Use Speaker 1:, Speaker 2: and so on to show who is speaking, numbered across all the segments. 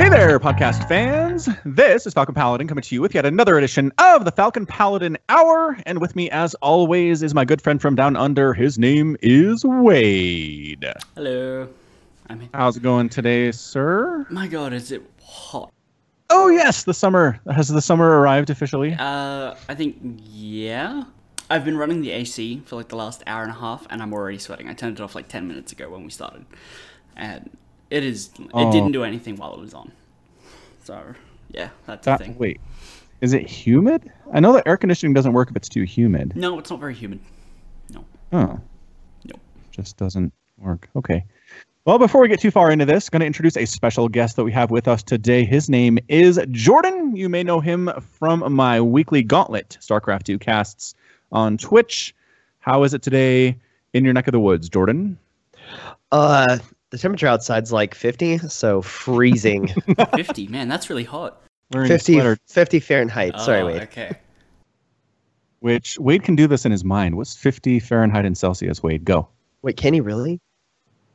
Speaker 1: Empire podcast fans. This is Falcon Paladin coming to you with yet another edition of the Falcon Paladin Hour. And with me, as always, is my good friend from down under. His name is Wade.
Speaker 2: Hello. I mean,
Speaker 1: How's it going today, sir?
Speaker 2: my God, is it hot?
Speaker 1: Oh, yes, the summer. Has the summer arrived officially?
Speaker 2: Uh, I think yeah. I've been running the AC for like the last hour and a half, and I'm already sweating. I turned it off like ten minutes ago when we started, and it is. It
Speaker 1: Oh.
Speaker 2: didn't do anything while it was on. So yeah, that's the
Speaker 1: That-
Speaker 2: thing.
Speaker 1: Uh, wait, is it humid? I know that air conditioning doesn't work if it's too humid.
Speaker 2: No, it's not very humid. No.
Speaker 1: Oh.
Speaker 2: Nope.
Speaker 1: Just doesn't work. Okay. Well, before we get too far into this, going to introduce a special guest that we have with us today. His name is Jordan. You may know him from my weekly Gauntlet StarCraft 2 casts on Twitch. How is it today in your neck of the woods, Jordan?
Speaker 3: Uh, the temperature outside's like 50, so freezing.
Speaker 2: Fifty, man, that's really hot.
Speaker 1: Wearing a
Speaker 3: 50,
Speaker 1: sweater,
Speaker 3: 50 Fahrenheit. Sorry,
Speaker 2: Oh,
Speaker 3: wait.
Speaker 2: Okay.
Speaker 1: which Wade can do this in his mind. What's 50 Fahrenheit and Celsius, Wade? Go.
Speaker 3: Wait, can he really?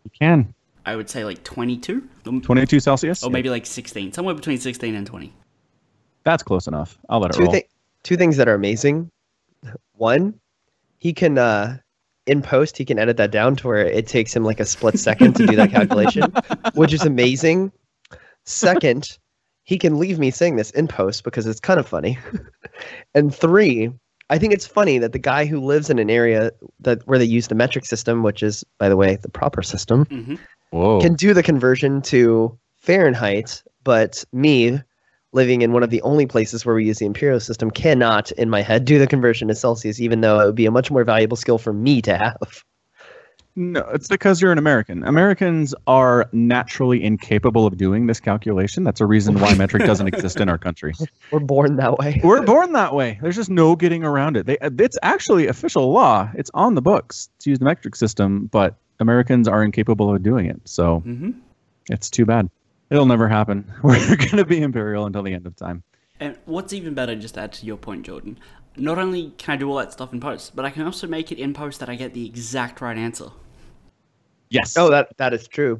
Speaker 1: You can.
Speaker 2: I would say like twenty-two. Um,
Speaker 1: 22 Celsius?
Speaker 3: Oh,
Speaker 2: Or maybe like sixteen, somewhere between sixteen and twenty.
Speaker 1: That's close enough. I'll let it
Speaker 3: Two,
Speaker 1: roll.
Speaker 3: thi- two things that are amazing. One, he can, uh, in post, he can edit that down to where it takes him like a split second to do that calculation, which is amazing. Second, he can leave me saying this in post because it's kind of funny. and three, I think it's funny that the guy who lives in an area that where they use the metric system, which is, by the way, the proper system,
Speaker 2: Mm-hmm.
Speaker 1: Whoa.
Speaker 3: can do the conversion to Fahrenheit, but me, living in one of the only places where we use the imperial system, cannot in my head do the conversion to Celsius, even though it would be a much more valuable skill for me to have.
Speaker 1: No, it's because you're an American. Americans are naturally incapable of doing this calculation. That's a reason why metric doesn't exist in our country.
Speaker 3: We're born that way.
Speaker 1: We're born that way. There's just no getting around it. They, it's actually official law. It's on the books to use the metric system, but Americans are incapable of doing it. So
Speaker 2: Mm-hmm.
Speaker 1: it's too bad. It'll never happen. We're going to be imperial until the end of time.
Speaker 2: And what's even better, just to add to your point, Jordan, not only can I do all that stuff in post, but I can also make it in post that I get the exact right answer.
Speaker 1: Yes.
Speaker 3: Oh, that that is true.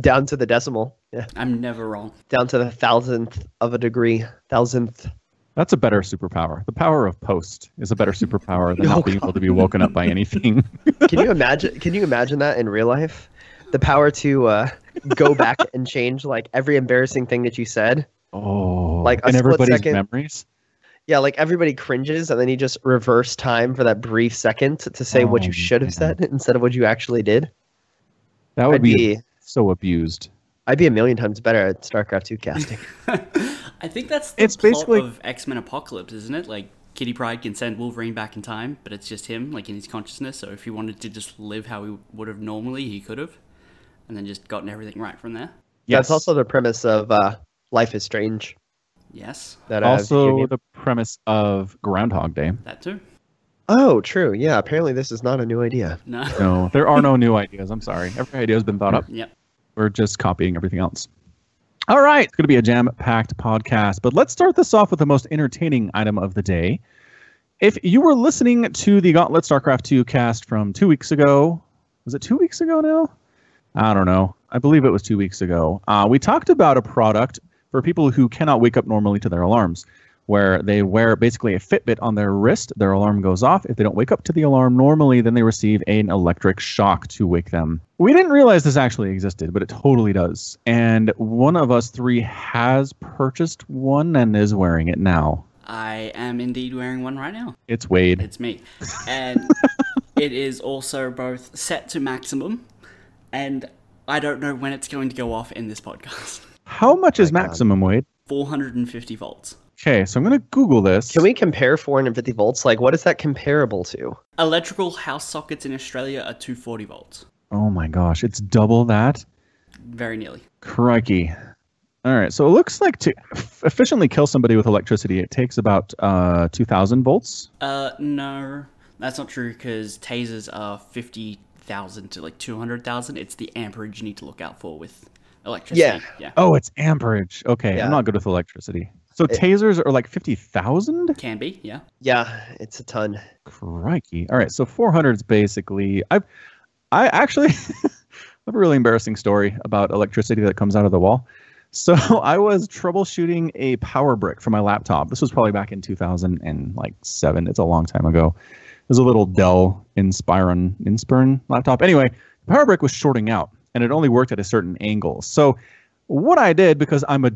Speaker 3: Down to the decimal. Yeah.
Speaker 2: I'm never wrong.
Speaker 3: Down to the thousandth of a degree. Thousandth.
Speaker 1: That's a better superpower. The power of post is a better superpower than
Speaker 3: Oh,
Speaker 1: not being able to be woken up by anything.
Speaker 3: Can you imagine can you imagine that in real life? The power to uh, go back and change like every embarrassing thing that you said.
Speaker 1: Oh,
Speaker 3: Like a
Speaker 1: in
Speaker 3: split
Speaker 1: everybody's
Speaker 3: second-
Speaker 1: memories.
Speaker 3: Yeah, like everybody cringes, and then you just reverse time for that brief second t- to say what
Speaker 1: Oh,
Speaker 3: you should have
Speaker 1: man.
Speaker 3: said instead of what you actually did.
Speaker 1: That would
Speaker 3: I'd
Speaker 1: be,
Speaker 3: be
Speaker 1: so abused.
Speaker 3: I'd be a million times better at StarCraft 2 casting.
Speaker 2: I think that's the
Speaker 1: It's
Speaker 2: plot
Speaker 1: basically-
Speaker 2: of X Men Apocalypse, isn't it? Like Kitty Pride can send Wolverine back in time, but it's just him, like in his consciousness. So if he wanted to just live how he would have normally, he could have, and then just gotten everything right from there.
Speaker 3: That's also the premise of uh, Life is Strange.
Speaker 2: Yes,
Speaker 3: That uh, video
Speaker 1: also
Speaker 3: game-
Speaker 1: the premise of Groundhog Day.
Speaker 2: that too.
Speaker 3: oh, true. Yeah, apparently this is not a new idea.
Speaker 2: No.
Speaker 1: No, there are no new ideas. I'm sorry. Every idea has been thought up.
Speaker 2: Yep.
Speaker 1: We're just copying everything else. All right, it's going to be a jam-packed podcast, but let's start this off with the most entertaining item of the day. If you were listening to the Gauntlet StarCraft 2 cast from 2 weeks ago, was it 2 weeks ago now? I don't know. I believe it was 2 weeks ago. Uh, we talked about a product for people who cannot wake up normally to their alarms, where they wear basically a Fitbit on their wrist. Their alarm goes off. If they don't wake up to the alarm normally, then they receive an electric shock to wake them. We didn't realize this actually existed, but it totally does. And one of us three has purchased one and is wearing it now.
Speaker 2: I am indeed wearing one right now.
Speaker 1: It's Wade.
Speaker 2: It's me. And it is also both set to maximum, and I don't know when it's going to go off in this podcast.
Speaker 1: How much is
Speaker 3: Oh my God.
Speaker 1: maximum Wade?
Speaker 2: 450 volts.
Speaker 1: Okay, so I'm going to Google this.
Speaker 3: Can we compare 450 volts? Like, what is that comparable to?
Speaker 2: Electrical house sockets in Australia are 240 volts.
Speaker 1: Oh my gosh, it's double that.
Speaker 2: Very nearly.
Speaker 1: Crikey. All right. So it looks like to f- efficiently kill somebody with electricity, it takes about uh, 2,000 volts.
Speaker 2: Uh, no. That's not true because tasers are 50,000 to like 200,000. It's the amperage you need to look out for with electricity.
Speaker 3: Yeah.
Speaker 2: Yeah.
Speaker 1: Oh, it's amperage. Okay.
Speaker 3: Yeah.
Speaker 1: I'm not good with electricity. So tasers are like 50,000?
Speaker 2: Can be, yeah.
Speaker 3: Yeah, it's a ton.
Speaker 1: Crikey. All right. So 400 is basically. I have I actually I have a really embarrassing story about electricity that comes out of the wall. So I was troubleshooting a power brick for my laptop. This was probably back in 2007. It's a long time ago. It was a little Dell Inspiron Inspiron laptop. Anyway, the power brick was shorting out, and it only worked at a certain angle. So what I did, because I'm a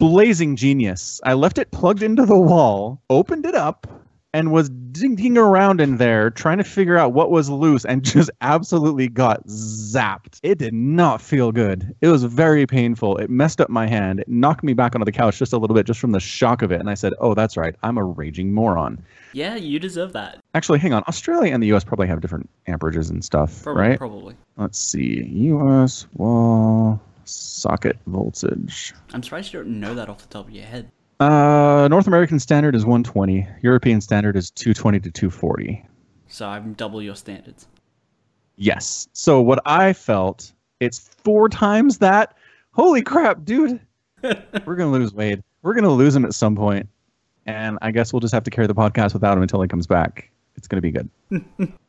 Speaker 1: blazing genius, I left it plugged into the wall, opened it up, and was dinking around in there trying to figure out what was loose and just absolutely got zapped. It did not feel good. It was very painful. It messed up my hand. It knocked me back onto the couch just a little bit just from the shock of it. And I said, oh, that's right. I'm a raging moron.
Speaker 2: Yeah, you deserve that.
Speaker 1: Actually, hang on. Australia and the US probably have different amperages and stuff,
Speaker 2: Probably,
Speaker 1: right?
Speaker 2: probably.
Speaker 1: Let's see. US wall socket voltage.
Speaker 2: I'm surprised you don't know that off the top of your head.
Speaker 1: Uh, North American standard is 120. European standard is 220 to 240.
Speaker 2: So I'm double your standards.
Speaker 1: Yes. So what I felt, it's four times that. Holy crap, dude. We're going to lose Wade. We're going to lose him at some point. And I guess we'll just have to carry the podcast without him until he comes back. It's going to be good.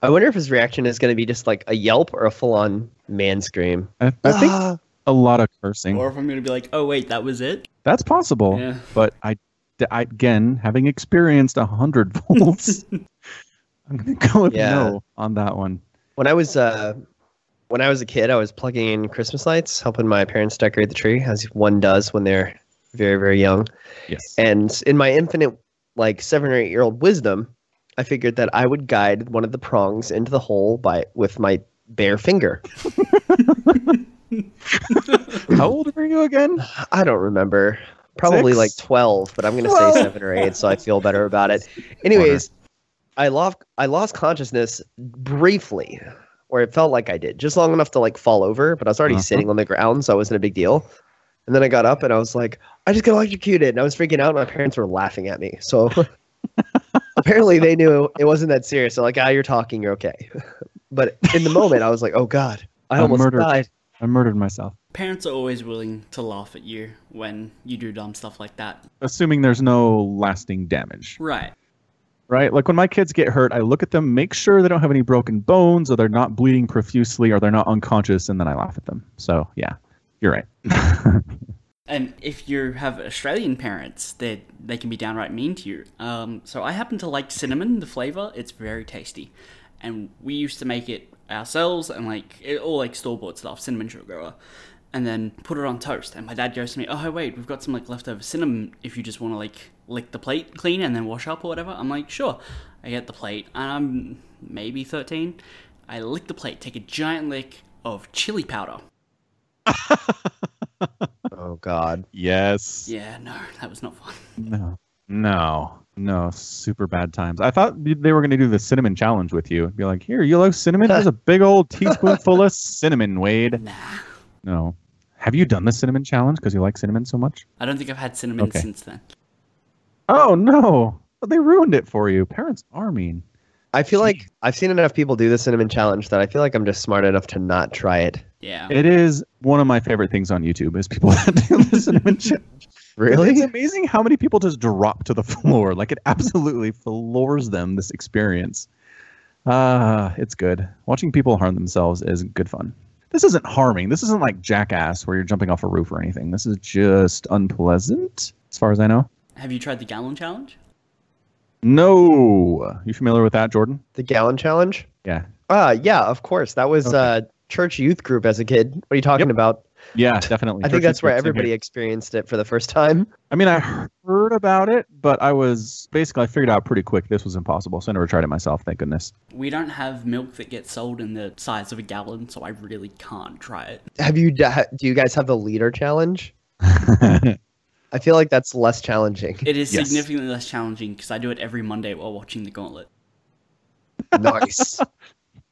Speaker 3: I wonder if his reaction is going to be just like a yelp or a full on man scream.
Speaker 1: I, I think
Speaker 3: Ah.
Speaker 1: a lot of cursing.
Speaker 2: Or if I'm gonna be like, oh wait, that was it.
Speaker 1: That's possible.
Speaker 2: Yeah.
Speaker 1: But I, I- again, having experienced 100 volts, I'm going to go with
Speaker 3: Yeah.
Speaker 1: no on that one.
Speaker 3: when I was uh, when I was a kid, I was plugging in Christmas lights, helping my parents decorate the tree, as one does when they're very very young.
Speaker 1: Yes.
Speaker 3: And in my infinite like seven or eight year old wisdom, I figured that I would guide one of the prongs into the hole by with my bare finger.
Speaker 1: How old are you again?
Speaker 3: I don't remember. Probably
Speaker 1: Six?
Speaker 3: like 12, but I'm going to
Speaker 1: Twelve.
Speaker 3: say 7 or 8 so I feel better about it. Anyways, I lost I lost consciousness briefly or it felt like I did. Just long enough to like fall over, but I was already
Speaker 1: Uh-huh.
Speaker 3: sitting on the ground so it wasn't a big deal. And then I got up and I was like, I just got electrocuted. And I was freaking out and my parents were laughing at me. So apparently they knew it wasn't that serious. They're like, "Ah, you're talking, you're okay." But in the moment I was like, "Oh god, I
Speaker 1: I'm
Speaker 3: almost
Speaker 1: murdered.
Speaker 3: died."
Speaker 1: I murdered myself.
Speaker 2: Parents are always willing to laugh at you when you do dumb stuff like that.
Speaker 1: Assuming there's no lasting damage.
Speaker 2: Right.
Speaker 1: right? Like when my kids get hurt, I look at them, make sure they don't have any broken bones or they're not bleeding profusely or they're not unconscious, and then I laugh at them. So, yeah, you're right.
Speaker 2: And if you have Australian parents, they they can be downright mean to you. Um, so I happen to like cinnamon, the flavor. It's very tasty, and we used to make it ourselves and like it, all like store bought stuff, cinnamon sugar, and then put it on toast. And my dad goes to me, "Oh wait, we've got some like leftover cinnamon. If you just want to like lick the plate clean and then wash up or whatever." I'm like, "Sure." I get the plate, and I'm maybe 13. I lick the plate, take a giant lick of chili powder.
Speaker 3: Oh god.
Speaker 1: yes.
Speaker 2: Yeah, no, that was not fun.
Speaker 1: No. No. No. Super bad times. I thought they were going to do the cinnamon challenge with you. Be like, here, you like cinnamon? There's a big old teaspoonful of cinnamon, Wade.
Speaker 2: Nah.
Speaker 1: No. Have you done the cinnamon challenge because you like cinnamon so much?
Speaker 2: I don't think I've had cinnamon
Speaker 1: Okay.
Speaker 2: since then.
Speaker 1: Oh, no. They ruined it for you. Parents are mean.
Speaker 3: I feel like I've seen enough people do the cinnamon challenge that I feel like I'm just smart enough to not try it.
Speaker 2: Yeah.
Speaker 1: It is one of my favorite things on YouTube is people that do the cinnamon challenge. It's amazing how many people just drop to the floor. Like it absolutely floors them this experience. Ah, it's good. Watching people harm themselves is good fun. This isn't harming. This isn't like jackass where you're jumping off a roof or anything. This is just unpleasant, as far as I know.
Speaker 2: Have you tried the gallon challenge?
Speaker 1: No. You familiar with that, Jordan?
Speaker 3: The gallon challenge?
Speaker 1: Yeah.
Speaker 3: Uh yeah, of course. That was
Speaker 1: Okay.
Speaker 3: uh church youth group as a kid. What are you talking
Speaker 1: Yep.
Speaker 3: about?
Speaker 1: Yeah, definitely.
Speaker 3: I think
Speaker 1: Church
Speaker 3: that's where
Speaker 1: groups in here.
Speaker 3: everybody experienced it for the first time.
Speaker 1: I mean, I heard about it, but I was basically I figured out pretty quick this was impossible, so I never tried it myself. Thank goodness.
Speaker 2: We don't have milk that gets sold in the size of a gallon, so I really can't try it.
Speaker 3: Have you do you guys have the leader challenge? I feel like that's less challenging.
Speaker 2: It is
Speaker 1: Yes.
Speaker 2: significantly less challenging because I do it every Monday while watching The Gauntlet.
Speaker 3: nice.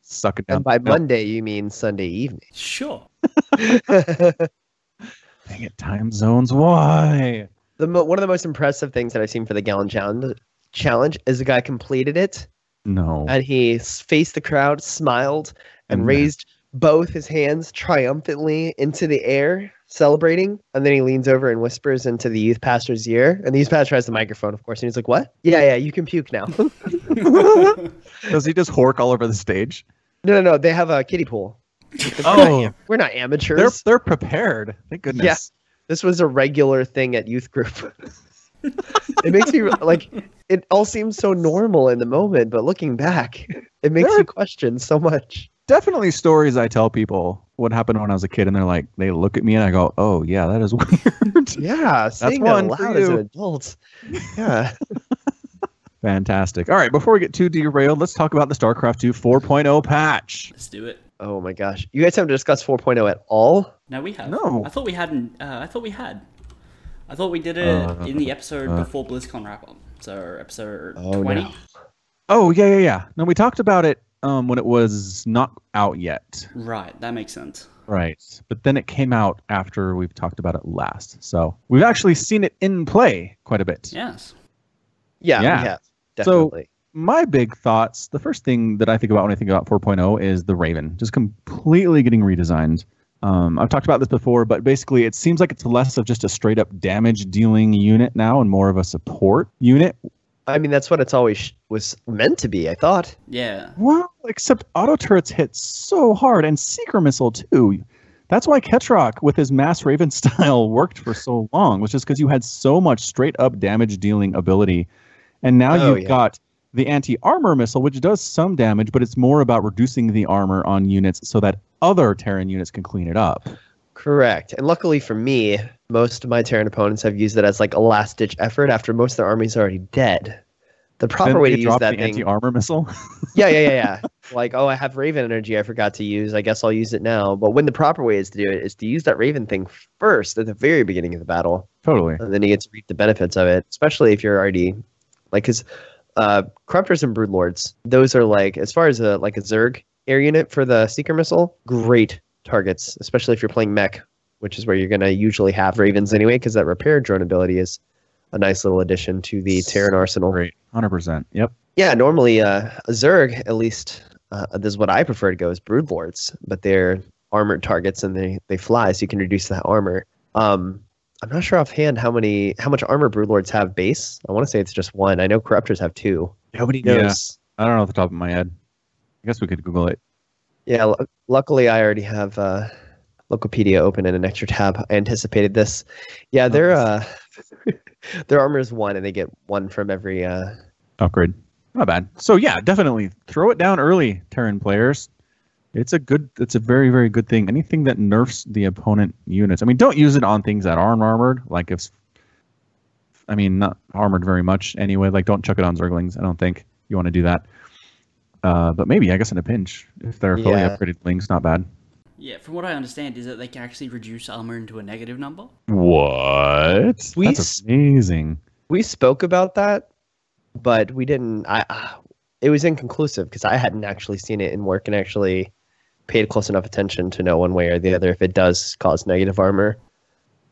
Speaker 1: Suck it down.
Speaker 3: And by
Speaker 1: No,
Speaker 3: Monday you mean Sunday evening.
Speaker 2: Sure.
Speaker 3: the
Speaker 1: Dang it, time zones. Why?
Speaker 3: mo- one of the most impressive things that I've seen for the gallon challenge challenge is a guy completed it
Speaker 1: No.
Speaker 3: and he s- faced the crowd, smiled, and
Speaker 1: And-
Speaker 3: raised both his hands triumphantly into the air, celebrating. And then he leans over and whispers into the youth pastor's ear. And the youth pastor has the microphone, of course. And he's like, What? Yeah, yeah, you can puke now. no,
Speaker 1: Does he just hork all over the stage?
Speaker 3: no, no.
Speaker 1: Oh.
Speaker 3: They have a kiddie pool. We're not am- We're not amateurs.
Speaker 1: they're they're prepared. Thank goodness.
Speaker 3: This was a regular thing at youth group. it makes me like it all seems so normal in the moment, but looking back, it makes
Speaker 1: There-
Speaker 3: you question so much.
Speaker 1: Definitely stories I tell people what happened when I was a kid, and they're like, they look at me and I go, "Oh yeah, that is weird."
Speaker 3: Yeah, saying that
Speaker 1: one for
Speaker 3: aloud as an
Speaker 1: you.
Speaker 3: adult. Yeah.
Speaker 1: Fantastic. All right, before we get too derailed, let's talk about the StarCraft 2 4.0 patch.
Speaker 2: Let's do it.
Speaker 3: Oh my gosh. You guys haven't discussed 4.0 at all?
Speaker 2: No, we have.
Speaker 1: No.
Speaker 2: I thought we hadn't. Uh, I thought we had. I thought we did it
Speaker 1: Uh,
Speaker 2: in the episode
Speaker 1: uh.
Speaker 2: before BlizzCon wrap up. So episode
Speaker 3: Oh,
Speaker 2: twenty.
Speaker 3: no.
Speaker 1: Oh yeah, yeah, yeah. No, we talked about it um, when it was not out yet.
Speaker 2: Right, that makes sense.
Speaker 1: Right. But then it came out after we've talked about it last. So we've actually seen it in play quite a bit.
Speaker 2: Yes.
Speaker 3: Yeah,
Speaker 1: Yeah.
Speaker 3: we have.
Speaker 1: So-
Speaker 3: Definitely.
Speaker 1: My big thoughts the first thing that I think about when I think about 4.0 is the Raven, just completely getting redesigned. Um, I've talked about this before, but basically, it seems like it's less of just a straight up damage dealing unit now and more of a support unit.
Speaker 3: I mean, that's what it's always sh- was meant to be, I thought.
Speaker 2: Yeah.
Speaker 1: Well, except auto turrets hit so hard and seeker missile too. That's why Ketrok with his mass raven style worked for so long, was just because you had so much straight up damage dealing ability. And now
Speaker 3: Oh,
Speaker 1: you've
Speaker 3: yeah.
Speaker 1: got the anti armor missile, which does some damage, but it's more about reducing the armor on units so that other Terran units can clean it up.
Speaker 3: Correct. And luckily for me, most of my Terran opponents have used it as like a last ditch effort after most of their army's already dead. The proper
Speaker 1: Then
Speaker 3: way
Speaker 1: they
Speaker 3: to use
Speaker 1: dropped
Speaker 3: that
Speaker 1: the
Speaker 3: thing.
Speaker 1: anti armor missile.
Speaker 3: yeah, yeah, yeah, yeah. Like, oh, I have Raven energy I forgot to use. I guess I'll use it now. But when the proper way is to do it is to use that Raven thing first at the very beginning of the battle,
Speaker 1: totally.
Speaker 3: and then you get to reap the benefits of it, especially if you're already like because uh, Corruptors and Broodlords, those are like as far as a like a Zerg air unit for the Seeker missile, great targets, especially if you're playing mech, which is where you're gonna usually have Ravens anyway, because that repair drone ability is a nice little addition to the Terran arsenal.
Speaker 1: Great. 100%. Yep.
Speaker 3: Yeah, normally uh, a Zerg, at least uh, this is what I prefer to go is Broodlords, but they're armored targets and they, they fly, so you can reduce that armor. Um, I'm not sure offhand how many how much armor Broodlords have base. I want to say it's just one. I know Corruptors have two. Nobody
Speaker 1: Yeah.
Speaker 3: knows.
Speaker 1: I don't know off the top of my head. I guess we could Google it.
Speaker 3: Yeah, lu- luckily I already have uh, Wikipedia open in an extra tab. I anticipated this. Yeah, their uh, their armor is one, and they get one from every uh,
Speaker 1: upgrade. Not bad. So yeah, definitely throw it down early, Terran players. It's a good. It's a very very good thing. Anything that nerfs the opponent units. I mean, don't use it on things that aren't armored. Like if, I mean, not armored very much anyway. Like don't chuck it on Zerglings. I don't think you want to do that. Uh, but maybe I guess in a pinch, if they're fully
Speaker 3: Yeah.
Speaker 1: upgraded links, not bad.
Speaker 2: Yeah, from what I understand, is that they can actually reduce armor into a negative number.
Speaker 1: What?
Speaker 3: We
Speaker 1: That's
Speaker 3: s-
Speaker 1: amazing.
Speaker 3: we spoke about that, but we didn't. I uh, it was inconclusive because I hadn't actually seen it in work and actually paid close enough attention to know one way or the other if it does cause negative armor.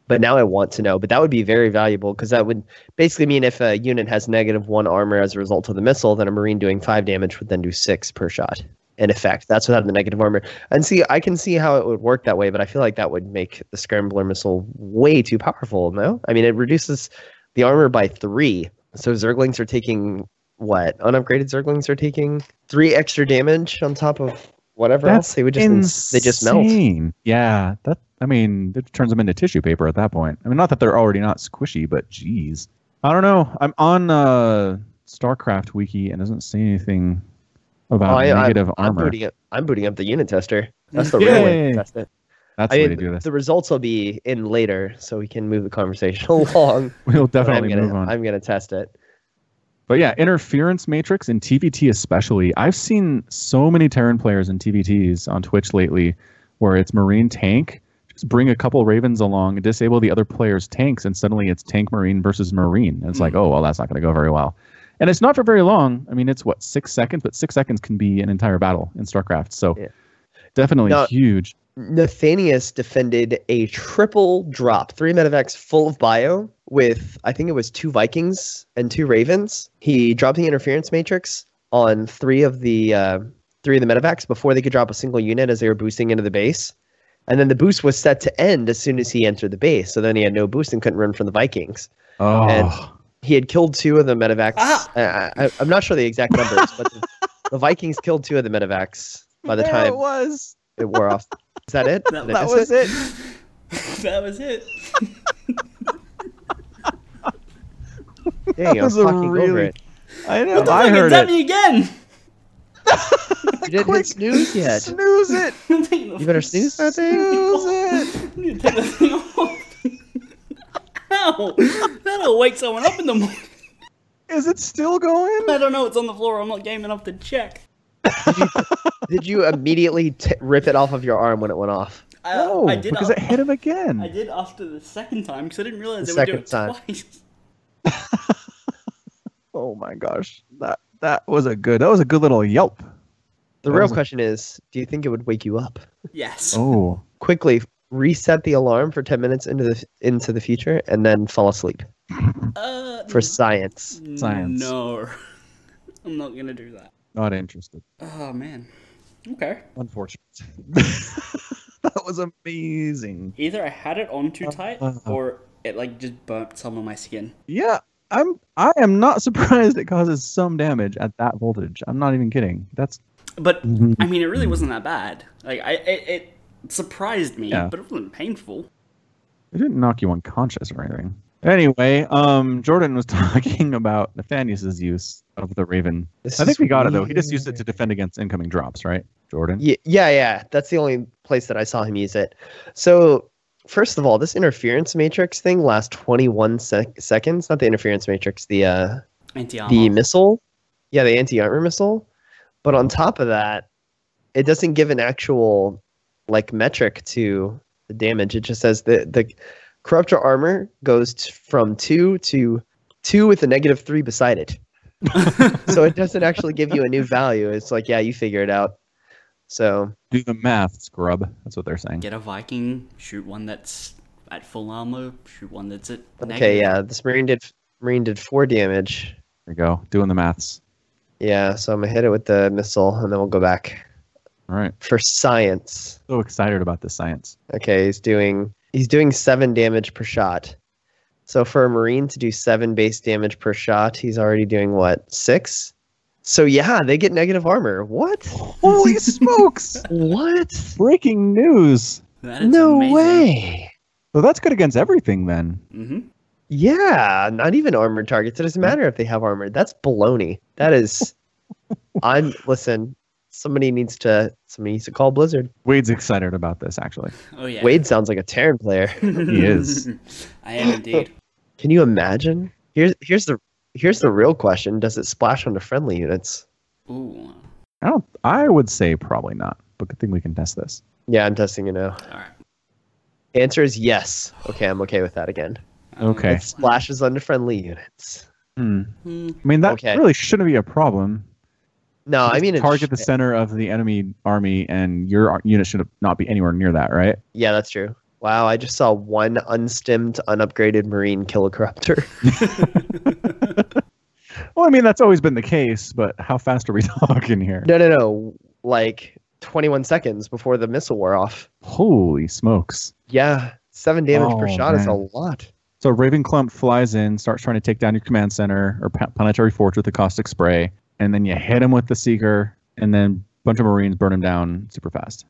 Speaker 3: But now I want to know. But that would be very valuable because that would basically mean if a unit has negative one armor as a result of the missile, then a marine doing five damage would then do six per shot in effect. That's without the negative armor. And see, I can see how it would work that way, but I feel like that would make the scrambler missile way too powerful. No, I mean it reduces the armor by three. So Zerglings are taking what? Unupgraded Zerglings are taking three extra damage on top of whatever
Speaker 1: That's
Speaker 3: else. They would just they just melt.
Speaker 1: Insane. Yeah, that I mean, it turns them into tissue paper at that point. I mean, not that they're already not squishy, but geez, I don't know. I'm on uh, StarCraft Wiki and it doesn't say anything about
Speaker 3: Oh, I- I-
Speaker 1: negative
Speaker 3: I'm
Speaker 1: armor.
Speaker 3: booting up. I'm booting up the unit tester. That's the
Speaker 1: Yeah,
Speaker 3: real
Speaker 1: yeah,
Speaker 3: way
Speaker 1: yeah.
Speaker 3: to test it.
Speaker 1: That's
Speaker 3: I
Speaker 1: the way
Speaker 3: mean,
Speaker 1: to do this.
Speaker 3: the results will be in later, so we can move the conversation along.
Speaker 1: We'll
Speaker 3: but
Speaker 1: definitely
Speaker 3: I'm gonna,
Speaker 1: move on.
Speaker 3: I'm gonna test it.
Speaker 1: But yeah, interference matrix and TVT especially. I've seen so many Terran players and TVTs on Twitch lately where it's Marine tank. Just bring a couple Ravens along, disable the other player's tanks, and suddenly it's tank Marine versus Marine. And it's like, oh, well, that's not going to go very well. And it's not for very long. I mean, it's what, six seconds? But six seconds can be an entire battle in StarCraft. So
Speaker 3: Yeah.
Speaker 1: definitely
Speaker 3: Now-
Speaker 1: huge.
Speaker 3: Nathanius defended a triple drop, three medevacs full of bio with I think it was two Vikings and two Ravens. He dropped the interference matrix on three of the uh, three of the medevacs before they could drop a single unit as they were boosting into the base. And then the boost was set to end as soon as he entered the base. So then he had no boost and couldn't run from the Vikings.
Speaker 1: Oh,
Speaker 3: And- He had killed two of the medevacs.
Speaker 2: Ah!
Speaker 3: I, I, I'm not sure the exact numbers, but the, the Vikings killed two of the medevacs by the time
Speaker 1: it was.
Speaker 3: it wore off. Is that it?
Speaker 2: That-
Speaker 3: Did I
Speaker 2: that
Speaker 3: miss
Speaker 1: was it.
Speaker 2: that was it.
Speaker 3: Dang, I was
Speaker 1: was a
Speaker 3: fucking over
Speaker 1: really-
Speaker 3: it.
Speaker 1: I know.
Speaker 2: What the
Speaker 1: I
Speaker 2: fuck?
Speaker 1: heard
Speaker 2: It's at
Speaker 1: it.
Speaker 2: me again.
Speaker 3: You didn't
Speaker 1: Quick.
Speaker 3: hit snooze yet.
Speaker 1: Snooze it.
Speaker 3: You better snooze that thing.
Speaker 1: Snooze it.
Speaker 2: You take that thing off. Ow! That'll wake someone up in the morning.
Speaker 1: Is it still going?
Speaker 2: I don't know. It's on the floor. I'm not game enough to check.
Speaker 3: Did you immediately t- rip it off of your arm when it went off?
Speaker 2: I, uh,
Speaker 1: Oh,
Speaker 2: I did.
Speaker 1: because
Speaker 2: af-
Speaker 1: it hit him again.
Speaker 2: I did after the second time because I didn't realize
Speaker 3: The
Speaker 2: they would do
Speaker 3: second
Speaker 2: it
Speaker 3: time.
Speaker 2: twice.
Speaker 1: Oh my gosh, that that was a good. That was a good little yelp.
Speaker 3: The
Speaker 1: That
Speaker 3: real
Speaker 1: was a-
Speaker 3: question is, do you think it would wake you up?
Speaker 2: Yes.
Speaker 1: Oh,
Speaker 3: Quickly reset the alarm for 10 minutes into the into the future and then fall asleep
Speaker 2: Uh,
Speaker 1: Mm.
Speaker 3: for science.
Speaker 1: Science.
Speaker 2: No, I'm not gonna do that.
Speaker 1: not interested.
Speaker 2: Oh man. Okay.
Speaker 1: Unfortunate. that was amazing.
Speaker 2: Either I had it on too tight,
Speaker 1: Uh, uh.
Speaker 2: or it like just burnt some of my skin.
Speaker 1: Yeah, I'm. I am not surprised it causes some damage at that voltage. I'm not even kidding. That's
Speaker 2: But
Speaker 1: Mm-hmm.
Speaker 2: I mean, it really wasn't that bad. Like I, it, it surprised me,
Speaker 1: Yeah.
Speaker 2: but it wasn't painful.
Speaker 1: It didn't knock you unconscious or anything. Anyway, um, Jordan was talking about Nathanius' use of the Raven.
Speaker 3: This
Speaker 1: I think
Speaker 3: is
Speaker 1: we got it though. He just used it
Speaker 3: weird.
Speaker 1: to defend against incoming drops, right, Jordan?
Speaker 3: Ye- Yeah, yeah. That's the only place that I saw him use it. So, first of all, this interference matrix thing lasts 21 sec- seconds. Not the interference matrix, the uh,
Speaker 2: Anti
Speaker 3: the
Speaker 2: armor.
Speaker 3: missile. Yeah, the anti armor missile. But on top of that, it doesn't give an actual like metric to the damage. It just says the the corruptor armor goes t- from two to two with a negative three beside it. so it doesn't actually give you a new value. It's like, yeah, you figure it out. So
Speaker 1: Do the math, scrub. That's what they're saying.
Speaker 2: Get a Viking. Shoot one that's at full armor. Shoot one that's at.
Speaker 3: Okay,
Speaker 2: negative.
Speaker 3: yeah, this marine did marine did four damage.
Speaker 1: There you go. Doing the maths.
Speaker 3: Yeah, so I'm gonna hit it with the missile, and then we'll go back
Speaker 1: All right.
Speaker 3: for science.
Speaker 1: So excited about this science.
Speaker 3: Okay, he's doing he's doing seven damage per shot. So for a marine to do seven base damage per shot, he's already doing what six? So yeah, they get negative armor. What?
Speaker 1: Holy smokes!
Speaker 3: What?
Speaker 1: Breaking news.
Speaker 2: That is
Speaker 3: No
Speaker 2: amazing.
Speaker 3: way.
Speaker 1: So that's good against everything then.
Speaker 2: hmm
Speaker 3: Yeah, not even armored targets. It doesn't matter if they have armor. That's baloney. That is, I'm listen. Somebody needs to somebody needs to call Blizzard.
Speaker 1: Wade's excited about this actually.
Speaker 2: Oh yeah.
Speaker 3: Wade sounds like a Terran player.
Speaker 2: he
Speaker 1: is.
Speaker 2: I am indeed.
Speaker 3: Can you imagine? Here's here's the here's the real question: Does it splash onto friendly units?
Speaker 2: Ooh.
Speaker 1: I don't. I would say probably not, but good thing we can test this.
Speaker 3: Yeah, I'm testing it now.
Speaker 2: All right.
Speaker 3: Answer is yes. Okay, I'm okay with that again.
Speaker 2: Um,
Speaker 1: Okay.
Speaker 3: It splashes onto friendly units.
Speaker 1: Hmm.
Speaker 2: hmm.
Speaker 1: I mean that
Speaker 3: Okay.
Speaker 1: really shouldn't be a problem.
Speaker 3: No, I
Speaker 1: Just
Speaker 3: mean it's-
Speaker 1: target the center of the enemy army, and your ar- unit should not be anywhere near that, right?
Speaker 3: Yeah, that's true. Wow, I just saw one unstimmed, unupgraded Marine kill a corruptor.
Speaker 1: Well, I mean that's always been the case, but how fast are we talking here?
Speaker 3: No, no, no. Like 21 seconds before the missile wore off.
Speaker 1: Holy smokes!
Speaker 3: Yeah, seven damage per
Speaker 1: Oh,
Speaker 3: shot is a
Speaker 1: man.
Speaker 3: lot.
Speaker 1: So Ravenclump flies in, starts trying to take down your command center or pa- planetary forge with the caustic spray, and then you hit him with the seeker, and then bunch of marines burn him down super fast.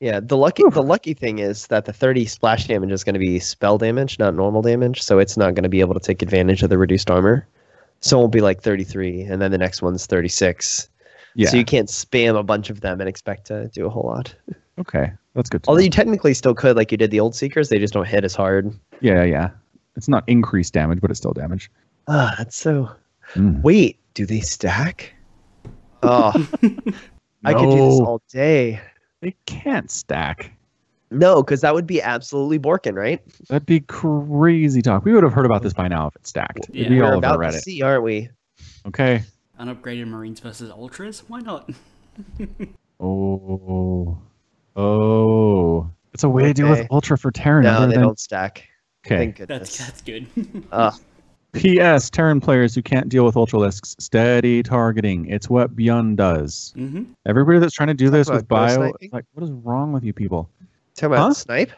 Speaker 3: Yeah, the lucky the lucky thing is that the 30 splash damage is going to be spell damage, not normal damage, so it's not going to be able to take advantage of the reduced armor. So it will be like 33, and then the next one's 36.
Speaker 1: Yeah.
Speaker 3: So you can't spam a bunch of them and expect to do a whole lot.
Speaker 1: okay, that's good. To know.
Speaker 3: Although you technically still could, like you did the old Seekers, they just don't hit as hard.
Speaker 1: Yeah, yeah. It's not increased damage, but it's still damage.
Speaker 3: Ah, that's so.
Speaker 1: Mm.
Speaker 3: Wait, do they stack? Oh, I could do this
Speaker 1: No.
Speaker 3: all day.
Speaker 1: They can't stack.
Speaker 3: No, because that would be absolutely Borkin, right?
Speaker 1: That'd be crazy talk. We would have heard about this by now if it stacked.
Speaker 2: Yeah.
Speaker 1: It'd be
Speaker 3: We're
Speaker 1: all
Speaker 3: about
Speaker 1: over
Speaker 3: to
Speaker 1: Reddit.
Speaker 3: see, aren't we?
Speaker 1: Okay.
Speaker 2: Unupgraded Marines versus Ultras? Why not?
Speaker 1: Oh. Oh. It's a way to deal with
Speaker 3: Okay.
Speaker 1: Ultra for Terran.
Speaker 3: No,
Speaker 1: other
Speaker 3: they
Speaker 1: than-
Speaker 3: don't stack.
Speaker 1: Okay.
Speaker 3: Thank
Speaker 2: That's
Speaker 3: goodness.
Speaker 2: that's good.
Speaker 3: Ugh.
Speaker 1: P.S. Terran players who can't deal with Ultra Lisks, steady targeting. It's what Bjorn does.
Speaker 2: hmm
Speaker 1: Everybody that's trying to do this with
Speaker 3: about ghost
Speaker 1: bio,
Speaker 3: sniping?
Speaker 1: like, what is wrong with you people?
Speaker 3: Talking about
Speaker 1: Huh?
Speaker 3: snipe?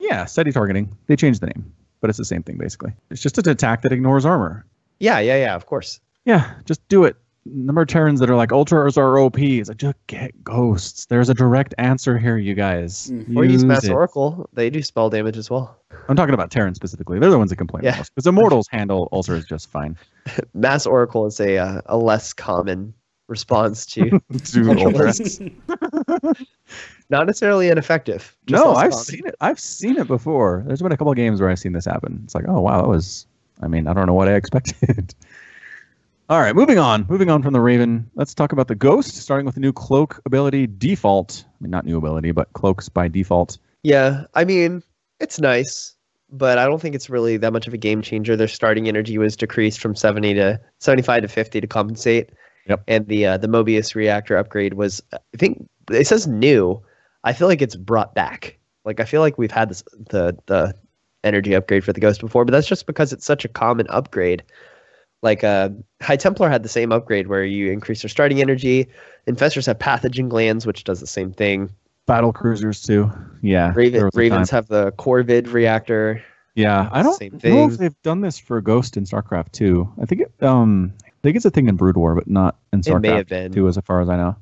Speaker 1: Yeah, steady targeting. They changed the name, but it's the same thing basically. It's just an attack that ignores armor.
Speaker 3: Yeah, yeah, yeah. Of course.
Speaker 1: Yeah, just do it. Number of Terrans that are like ultras are OP. It's like just get ghosts. There's a direct answer here, you guys.
Speaker 2: Mm.
Speaker 3: Hmm. Or use Mass
Speaker 1: it.
Speaker 3: Oracle. They do spell damage as well.
Speaker 1: I'm talking about Terran specifically. They're the ones that complain
Speaker 3: Yeah.
Speaker 1: because Immortals handle ulcers just fine.
Speaker 3: Mass Oracle is a uh, a less common response to
Speaker 1: Do
Speaker 3: Ultra.
Speaker 1: ulcers.
Speaker 3: not necessarily ineffective. just
Speaker 1: No,
Speaker 3: less
Speaker 1: I've
Speaker 3: common.
Speaker 1: seen it. I've seen it before. There's been a couple of games where I've seen this happen. It's like, oh wow, that was. I mean, I don't know what I expected. All right, moving on. Moving on from the Raven, let's talk about the Ghost. Starting with the new Cloak ability default. I mean, not new ability, but Cloaks by default.
Speaker 3: Yeah, I mean, it's nice, but I don't think it's really that much of a game changer. Their starting energy was decreased from 70 to 75 to 50 to compensate.
Speaker 1: Yep.
Speaker 3: And the uh, the Mobius reactor upgrade was I think it says new. I feel like it's brought back. Like I feel like we've had this the the energy upgrade for the ghost before, but that's just because it's such a common upgrade. Like uh, High Templar had the same upgrade where you increase their starting energy. Infestors have pathogen glands, which does the same thing.
Speaker 1: Battle cruisers too. Yeah, there
Speaker 3: Raven,
Speaker 1: was a time.
Speaker 3: Ravens have the Corvid reactor.
Speaker 1: Yeah, I don't
Speaker 3: Same
Speaker 1: know if
Speaker 3: thing.
Speaker 1: they've done this for Ghost in StarCraft 2. I think it, um, I think it's a thing in Brood War, but not in
Speaker 3: It may have
Speaker 1: StarCraft
Speaker 3: been.
Speaker 1: 2, as far as I know.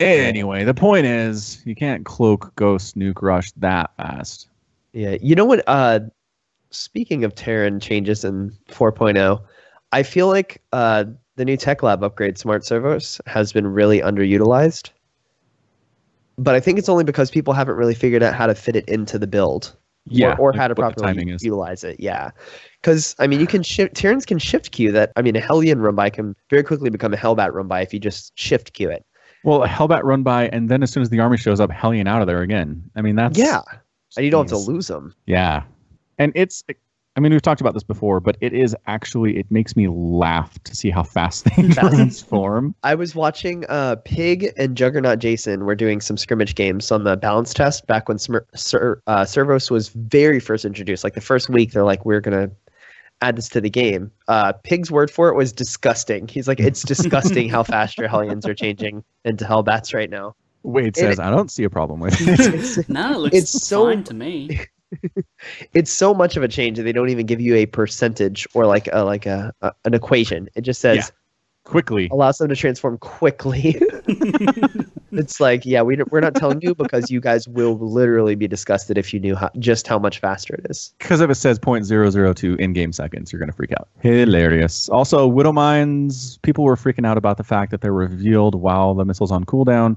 Speaker 1: Anyway, the point is, you can't cloak Ghost Nuke Rush that fast.
Speaker 3: Yeah. You know what? Uh, speaking of Terran changes in 4.0, I feel like uh, the new Tech Lab upgrade, Smart Servos, has been really underutilized. But I think it's only because people haven't really figured out how to fit it into the build or, or
Speaker 1: like
Speaker 3: how to
Speaker 1: what the
Speaker 3: properly
Speaker 1: timing is.
Speaker 3: utilize it. Yeah. Because, I mean, you can shift, Terrans can shift queue that. I mean, a Hellion run by can very quickly become a Hellbat run by if you just shift queue it.
Speaker 1: Well, Hellbat run by, and then as soon as the army shows up, Hellion out of there again. I mean, that's
Speaker 3: yeah. And you don't have
Speaker 1: Jeez.
Speaker 3: to lose them.
Speaker 1: Yeah. And it's I mean, we've talked about this before, but it is actually it makes me laugh to see how fast they
Speaker 3: Fast.
Speaker 1: transform.
Speaker 3: I was watching uh, Pig and Juggernaut Jason were doing some scrimmage games on the balance test back when Smir- Ser- uh, Servos was very first introduced. Like the first week, they're like, we're going to add this to the game. Uh, Pig's word for it was disgusting. He's like, it's disgusting how fast your Hellions are changing into Hellbats right now.
Speaker 1: Wade
Speaker 3: It-
Speaker 1: says, I don't see a problem with it.
Speaker 3: It's,
Speaker 2: no, it looks
Speaker 3: It's so-
Speaker 2: fine to me.
Speaker 3: it's so much of a change that they don't even give you a percentage or like a, like a, a an equation. It just says
Speaker 1: Yeah. Quickly.
Speaker 3: allows them to transform quickly. it's like, yeah, we, don't- we're not telling you because you guys will literally be disgusted if you knew how, just how much faster it is.
Speaker 1: Because if it says 0.002 in game seconds, you're going to freak out. Hilarious. Also, Widow Mines, people were freaking out about the fact that they're revealed while the missile's on cooldown.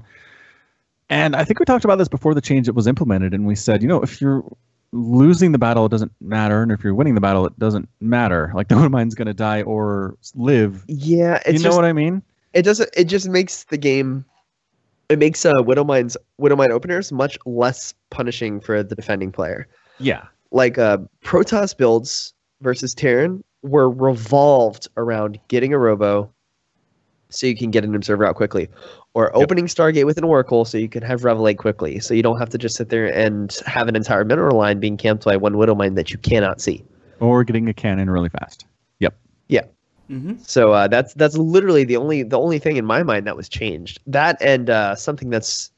Speaker 1: And I think we talked about this before the change that was implemented, and we said, you know, if you're losing the battle, it doesn't matter. And if you're winning the battle, it doesn't matter. Like, the Widow Mine's going to die or live.
Speaker 3: Yeah,
Speaker 1: you
Speaker 3: it's
Speaker 1: know
Speaker 3: just,
Speaker 1: what I mean?
Speaker 3: it doesn't. It just makes the game. It makes uh, Widowmine's Widowmine openers much less punishing for the defending player.
Speaker 1: Yeah.
Speaker 3: Like uh, Protoss builds versus Terran were revolved around getting a Robo, so you can get an Observer out quickly, or opening Stargate with an Oracle, so you can have Revelate quickly, so you don't have to just sit there and have an entire mineral line being camped by one Widowmine that you cannot see.
Speaker 1: Or getting a cannon really fast.
Speaker 2: hmm
Speaker 3: So uh, that's that's literally the only the only thing in my mind that was changed. That and uh, something that's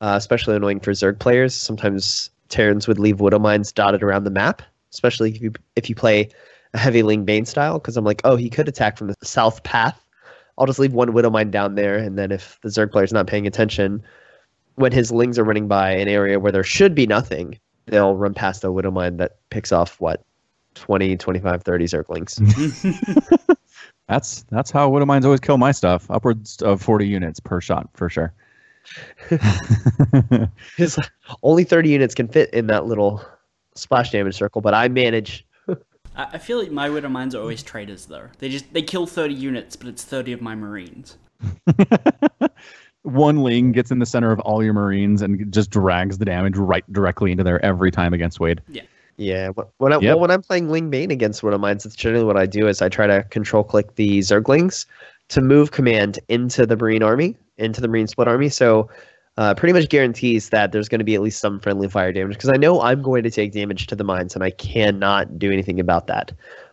Speaker 3: uh, especially annoying for Zerg players. Sometimes Terrans would leave Widow mines dotted around the map, especially if you if you play a heavy Ling Bane style. Because I'm like, oh, he could attack from the south path. I'll just leave one Widow mine down there, and then if the Zerg player's not paying attention, when his Lings are running by an area where there should be nothing, they'll run past a Widow mine that picks off what 20, 25, 30 Zerglings.
Speaker 1: That's that's how Widow Mines always kill my stuff. Upwards of 40 units per shot, for sure.
Speaker 3: His only 30 units can fit in that little splash damage circle, but I manage.
Speaker 2: I, I feel like my Widow Mines are always traitors, though. They just they kill 30 units, but it's 30 of my Marines.
Speaker 1: one ling gets in the center of all your marines and just drags the damage right directly into there every time against Wade.
Speaker 3: Yeah, wh- when I,
Speaker 1: Yep.
Speaker 3: well, when I'm playing Ling Bane against one of mine, that's generally what I do is I try to control click the Zerglings to move command into the Marine army, into the Marine split army. So uh, pretty much guarantees that there's going to be at least some friendly fire damage because I know I'm going to take damage to the mines and I cannot do anything about that.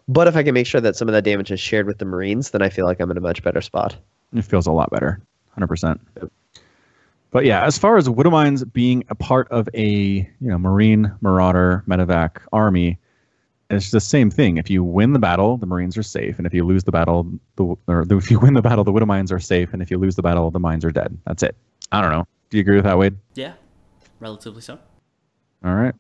Speaker 3: But if I can make sure that some of that damage is shared with the Marines, then I feel like I'm in a much better spot.
Speaker 1: It feels a lot better, hundred percent. But yeah, as far as Widowmines being a part of a you know Marine Marauder Medevac army, it's the same thing. If you win the battle, the Marines are safe, and if you lose the battle, the or the, if you win the battle, the Widowmines are safe, and if you lose the battle, the mines are dead. That's it. I don't know. Do you agree with that, Wade?
Speaker 2: Yeah, relatively so.
Speaker 1: All right.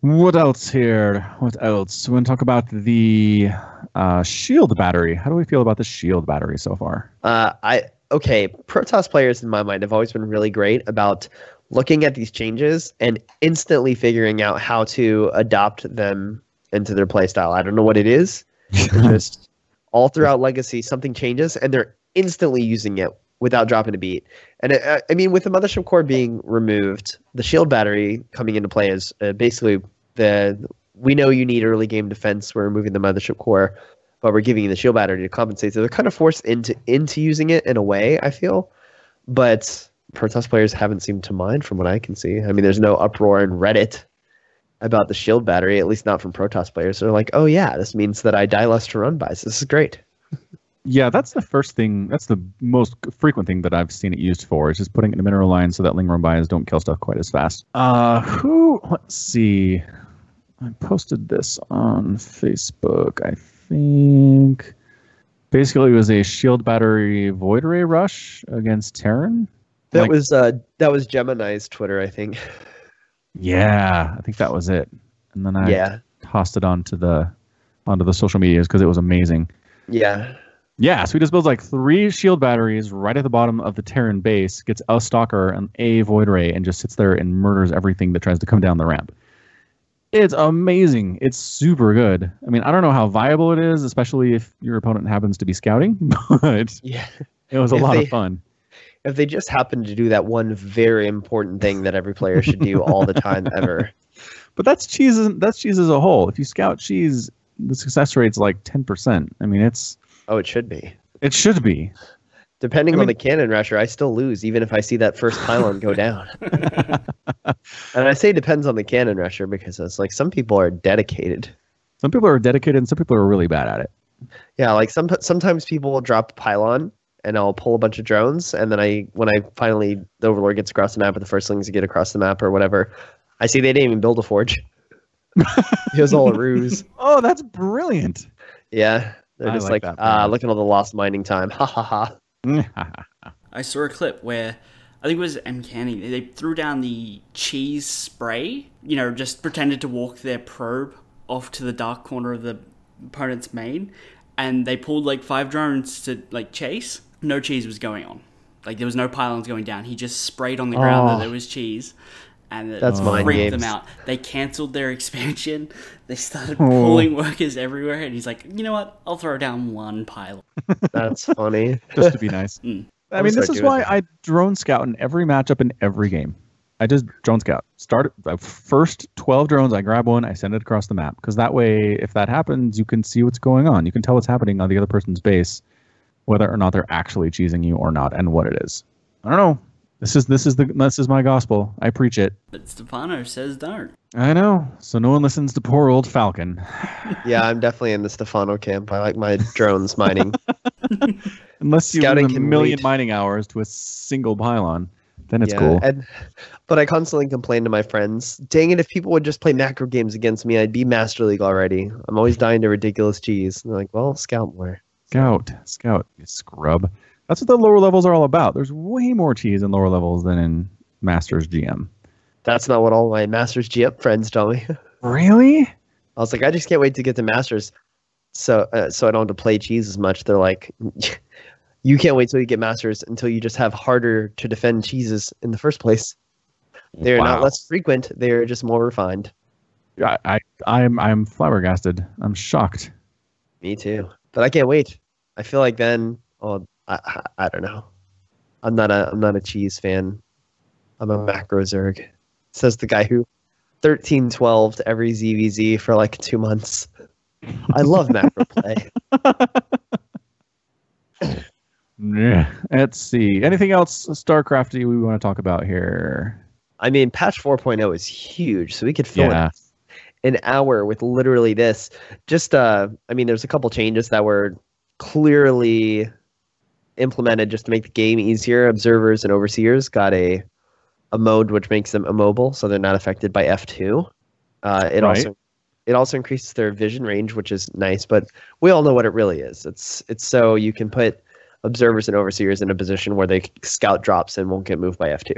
Speaker 1: What else here? What else? We want to talk about the uh, shield battery. How do we feel about the shield battery so far?
Speaker 3: Uh, I okay. Protoss players in my mind have always been really great about looking at these changes and instantly figuring out how to adopt them into their playstyle. I don't know what it is. They're just all throughout Legacy, something changes and they're instantly using it without dropping a beat. And I, I mean, with the mothership core being removed, the shield battery coming into play is uh, basically the we know you need early game defense. We're removing the mothership core, but we're giving you the shield battery to compensate. So they're kind of forced into into using it in a way. I feel, but Protoss players haven't seemed to mind from what I can see. I mean, there's no uproar in Reddit about the shield battery, at least not from Protoss players. They're like, oh yeah, this means that I die less to run buys. This is great.
Speaker 1: Yeah, that's the first thing. That's the most frequent thing that I've seen it used for is just putting it in a mineral line so that Lingrum buys don't kill stuff quite as fast. Uh, who? Let's see. I posted this on Facebook. I think basically it was a shield battery void ray rush against Terran.
Speaker 3: That
Speaker 1: Like-
Speaker 3: was uh, that was Gemini's Twitter, I think.
Speaker 1: Yeah, I think that was it. And then I
Speaker 3: Yeah,
Speaker 1: tossed it onto the onto the social medias because it was amazing.
Speaker 3: yeah.
Speaker 1: Yeah, so he just builds like three shield batteries right at the bottom of the Terran base, gets a stalker and a void ray, and just sits there and murders everything that tries to come down the ramp. It's amazing. It's super good. I mean, I don't know how viable it is, especially if your opponent happens to be scouting, but
Speaker 3: Yeah.
Speaker 1: it was a
Speaker 3: If
Speaker 1: lot
Speaker 3: they-
Speaker 1: of fun.
Speaker 3: If they just happen to do that one very important thing that every player should do all the time ever.
Speaker 1: But that's cheese. That's cheese as a whole. If you scout cheese, the success rate's like ten percent. I mean, it's
Speaker 3: Oh, it should be.
Speaker 1: it should be.
Speaker 3: Depending
Speaker 1: I
Speaker 3: on
Speaker 1: mean-
Speaker 3: the cannon rusher, I still lose even if I see that first pylon go down. and I say depends on the cannon rusher because it's like some people are dedicated.
Speaker 1: Some people are dedicated, and some people are really bad at it.
Speaker 3: Yeah, like some sometimes people will drop a pylon and I'll pull a bunch of drones and then I when I finally the overlord gets across the map or the firstlings get across the map or whatever, I see they didn't even build a forge. it was all a ruse.
Speaker 1: Oh, that's brilliant.
Speaker 3: Yeah. They're
Speaker 1: I
Speaker 3: just
Speaker 1: like that
Speaker 3: like, ah,
Speaker 1: plan.
Speaker 3: look at all the lost mining time. Ha ha ha.
Speaker 2: I saw a clip where I think it was Uncanny. They they threw down the cheese spray, you know, just pretended to walk their probe off to the dark corner of the opponent's main, and they pulled like five drones to like chase. No cheese was going on. Like there was no pylons going down. He just sprayed on the ground
Speaker 3: Oh.
Speaker 2: that there was cheese. And it
Speaker 3: That's mind
Speaker 2: freaked them
Speaker 3: games.
Speaker 2: out. They cancelled their expansion. They started
Speaker 1: Oh.
Speaker 2: pulling workers everywhere, and he's like, "You know what? I'll throw down one pylon."
Speaker 3: That's funny.
Speaker 1: just to be nice.
Speaker 2: Mm.
Speaker 1: I mean, this
Speaker 3: Always I
Speaker 1: is
Speaker 3: do
Speaker 1: why
Speaker 3: it.
Speaker 1: I drone scout in every matchup in every game. I just drone scout. Start the first 12 drones, I grab one, I send it across the map. Because that way, if that happens, you can see what's going on. You can tell what's happening on the other person's base, whether or not they're actually cheesing you or not, and what it is. I don't know. This is this is the this is my gospel. I preach it.
Speaker 2: But Stefano says, "Don't."
Speaker 1: I know. So no one listens to poor old Falcon.
Speaker 3: yeah, I'm definitely in the Stefano camp. I like my drones mining.
Speaker 1: Unless you
Speaker 3: Scouting
Speaker 1: lose a
Speaker 3: can
Speaker 1: million
Speaker 3: wait.
Speaker 1: mining hours to a single pylon, then it's
Speaker 3: yeah.
Speaker 1: cool.
Speaker 3: And, but I constantly complain to my friends, dang it, if people would just play macro games against me, I'd be Master League already. I'm always dying to ridiculous cheese. And they're like, well, scout more.
Speaker 1: Scout, scout, you scrub. That's what the lower levels are all about. There's way more cheese in lower levels than in Masters GM.
Speaker 3: That's not what all my Masters G up friends tell me.
Speaker 1: Really?
Speaker 3: I was like, I just can't wait to get to Masters, so uh, so I don't have to play cheese as much. They're like, you can't wait till you get Masters until you just have harder to defend cheeses in the first place. They're not
Speaker 1: Wow.
Speaker 3: less frequent; they're just more refined.
Speaker 1: I, I, I'm, I'm flabbergasted. I'm shocked.
Speaker 3: Me too, but I can't wait. I feel like then, oh, I, I, I don't know. I'm not a I'm not a cheese fan. I'm a macro zerg, says the guy who 13 12 to every ZVZ for like two months. I love macro play.
Speaker 1: Yeah. Let's see. Anything else StarCrafty we want to talk about here?
Speaker 3: I mean, patch 4.0 is huge, so we could fill
Speaker 1: Yeah.
Speaker 3: an, an hour with literally this. Just, uh, I mean, there's a couple changes that were clearly implemented just to make the game easier. Observers and overseers got a a mode which makes them immobile, so they're not affected by F2. Uh, it
Speaker 1: Right.
Speaker 3: also it also increases their vision range, which is nice, but we all know what it really is. It's it's so you can put observers and overseers in a position where they c- scout drops and won't get moved by F2.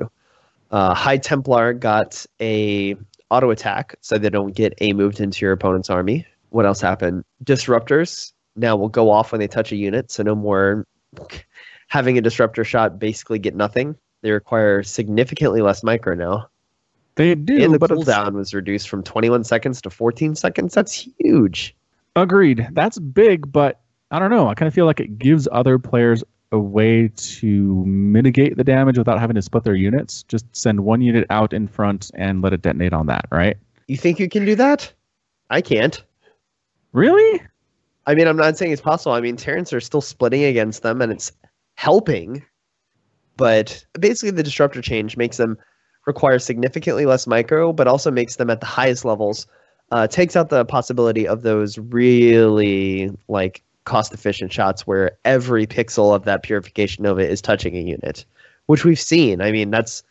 Speaker 3: Uh, High Templar got a auto attack so they don't get A moved into your opponent's army. What else happened? Disruptors now will go off when they touch a unit, so no more having a disruptor shot basically get nothing. They require significantly less micro now.
Speaker 1: They do,
Speaker 3: and the
Speaker 1: but it's-
Speaker 3: cooldown was reduced from 21 seconds to 14 seconds. That's huge.
Speaker 1: Agreed. That's big, but I don't know. I kind of feel like it gives other players a way to mitigate the damage without having to split their units. Just send one unit out in front and let it detonate on that, right?
Speaker 3: You think you can do that? I can't.
Speaker 1: Really?
Speaker 3: I mean, I'm not saying it's possible. I mean, Terrans are still splitting against them, and it's helping. But basically, the disruptor change makes them require significantly less micro, but also makes them at the highest levels. Uh, takes out the possibility of those really like cost-efficient shots where every pixel of that purification nova is touching a unit, which we've seen. I mean, that's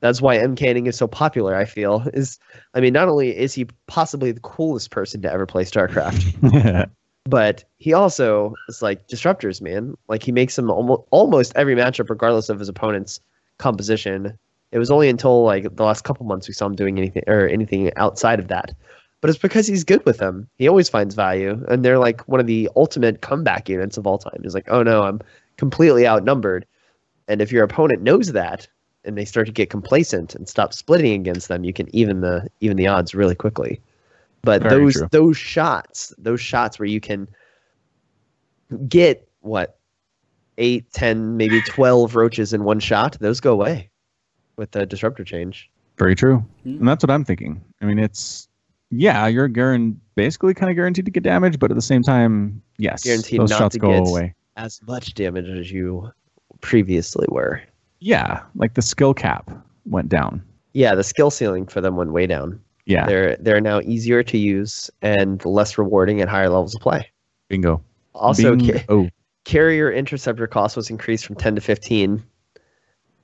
Speaker 3: that's why M Canning is so popular. I feel is, I mean, not only is he possibly the coolest person to ever play StarCraft but he also is like disruptors, man. Like he makes them almost almost every matchup, regardless of his opponent's composition. It was only until like the last couple months we saw him doing anything or anything outside of that. But it's because he's good with them. He always finds value, and they're like one of the ultimate comeback units of all time. He's like, oh no, I'm completely outnumbered, and if your opponent knows that and they start to get complacent and stop splitting against them, you can even the even the odds really quickly. But
Speaker 1: Very
Speaker 3: those
Speaker 1: true.
Speaker 3: those shots, those shots where you can get what eight, ten, maybe twelve roaches in one shot, those go away with the disruptor change.
Speaker 1: Very true.
Speaker 2: Hmm.
Speaker 1: And that's what I'm thinking. I mean, it's yeah, you're guaran- basically kind of guaranteed to get damage, but at the same time, yes,
Speaker 3: Guaranteed
Speaker 1: those
Speaker 3: not
Speaker 1: shots
Speaker 3: to
Speaker 1: go
Speaker 3: get-
Speaker 1: away.
Speaker 3: As much damage as you previously were.
Speaker 1: Yeah, like the skill cap went down.
Speaker 3: Yeah, the skill ceiling for them went way down.
Speaker 1: Yeah,
Speaker 3: They're they're now easier to use and less rewarding at higher levels of play.
Speaker 1: bingo.
Speaker 3: Also,
Speaker 1: bingo.
Speaker 3: ca- carrier interceptor cost was increased from 10 to 15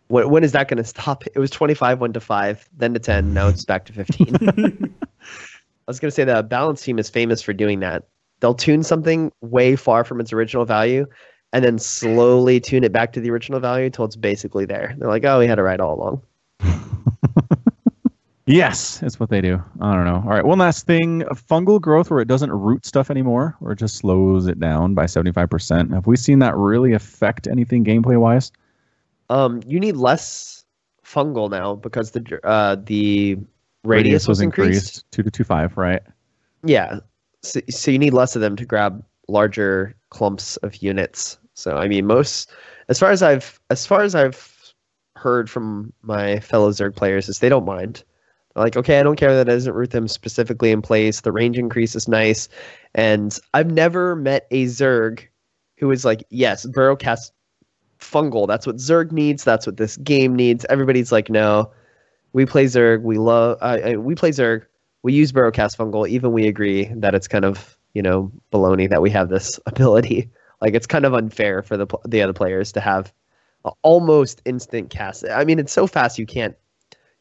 Speaker 3: when, when is that going to stop it was 25 1 to 5 then to 10 now it's back to 15 i was going to say the balance team is famous for doing that they'll tune something way far from its original value and then slowly tune it back to the original value until it's basically there they're like oh we had it right all along
Speaker 1: Yes, it's what they do. I don't know. All right, one last thing: fungal growth, where it doesn't root stuff anymore, or it just slows it down by seventy-five percent. Have we seen that really affect anything gameplay-wise?
Speaker 3: um, you need less fungal now because the dr- uh, the radius, was increased.
Speaker 1: two to two five, right?
Speaker 3: Yeah. So, so you need less of them to grab larger clumps of units. So I mean most as far as I've as far as I've heard from my fellow Zerg players is they don't mind. They're like, okay, I don't care that it doesn't root them specifically in place. The range increase is nice. And I've never met a Zerg who is like, yes, Burrow cast fungal. That's what Zerg needs. That's what this game needs. Everybody's like, no, we play Zerg. We love. Uh, uh, we play Zerg. We use Burrowcast Fungal. Even we agree that it's kind of you know baloney that we have this ability. Like it's kind of unfair for the pl- the other players to have a almost instant cast. I mean, it's so fast you can't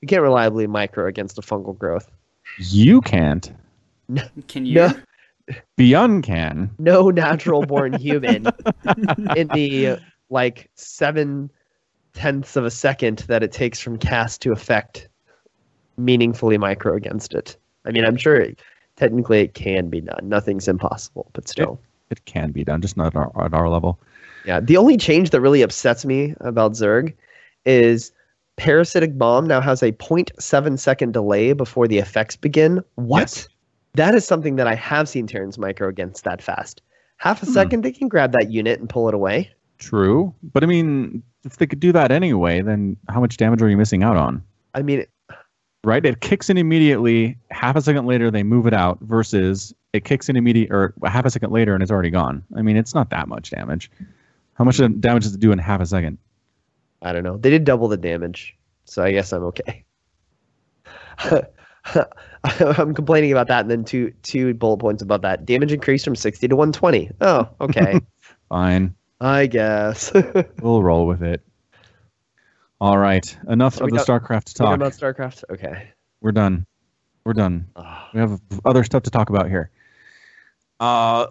Speaker 3: you can't reliably micro against a fungal growth.
Speaker 1: You can't.
Speaker 2: Can you?
Speaker 3: No.
Speaker 1: Beyond can.
Speaker 3: no natural born human in the like seven tenths of a second that it takes from cast to effect meaningfully micro against it. I mean, I'm sure it, technically it can be done. Nothing's impossible, but still.
Speaker 1: It can be done, just not at our, at our level.
Speaker 3: Yeah. The only change that really upsets me about Zerg is Parasitic Bomb now has a 0.7 second delay before the effects begin. What?
Speaker 1: Yes.
Speaker 3: That is something that I have seen Terran's micro against that fast. Half a
Speaker 1: Hmm.
Speaker 3: second, they can grab that unit and pull it away.
Speaker 1: True, but I mean, if they could do that anyway, then how much damage are you missing out on?
Speaker 3: I mean,
Speaker 1: right? It kicks in immediately. Half a second later, they move it out. Versus it kicks in immediate or half a second later, and it's already gone. I mean, it's not that much damage. How much damage does it do in half a second?
Speaker 3: I don't know. They did double the damage, so I guess I'm okay. I'm complaining about that, and then two two bullet points above that. Damage increased from 60 to 120. Oh, okay.
Speaker 1: Fine,
Speaker 3: I guess. Talk
Speaker 1: we'll roll with it. All right, enough
Speaker 3: So
Speaker 1: of
Speaker 3: we
Speaker 1: the StarCraft talk.
Speaker 3: about StarCraft. Okay.
Speaker 1: We're done. We're done.
Speaker 3: Ah.
Speaker 1: We have other stuff to talk about here. Uh,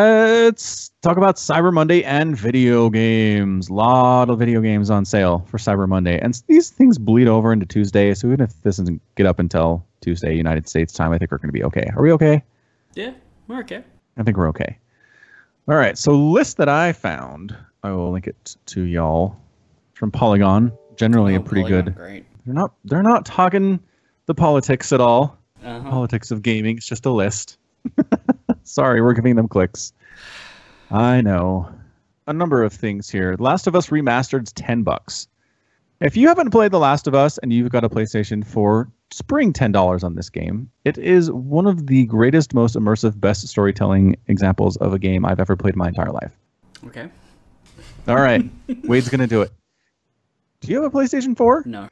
Speaker 1: let's talk about Cyber Monday and video games. A lot of video games on sale for Cyber Monday, and s- these things bleed over into Tuesday. So even if this doesn't get up until Tuesday United States time, I think we're going to be okay. Are we okay?
Speaker 2: Yeah, we're okay.
Speaker 1: I think we're okay. All right. So list that I found, I will link it to y'all from Polygon. Generally, a
Speaker 2: Oh,
Speaker 1: pretty
Speaker 2: Polygon,
Speaker 1: good.
Speaker 2: Great.
Speaker 1: They're not. They're not talking the politics at all.
Speaker 2: Uh-huh.
Speaker 1: Politics of gaming. It's just a list. Sorry, we're giving them clicks. I know. A number of things here. Last of Us Remastered's 10 bucks. If you haven't played The Last of Us and you've got a PlayStation 4, spring $10 on this game. It is one of the greatest, most immersive, best storytelling examples of a game I've ever played in my entire life. Oh.
Speaker 2: Okay.
Speaker 1: All right, Wade's going to do it. Do you have a PlayStation 4?
Speaker 2: No.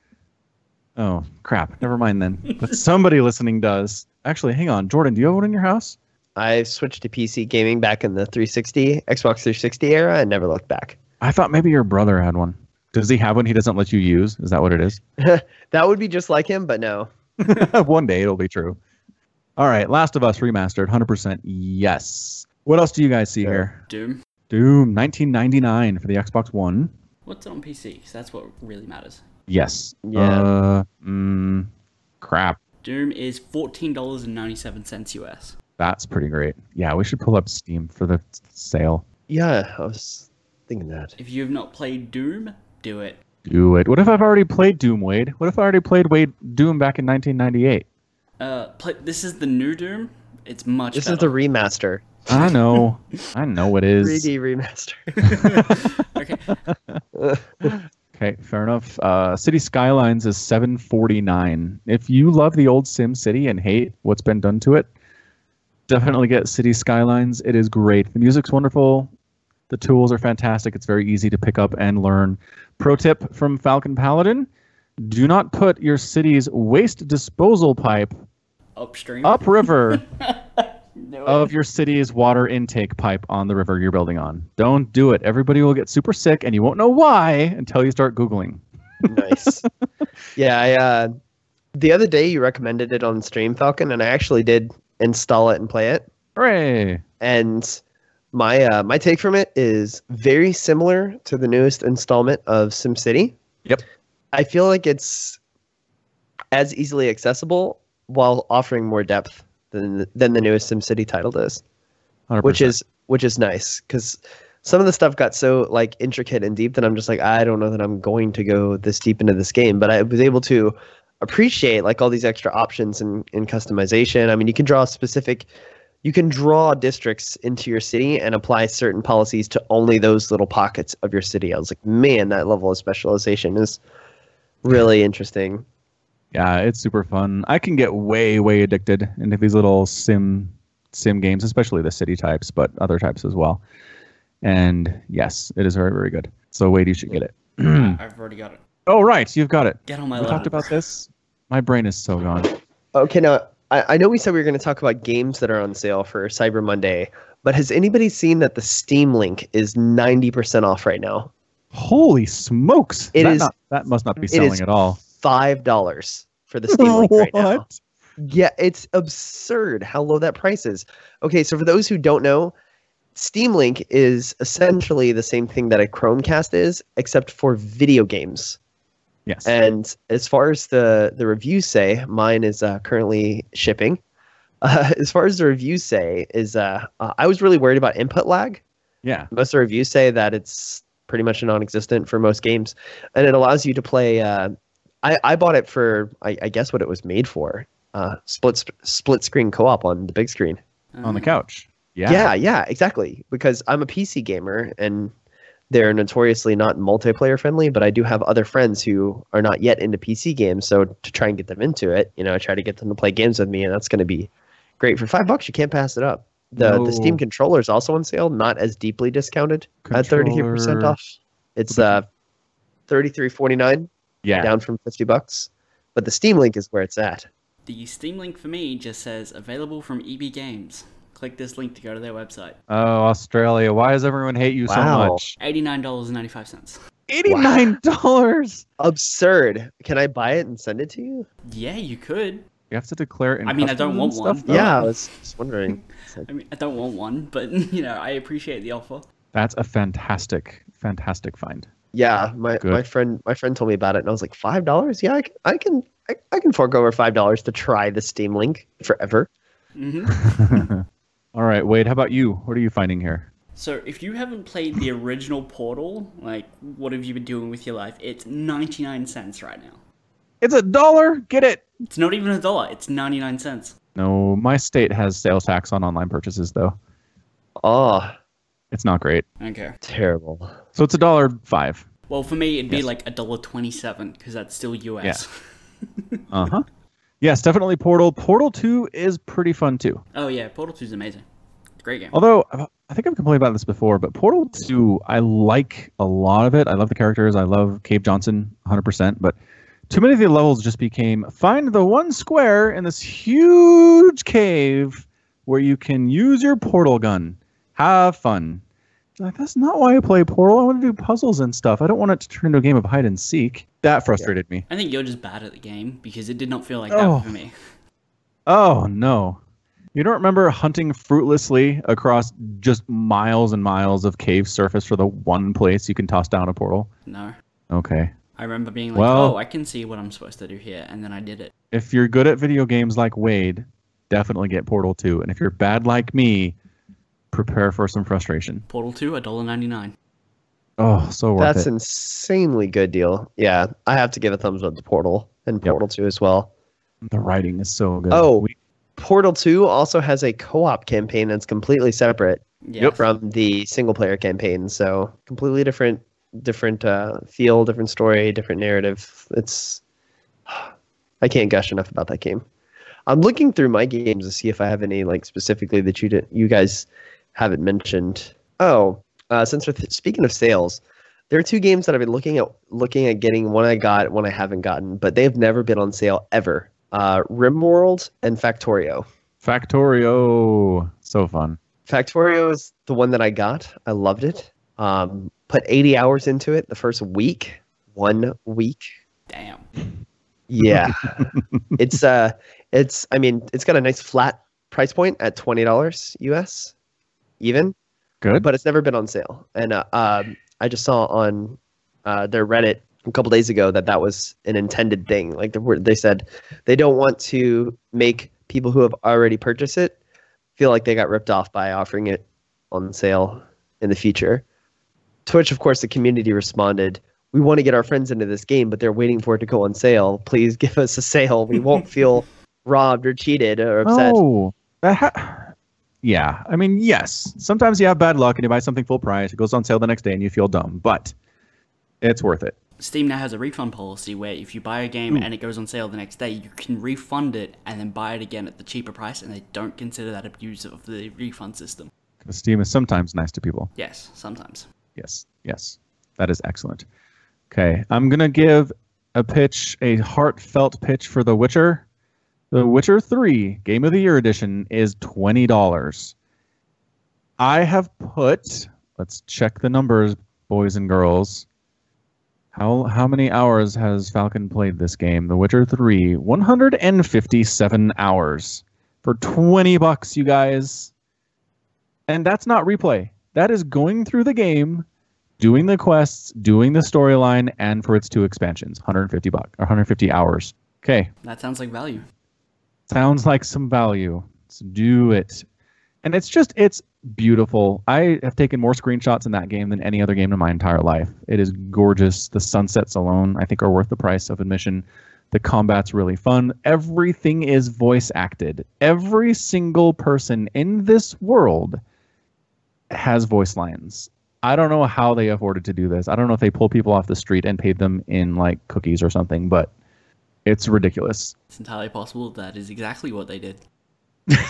Speaker 1: Oh, crap. Never mind then. But somebody listening does. Actually, hang on. Jordan, do you have one in your house?
Speaker 3: I switched to PC gaming back in the 360, Xbox 360 era, and never looked back.
Speaker 1: I thought maybe your brother had one. Does he have one he doesn't let you use? Is that what it is?
Speaker 3: That would be just like him, but no.
Speaker 1: one day it'll be true. All right, Last of Us remastered, 100% yes. What else do you guys see
Speaker 3: Yeah.
Speaker 1: here?
Speaker 2: Doom.
Speaker 1: Doom 1999 for the Xbox One.
Speaker 2: What's on PC? Because that's what really matters.
Speaker 1: Yes.
Speaker 3: Yeah.
Speaker 1: Uh, mm, crap.
Speaker 2: Doom is fourteen dollars and ninety-seven cents US.
Speaker 1: That's pretty great. Yeah, we should pull up Steam for the sale.
Speaker 3: Yeah, I was thinking that.
Speaker 2: If you've not played Doom, do it.
Speaker 1: Do it. What if I've already played Doom, Wade? What if I already played Wade Doom back in 1998?
Speaker 2: Uh, play, this is the new Doom. It's much
Speaker 3: This is the
Speaker 2: better.
Speaker 3: remaster.
Speaker 1: I know. I know it is.
Speaker 3: 3D remaster.
Speaker 2: okay.
Speaker 1: Okay, fair enough. Uh, City Skylines is 749. If you love the old Sim City and hate what's been done to it, definitely get City Skylines. It is great. The music's wonderful. The tools are fantastic. It's very easy to pick up and learn. Pro tip from Falcon Paladin: Do not put your city's waste disposal pipe
Speaker 2: Upstream.
Speaker 1: upriver
Speaker 2: No.
Speaker 1: of your city's water intake pipe on the river you're building on. Don't do it. Everybody will get super sick, and you won't know why until you start googling.
Speaker 3: nice. Yeah, I uh, the other day you recommended it on Stream Falcon, and I actually did install it and play it.
Speaker 1: Hooray!
Speaker 3: And my uh, my take from it is very similar to the newest installment of SimCity.
Speaker 1: Yep.
Speaker 3: I feel like it's as easily accessible while offering more depth than than the newest SimCity title does.
Speaker 1: 100%.
Speaker 3: which is which is nice because some of the stuff got so like intricate and deep that I'm just like I don't know that I'm going to go this deep into this game, but I was able to appreciate like all these extra options and and customization. I mean, you can draw specific, you can draw districts into your city and apply certain policies to only those little pockets of your city. I was like, man, that level of specialization is really interesting.
Speaker 1: yeah, it's super fun. I can get way way addicted into these little sim sim games, especially the city types, but other types as well. And yes, it is very very good. So Wade, you should get it.
Speaker 2: I've already got it.
Speaker 1: oh right, you've got it.
Speaker 2: Get on my
Speaker 1: We
Speaker 2: level.
Speaker 1: talked about this. My brain is so gone.
Speaker 3: Okay, now I, I know we said we were going to talk about games that are on sale for Cyber Monday, but has anybody seen that the Steam Link is ninety percent off right now?
Speaker 1: Holy smokes!
Speaker 3: It
Speaker 1: that
Speaker 3: is-
Speaker 1: not- that must not be
Speaker 3: it
Speaker 1: selling
Speaker 3: is
Speaker 1: at all.
Speaker 3: Five dollars for the Steam Link right now.
Speaker 1: What?
Speaker 3: Yeah, it's absurd how low that price is. Okay, so for those who don't know, Steam Link is essentially the same thing that a Chromecast is, except for video games.
Speaker 1: Yes.
Speaker 3: And as far as the the reviews say, mine is uh, currently shipping. Uh, as far as the reviews say, is uh, uh, I was really worried about input lag.
Speaker 1: yeah.
Speaker 3: Most of the reviews say that it's pretty much non-existent for most games, and it allows you to play. Uh, I I bought it for I, I guess what it was made for. Uh, split sp- split screen co-op on the big screen.
Speaker 1: On the
Speaker 2: Um,
Speaker 1: couch. Yeah.
Speaker 3: yeah, yeah, exactly. Because I'm a PC gamer and they're notoriously not multiplayer friendly, but I do have other friends who are not yet into PC games. So to try and get them into it, you know, I try to get them to play games with me, and that's going to be great. For five bucks, you can't pass it up. The,
Speaker 1: No.
Speaker 3: the Steam controller is also on sale, not as deeply discounted at 33%
Speaker 1: Controller.
Speaker 3: off. It's uh, 33.49
Speaker 1: Yeah.
Speaker 3: down from 50 bucks, but the Steam Link is where it's at.
Speaker 2: The Steam link for me just says available from EB Games. Click this link to go to their website.
Speaker 1: Oh, Australia. Why does everyone hate you
Speaker 3: Wow.
Speaker 1: so much?
Speaker 2: Eighty-nine dollars and ninety-five cents.
Speaker 1: $89.
Speaker 3: Absurd. Can I buy it and send it to you?
Speaker 2: Yeah, you could.
Speaker 1: You have to declare. In
Speaker 2: I mean, I
Speaker 1: customs
Speaker 2: don't
Speaker 1: and
Speaker 2: want
Speaker 1: stuff,
Speaker 2: one.
Speaker 1: though?
Speaker 3: Yeah, Oh, I was just wondering. It's like,
Speaker 2: I mean, I don't want one, but you know, I appreciate the offer.
Speaker 1: That's a fantastic, fantastic find.
Speaker 3: yeah, my,
Speaker 1: Good.
Speaker 3: my friend my friend told me about it, and I was like, five dollars? Yeah, I can I can I, I can fork over five dollars to try the Steam Link forever.
Speaker 2: hmm
Speaker 1: All right, Wade. How about you? What are you finding here?
Speaker 2: So, if you haven't played the original Portal, like what have you been doing with your life? It's ninety nine cents right now.
Speaker 1: It's a dollar. Get it.
Speaker 2: It's not even a dollar. It's ninety nine cents.
Speaker 1: No, my state has sales tax on online purchases, though.
Speaker 3: Oh,
Speaker 1: It's not great.
Speaker 2: Okay.
Speaker 3: terrible.
Speaker 1: So it's a dollar five.
Speaker 2: Well, for me, it'd be
Speaker 1: Yes.
Speaker 2: like a dollar twenty-seven because that's still US.
Speaker 1: Uh huh. yes, definitely Portal. Portal Two is pretty fun too.
Speaker 2: oh yeah, Portal Two is amazing. It's a great game.
Speaker 1: Although I've- I think I've complained about this before, but Portal 2, I like a lot of it. I love the characters. I love Cave Johnson 100%, but too many of the levels just became find the one square in this huge cave where you can use your portal gun. Have fun. Like that's not why I play Portal. I want to do puzzles and stuff. I don't want it to turn into a game of hide and seek. That frustrated me.
Speaker 2: I think you're just bad at the game because it did not feel like
Speaker 1: Oh.
Speaker 2: that for me.
Speaker 1: Oh no. You don't remember hunting fruitlessly across just miles and miles of cave surface for the one place you can toss down a portal?
Speaker 2: No,
Speaker 1: Okay.
Speaker 2: I remember being like,
Speaker 1: Well-
Speaker 2: "Oh, I can see what I'm supposed to do here," and then I did it.
Speaker 1: If you're good at video games like Wade, definitely get Portal 2. And if you're bad like me, prepare for some frustration.
Speaker 2: Portal Two, a dollar ninety-nine.
Speaker 1: Oh, so worth
Speaker 3: That's
Speaker 1: it.
Speaker 3: insanely good deal. Yeah, I have to give a thumbs up to Portal and
Speaker 1: Yep.
Speaker 3: Portal 2 as well.
Speaker 1: the writing is so good.
Speaker 3: Oh.
Speaker 1: We-
Speaker 3: Portal 2 also has a co-op campaign that's completely separate
Speaker 2: Yeah.
Speaker 3: from the single player campaign, so completely different different uh, feel, different story, different narrative. It's I can't gush enough about that game. I'm looking through my games to see if I have any like specifically that you did, you guys haven't mentioned. Oh, uh, since we're th- speaking of sales, there are two games that I've been looking at looking at getting. One I got, one I haven't gotten, but they've never been on sale ever. Uh, RimWorld and Factorio.
Speaker 1: Factorio. So fun.
Speaker 3: Factorio is the one that I got. I loved it. Um, put 80 hours into it the first week. One week.
Speaker 2: Damn.
Speaker 3: Yeah. it's uh it's I mean, it's got a nice flat price point at $20 US even,
Speaker 1: Good.
Speaker 3: but it's never been on sale. And uh, um, I just saw on uh, their Reddit a couple days ago that that was an intended thing. Like they, were, they said they don't want to make people who have already purchased it feel like they got ripped off by offering it on sale in the future. To which, of course, the community responded, "We want to get our friends into this game, but they're waiting for it to go on sale. Please give us a sale. We won't feel robbed or cheated or upset."
Speaker 1: Oh, that ha- yeah. I mean, yes. Sometimes you have bad luck and you buy something full price. It goes on sale the next day and you feel dumb, but it's worth it.
Speaker 2: Steam now has a refund policy where if you buy a game and it goes on sale the next day, you can refund it and then buy it again at the cheaper price, and they don't consider that abuse of the refund system.
Speaker 1: 'Cause Steam is sometimes nice to people.
Speaker 2: Yes, sometimes.
Speaker 1: Yes, yes. That is excellent. Okay, I'm going to give a pitch, a heartfelt pitch for The Witcher. The Witcher 3 Game of the Year Edition is $20. I have put, let's check the numbers, boys and girls. How, how many hours has Falcon played this game? The Witcher 3, 157 hours for 20 bucks, you guys. And that's not replay. That is going through the game, doing the quests, doing the storyline, and for its two expansions, 150 buck, or 150 hours. Okay,
Speaker 2: That sounds like value.
Speaker 1: sounds like some value. So do it. And it's just it's beautiful. I have taken more screenshots in that game than any other game in my entire life. It is gorgeous. The sunsets alone, I think, are worth the price of admission. The combat's really fun. Everything is voice acted. Every single person in this world has voice lines. I don't know how they afforded to do this. I don't know if they pull people off the street and paid them in like cookies or something, but it's ridiculous.
Speaker 2: It's entirely possible that is exactly what they did.
Speaker 1: I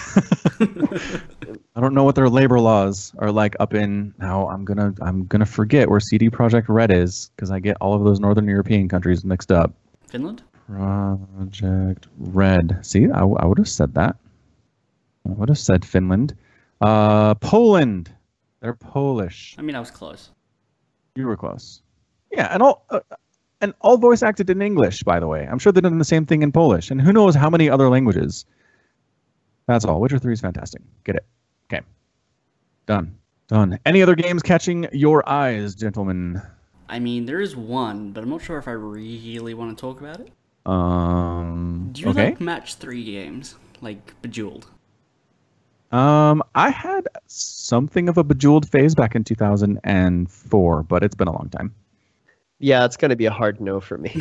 Speaker 1: don't know what their labor laws are like up in now. I'm gonna I'm gonna forget where CD Project Red is because I get all of those Northern European countries mixed up.
Speaker 2: Finland?
Speaker 1: Project Red. See, I, I would have said that. I would have said Finland. Uh, Poland. They're Polish.
Speaker 2: I mean, I was close.
Speaker 1: You were close. Yeah, and all uh, and all voice acted in English, by the way. I'm sure they're doing the same thing in Polish, and who knows how many other languages. That's all. Witcher 3 is fantastic. Get it. Okay. Done. Done. Any other games catching your eyes, gentlemen?
Speaker 2: I mean, there is one, but I'm not sure if I really want to talk about it.
Speaker 1: Um,
Speaker 2: Do you
Speaker 1: okay.
Speaker 2: like match three games, like Bejeweled?
Speaker 1: Um, I had something of a bejeweled phase back in 2004, but it's been a long time.
Speaker 3: Yeah, it's going to be a hard no for me.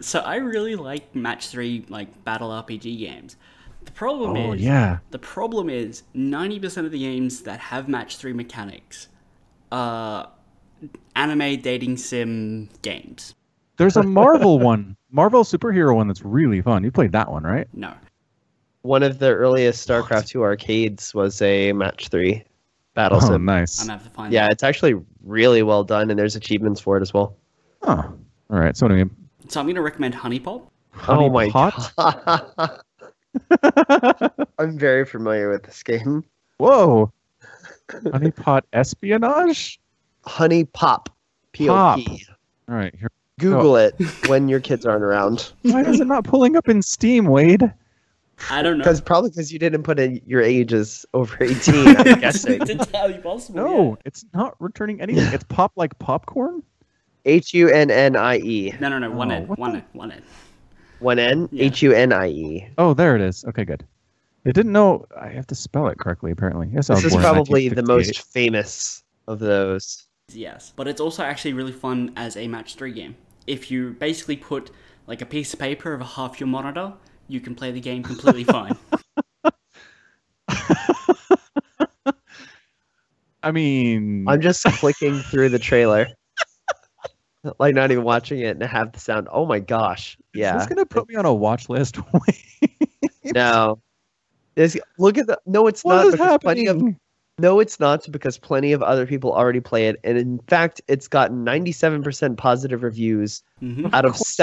Speaker 2: So I really like match three, like battle RPG games. The problem
Speaker 1: oh
Speaker 2: is,
Speaker 1: yeah.
Speaker 2: The problem is 90% of the games that have match 3 mechanics are anime dating sim games.
Speaker 1: There's a Marvel one, Marvel superhero one that's really fun. You played that one, right?
Speaker 2: No.
Speaker 3: One of the earliest StarCraft 2 arcades was a match 3 battle
Speaker 1: oh,
Speaker 3: sim.
Speaker 1: nice.
Speaker 2: I'm gonna have to find
Speaker 3: Yeah,
Speaker 2: that.
Speaker 3: it's actually really well done, and there's achievements for it as well.
Speaker 1: Oh, all right. So anyway,
Speaker 2: So I'm going to recommend Honey Pop.
Speaker 1: Honey
Speaker 3: oh my
Speaker 1: Pot?
Speaker 3: god. I'm very familiar with this game.
Speaker 1: whoa, honey pot espionage.
Speaker 3: Honey Pop.
Speaker 1: Pop.
Speaker 3: P-O-P.
Speaker 1: All right, here.
Speaker 3: Google it when your kids aren't around.
Speaker 1: Why is it not pulling up in Steam, Wade?
Speaker 2: I don't know.
Speaker 3: Because probably because you didn't put in your age is over 18, I'm guessing.
Speaker 2: it's entirely possible.
Speaker 1: No, it's not returning anything. It's pop like popcorn.
Speaker 3: H U N N I E.
Speaker 2: yeah. No, no, no. One
Speaker 1: Oh,
Speaker 2: end.
Speaker 1: what
Speaker 2: One
Speaker 1: the-
Speaker 2: end. One end.
Speaker 3: One N?
Speaker 2: Yeah.
Speaker 3: H U N I E.
Speaker 1: Oh, there it is. Okay, good. They didn't know I have to spell it correctly. Apparently, yes. I
Speaker 3: This
Speaker 1: was
Speaker 3: is
Speaker 1: born in
Speaker 3: probably the
Speaker 1: 1958.
Speaker 3: most famous of those.
Speaker 2: Yes. But it's also actually really fun as a match 3 game. If you basically put like a piece of paper over half your monitor, you can play the game completely fine.
Speaker 1: I mean,
Speaker 3: I'm just clicking through the trailer. like not even watching it and have the sound. Oh my gosh.
Speaker 1: Is
Speaker 3: Yeah.
Speaker 1: this gonna put me on a watch list?
Speaker 3: No. This look at the no it's
Speaker 1: what
Speaker 3: not
Speaker 1: is
Speaker 3: because plenty
Speaker 1: happening?
Speaker 3: of no it's not because plenty of other people already play it and in fact it's gotten 97% positive reviews
Speaker 2: hmm
Speaker 3: out of
Speaker 1: course it has.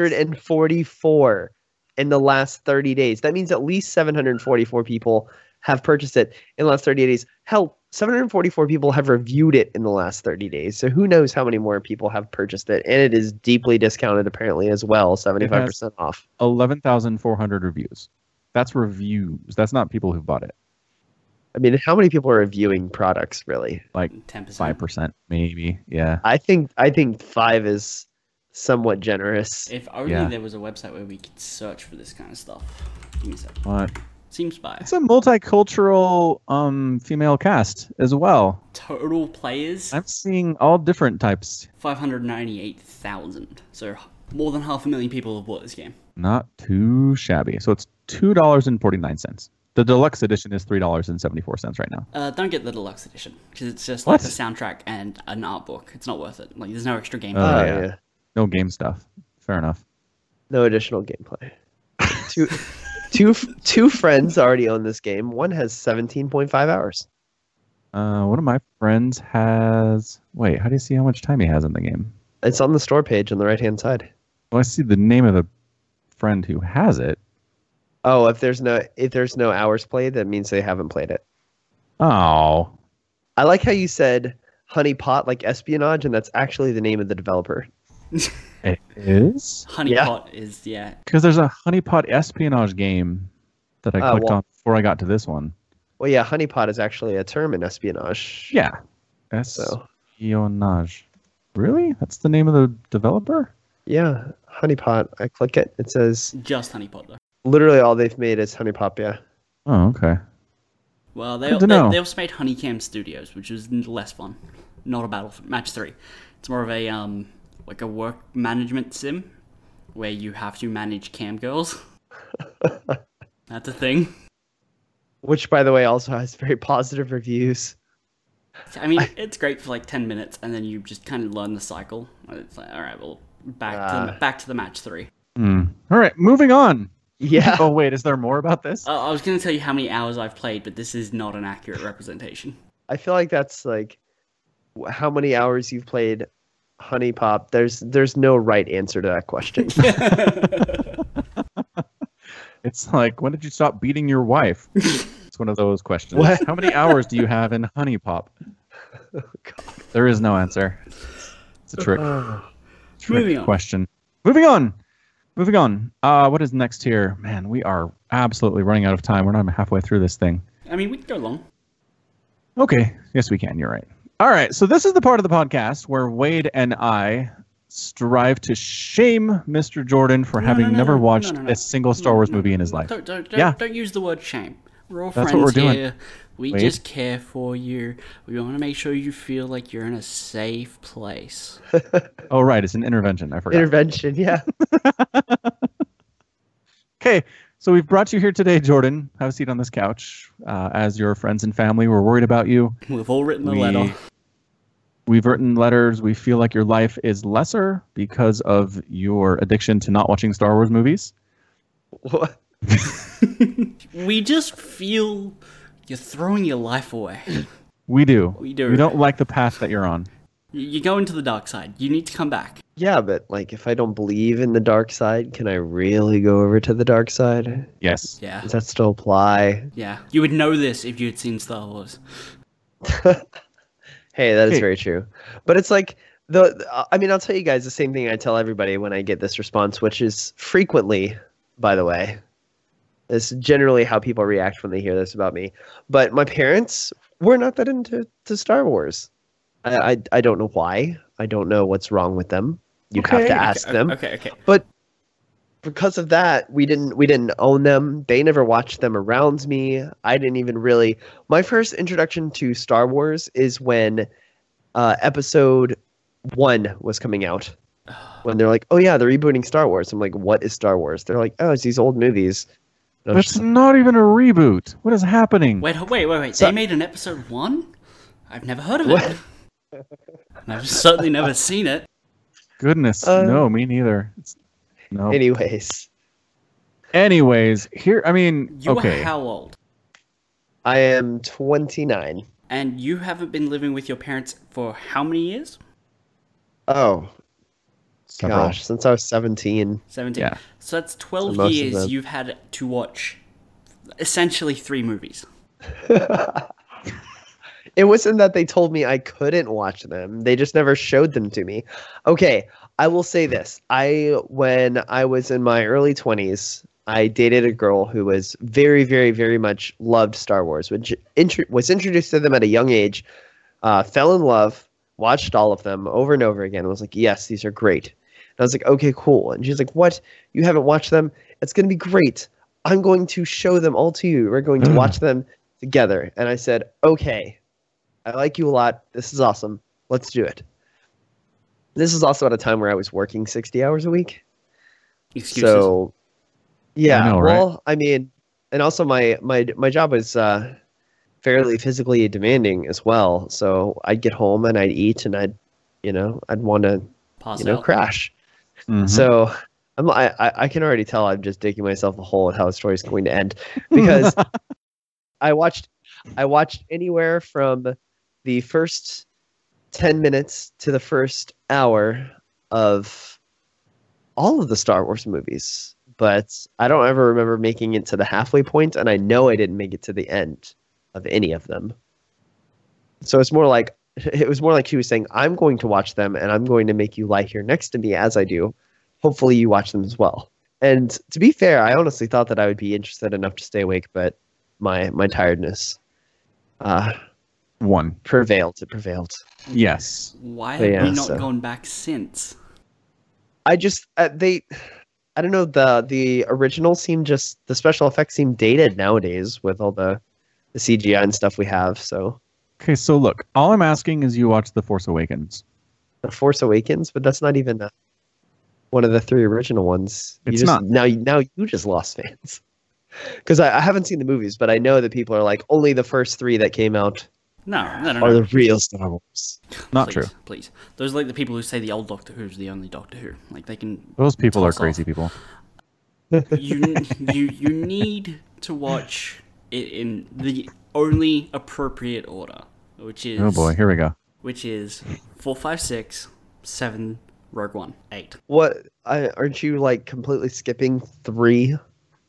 Speaker 3: 744 in the last 30 days. That means at least 744 people have purchased it in the last 30 days. Hell, 744 people have reviewed it in the last 30 days. So who knows how many more people have purchased it? And it is deeply discounted apparently as well, 75% off.
Speaker 1: Eleven thousand four hundred reviews. That's reviews. That's not people who bought it.
Speaker 3: I mean, how many people are reviewing products really?
Speaker 2: 10%.
Speaker 1: Five percent, maybe. Yeah.
Speaker 3: I think I think 5 is somewhat generous.
Speaker 2: If only
Speaker 1: Yeah.
Speaker 2: there was a website where we could search for this kind of stuff. Give me a sec.
Speaker 1: But
Speaker 2: Seems by
Speaker 1: it's a multicultural um female cast as well.
Speaker 2: total players
Speaker 1: I'm seeing all different types.
Speaker 2: 598,000. So more than half a million people have bought this game.
Speaker 1: Not too shabby. So it's two dollars and forty nine cents. The deluxe edition is three dollars and seventy four cents right now.
Speaker 2: Uh, don't get the deluxe edition because it's just
Speaker 1: What?
Speaker 2: like a soundtrack and an art book. It's not worth it. Like there's no extra game.
Speaker 1: Oh,
Speaker 3: Uh,
Speaker 1: yeah. No game stuff. Fair enough.
Speaker 3: No additional gameplay. two, two, f- two friends already own this game. One has 17.5 hours.
Speaker 1: Uh, one of my friends has. Wait, how do you see how much time he has in the game?
Speaker 3: It's on the store page on the right hand side.
Speaker 1: Well, I see the name of the friend who has it.
Speaker 3: Oh, if there's no if there's no hours played, that means they haven't played it.
Speaker 1: Oh,
Speaker 3: I like how you said honey pot like espionage, and that's actually the name of the developer.
Speaker 1: it is
Speaker 2: Honey
Speaker 3: Yeah.
Speaker 2: Pot is yeah.
Speaker 1: because there's a honeypot espionage game that I
Speaker 3: Uh,
Speaker 1: clicked
Speaker 3: well-
Speaker 1: on before I got to this one.
Speaker 3: Well, yeah, honey pot is actually a term in espionage.
Speaker 1: Yeah, espionage.
Speaker 3: So
Speaker 1: Really? That's the name of the developer?
Speaker 3: yeah, honey pot. I click it. It says
Speaker 2: Just Honey Pot though.
Speaker 3: literally all they've made is honey pot. Yeah.
Speaker 1: Oh, okay.
Speaker 2: Well, they
Speaker 1: Good to
Speaker 2: they,
Speaker 1: know.
Speaker 2: they also made Honeycam Studios, which is n- less fun. Not a battle match three. It's more of a um like a work management sim where you have to manage cam girls. That's a thing.
Speaker 3: Which, by the way, also has very positive reviews.
Speaker 2: I mean, it's great for like ten minutes, and then you just kind of learn the cycle. And It's like, all right, well, back to
Speaker 3: Ah.
Speaker 2: the, back to the match three.
Speaker 1: Hmm. All right, moving on.
Speaker 3: Yeah.
Speaker 1: Oh wait, is there more about this?
Speaker 2: Uh, I was going to tell you how many hours I've played, but this is not an accurate representation.
Speaker 3: I feel like that's like wh- how many hours you've played Honey Pop. There's there's no right answer to that question.
Speaker 1: It's like, when did you stop beating your wife? it's one of those questions.
Speaker 3: What?
Speaker 1: How many hours do you have in Honey Pop?
Speaker 3: God. Uh,
Speaker 1: There is no answer. It's a trick, trick
Speaker 2: Moving on.
Speaker 1: question. Moving on. Moving on. Uh, what is next here? Man, we are absolutely running out of time. We're not even halfway through this thing.
Speaker 2: I mean, we can go long.
Speaker 1: Okay. Yes, we can. You're right. All right. So this is the part of the podcast where Wade and I strive to shame Mr. Jordan for
Speaker 2: No,
Speaker 1: having
Speaker 2: no, no,
Speaker 1: never
Speaker 2: no, no,
Speaker 1: watched
Speaker 2: no, no.
Speaker 1: a single Star Wars
Speaker 2: No,
Speaker 1: movie in his life.
Speaker 2: Don't, don't, don't,
Speaker 1: Yeah.
Speaker 2: don't use the word shame. We're all
Speaker 1: That's what
Speaker 2: friends
Speaker 1: we're doing.
Speaker 2: here. We
Speaker 1: Wade?
Speaker 2: just care for you. We want to make sure you feel like you're in a safe place.
Speaker 1: Oh, right. It's an intervention. I forgot.
Speaker 3: Intervention, yeah.
Speaker 1: Okay, so we've brought you here today, Jordan. Have a seat on this couch. Uh, as your friends and family, we're worried about you.
Speaker 2: We've all written the
Speaker 1: We-
Speaker 2: letter.
Speaker 1: We've written letters. We feel like your life is lesser because of your addiction to not watching Star Wars movies.
Speaker 3: What?
Speaker 2: We just feel you're throwing your life away. You-
Speaker 1: We do.
Speaker 2: We do.
Speaker 1: We don't like the path that you're on.
Speaker 2: You're going to the dark side. You need to come back.
Speaker 3: Yeah, but like if I don't believe in the dark side, can I really go over to the dark side?
Speaker 1: Yes.
Speaker 2: Yeah.
Speaker 3: Does that still apply?
Speaker 2: Yeah. You would know this if you had seen Star Wars.
Speaker 3: Hey, that is
Speaker 1: Hey.
Speaker 3: very true. But it's like the the- I mean, I'll tell you guys the same thing I tell everybody when I get this response, which is frequently, by the way. This is generally how people react when they hear this about me. But my parents were not that into to Star Wars. I, I I don't know why. I don't know what's wrong with them. You'd have
Speaker 1: Okay.
Speaker 3: to ask them.
Speaker 2: Okay, okay.
Speaker 3: because of that we didn't we didn't own them they never watched them around me i didn't even really my first introduction to star wars is when uh, episode one was coming out when they're like oh yeah they're rebooting star wars i'm like what is star wars they're like oh it's these old movies And I was
Speaker 1: That's
Speaker 3: just like,
Speaker 1: not even a reboot. What is happening?
Speaker 2: Wait, wait, wait, wait.
Speaker 3: So-
Speaker 2: they made an episode one? I've never heard of
Speaker 3: What?
Speaker 2: it. And I've certainly never seen it.
Speaker 1: Goodness.
Speaker 3: Uh,
Speaker 1: no, me neither. It's, no.
Speaker 3: anyways
Speaker 1: Anyways, here. I mean,
Speaker 2: You
Speaker 1: okay.
Speaker 2: are how old?
Speaker 3: i am 29
Speaker 2: And you haven't been living with your parents for how many years?
Speaker 3: oh
Speaker 1: Several.
Speaker 3: gosh since i was 17
Speaker 2: 17.
Speaker 1: Yeah.
Speaker 2: So that's
Speaker 3: So
Speaker 2: 12
Speaker 3: most of
Speaker 2: years
Speaker 3: them.
Speaker 2: you've had to watch essentially three movies.
Speaker 3: It wasn't that they told me I couldn't watch them. They just never showed them to me. Okay, I will say this. I when I was in my early 20s, I dated a girl who was very very very much loved Star Wars, which intro- was introduced to them at a young age, uh, fell in love, watched all of them over and over again. and Was like, "Yes, these are great." And I was like, "Okay, cool." And she's like, "What? You haven't watched them? It's going to be great. I'm going to show them all to you. We're going to watch them together." And I said, "Okay." I like you a lot. This is awesome. Let's do it. This is also at a time where I was working 60 hours a week.
Speaker 2: Excuses.
Speaker 3: So, yeah.
Speaker 1: I know, right?
Speaker 3: well, I mean, and also my my my job was uh, fairly physically demanding as well. So I'd get home and I'd eat and I'd, you know, I'd want to
Speaker 2: Pass
Speaker 3: you know
Speaker 2: out.
Speaker 3: crash.
Speaker 1: Mhm.
Speaker 3: So I'm I I- I can already tell I'm just digging myself a hole at how the story's going to end because I watched I watched anywhere from the first 10 minutes to the first hour of all of the Star Wars movies, but I don't ever remember making it to the halfway point and I know I didn't make it to the end of any of them. So it's more like it was more like she was saying I'm going to watch them and I'm going to make you lie here next to me as I do. Hopefully you watch them as well. And to be fair, I honestly thought that I would be interested enough to stay awake, but my my tiredness uh,
Speaker 1: one.
Speaker 3: prevailed. It prevailed.
Speaker 1: Yes.
Speaker 2: Why have
Speaker 3: But yeah,
Speaker 2: we not
Speaker 3: so-
Speaker 2: gone back since?
Speaker 3: I just uh, they, I don't know the the original seemed just the special effects seem dated nowadays with all the the CGI and stuff we have. So
Speaker 1: Okay, so look, all I'm asking is you watch The Force Awakens.
Speaker 3: the Force Awakens, but that's not even uh one of the three original ones.
Speaker 1: It's
Speaker 3: you just,
Speaker 1: not.
Speaker 3: now. Now you just lost fans because I, I haven't seen the movies, but I know that people are like only the first three that came out
Speaker 2: No, no, no,
Speaker 3: are
Speaker 2: no.
Speaker 3: the real Star Wars.
Speaker 1: Not
Speaker 2: please,
Speaker 1: true.
Speaker 2: Please. Those are like the people who say the old Doctor Who's the only Doctor Who. Like they can
Speaker 1: Those people are
Speaker 2: Toss off.
Speaker 1: crazy people.
Speaker 2: you you you need to watch it in the only appropriate order, which is
Speaker 1: Oh boy, here we go.
Speaker 2: which is four, five, six, seven, Rogue One, eight.
Speaker 3: What I, aren't you like completely skipping three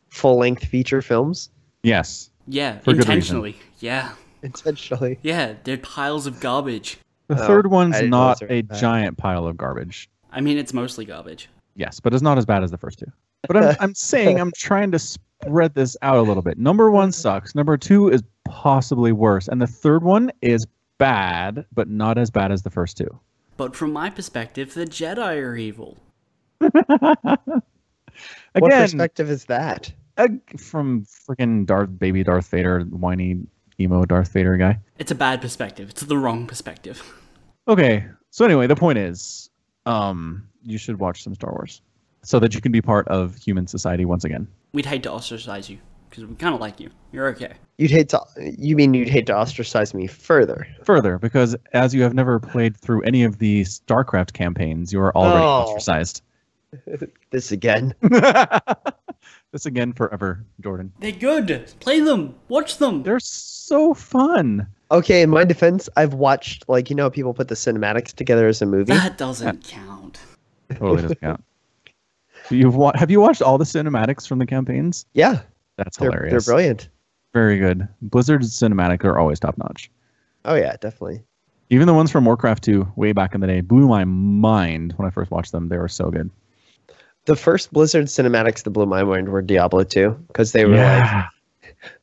Speaker 3: full length feature films
Speaker 1: Yes.
Speaker 2: Yeah,
Speaker 1: For good reason.
Speaker 2: intentionally. Yeah,
Speaker 3: intentionally?
Speaker 2: yeah, they're piles of garbage.
Speaker 1: The
Speaker 3: Oh,
Speaker 1: third one's
Speaker 3: I didn't
Speaker 1: not
Speaker 3: realize
Speaker 1: a
Speaker 3: there-
Speaker 1: giant pile of garbage.
Speaker 2: I mean, it's mostly garbage.
Speaker 1: Yes, but it's not as bad as the first two. But I'm, I'm saying I'm trying to spread this out a little bit. Number one sucks. Number two is possibly worse, and the third one is bad, but not as bad as the first two.
Speaker 2: But from my perspective, the Jedi are evil.
Speaker 3: what
Speaker 1: Again,
Speaker 3: perspective is that?
Speaker 1: ag- from freaking Darth baby Darth Vader, whiny emo Darth Vader guy.
Speaker 2: It's a bad perspective. It's the wrong perspective.
Speaker 1: Okay. So anyway, the point is, um, you should watch some Star Wars so that you can be part of human society once again.
Speaker 2: We'd hate to ostracize you because we kind of like you. You're okay.
Speaker 3: You'd hate to. You mean you'd hate to ostracize me further?
Speaker 1: Further, because as you have never played through any of the StarCraft campaigns, you are already
Speaker 3: Oh.
Speaker 1: ostracized.
Speaker 3: This again?
Speaker 1: this again forever, Jordan.
Speaker 2: They're good. Play them. Watch them.
Speaker 1: They're so fun.
Speaker 3: Okay. In my defense, I've watched like you know how people put the cinematics together as a movie.
Speaker 2: that doesn't count.
Speaker 1: Totally doesn't count. You've wa- have you watched all the cinematics from the campaigns?
Speaker 3: Yeah,
Speaker 1: That's
Speaker 3: they're,
Speaker 1: hilarious.
Speaker 3: they're brilliant.
Speaker 1: Very good. Blizzard's cinematic are always top notch.
Speaker 3: Oh yeah, definitely.
Speaker 1: Even the ones from Warcraft 2 way back in the day blew my mind when I first watched them. They were so good.
Speaker 3: The first Blizzard cinematics that blew my mind were Diablo 2 because they were like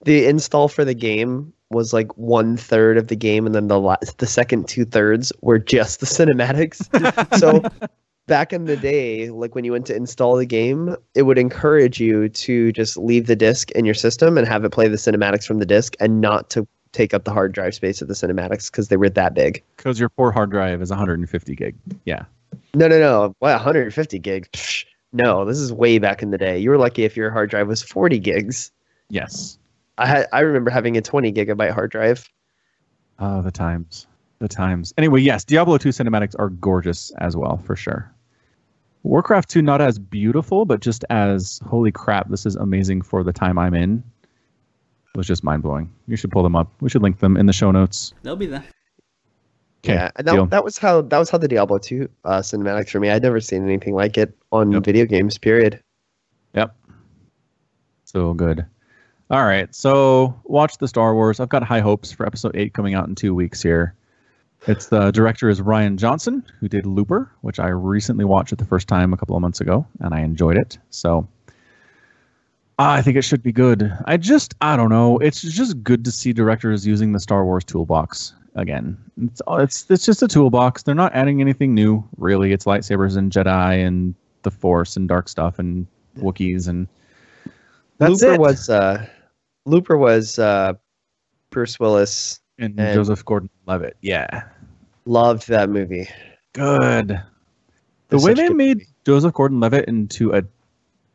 Speaker 3: the install for the game was like one third of the game, and then the la- the second two thirds were just the cinematics. so back in the day, like when you went to install the game, it would encourage you to just leave the disk in your system and have it play the cinematics from the disk, and not to take up the hard drive space of the cinematics because they were that big.
Speaker 1: Because your poor hard drive is 150 gig. Yeah.
Speaker 3: No, no, no. What 150 gig? Psh, no, this is way back in the day. You were lucky if your hard drive was 40 gigs.
Speaker 1: Yes.
Speaker 3: I had, I remember having a 20 gigabyte hard drive.
Speaker 1: Oh, the times. The times. Anyway, yes, Diablo 2 cinematics are gorgeous as well, for sure. Warcraft 2, not as beautiful, but just as holy crap, this is amazing for the time I'm in. It was just mind blowing. You should pull them up. We should link them in the show notes.
Speaker 2: They'll be there.
Speaker 1: Okay,
Speaker 3: yeah, and
Speaker 1: deal.
Speaker 3: that, that was how that was how the Diablo 2 uh, cinematics for me. I'd never seen anything like it on
Speaker 1: Yep.
Speaker 3: video games. Period.
Speaker 1: So good. All right. So watch the Star Wars. I've got high hopes for episode eight coming out in two weeks here. It's the director is Ryan Johnson, who did Looper, which I recently watched it the first time a couple of months ago, and I enjoyed it. So ah, I think it should be good. I just I don't know. It's just good to see directors using the Star Wars toolbox again. It's it's it's just a toolbox. They're not adding anything new, really. It's lightsabers and Jedi and the Force and dark stuff and Wookiees and that's
Speaker 3: Looper
Speaker 1: it.
Speaker 3: was uh, Looper was uh, Bruce Willis.
Speaker 1: and,
Speaker 3: And-
Speaker 1: Joseph Gordon-Levitt. Yeah,
Speaker 3: Loved that movie.
Speaker 1: good. The
Speaker 3: It's
Speaker 1: way
Speaker 3: such a
Speaker 1: they
Speaker 3: good
Speaker 1: made
Speaker 3: movie.
Speaker 1: Joseph Gordon-Levitt into a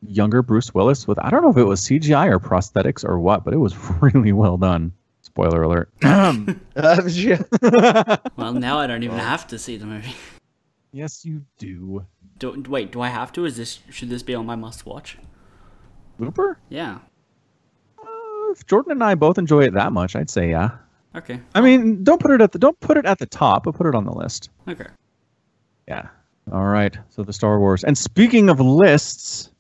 Speaker 1: younger Bruce Willis with I don't know if it was CGI or prosthetics or what, but it was really well done. Spoiler alert. Um,
Speaker 3: yeah.
Speaker 2: Well, now I don't even
Speaker 3: Well.
Speaker 2: have to see the movie.
Speaker 1: yes, you do.
Speaker 2: Do, wait, do I have to? Is this should this be on my must watch?
Speaker 1: Looper.
Speaker 2: Yeah.
Speaker 1: Uh, if Jordan and I both enjoy it that much, I'd say yeah.
Speaker 2: Okay.
Speaker 1: I mean, don't put it at the don't put it at the top, but put it on the list.
Speaker 2: Okay.
Speaker 1: Yeah. All right. So the Star Wars. And speaking of lists,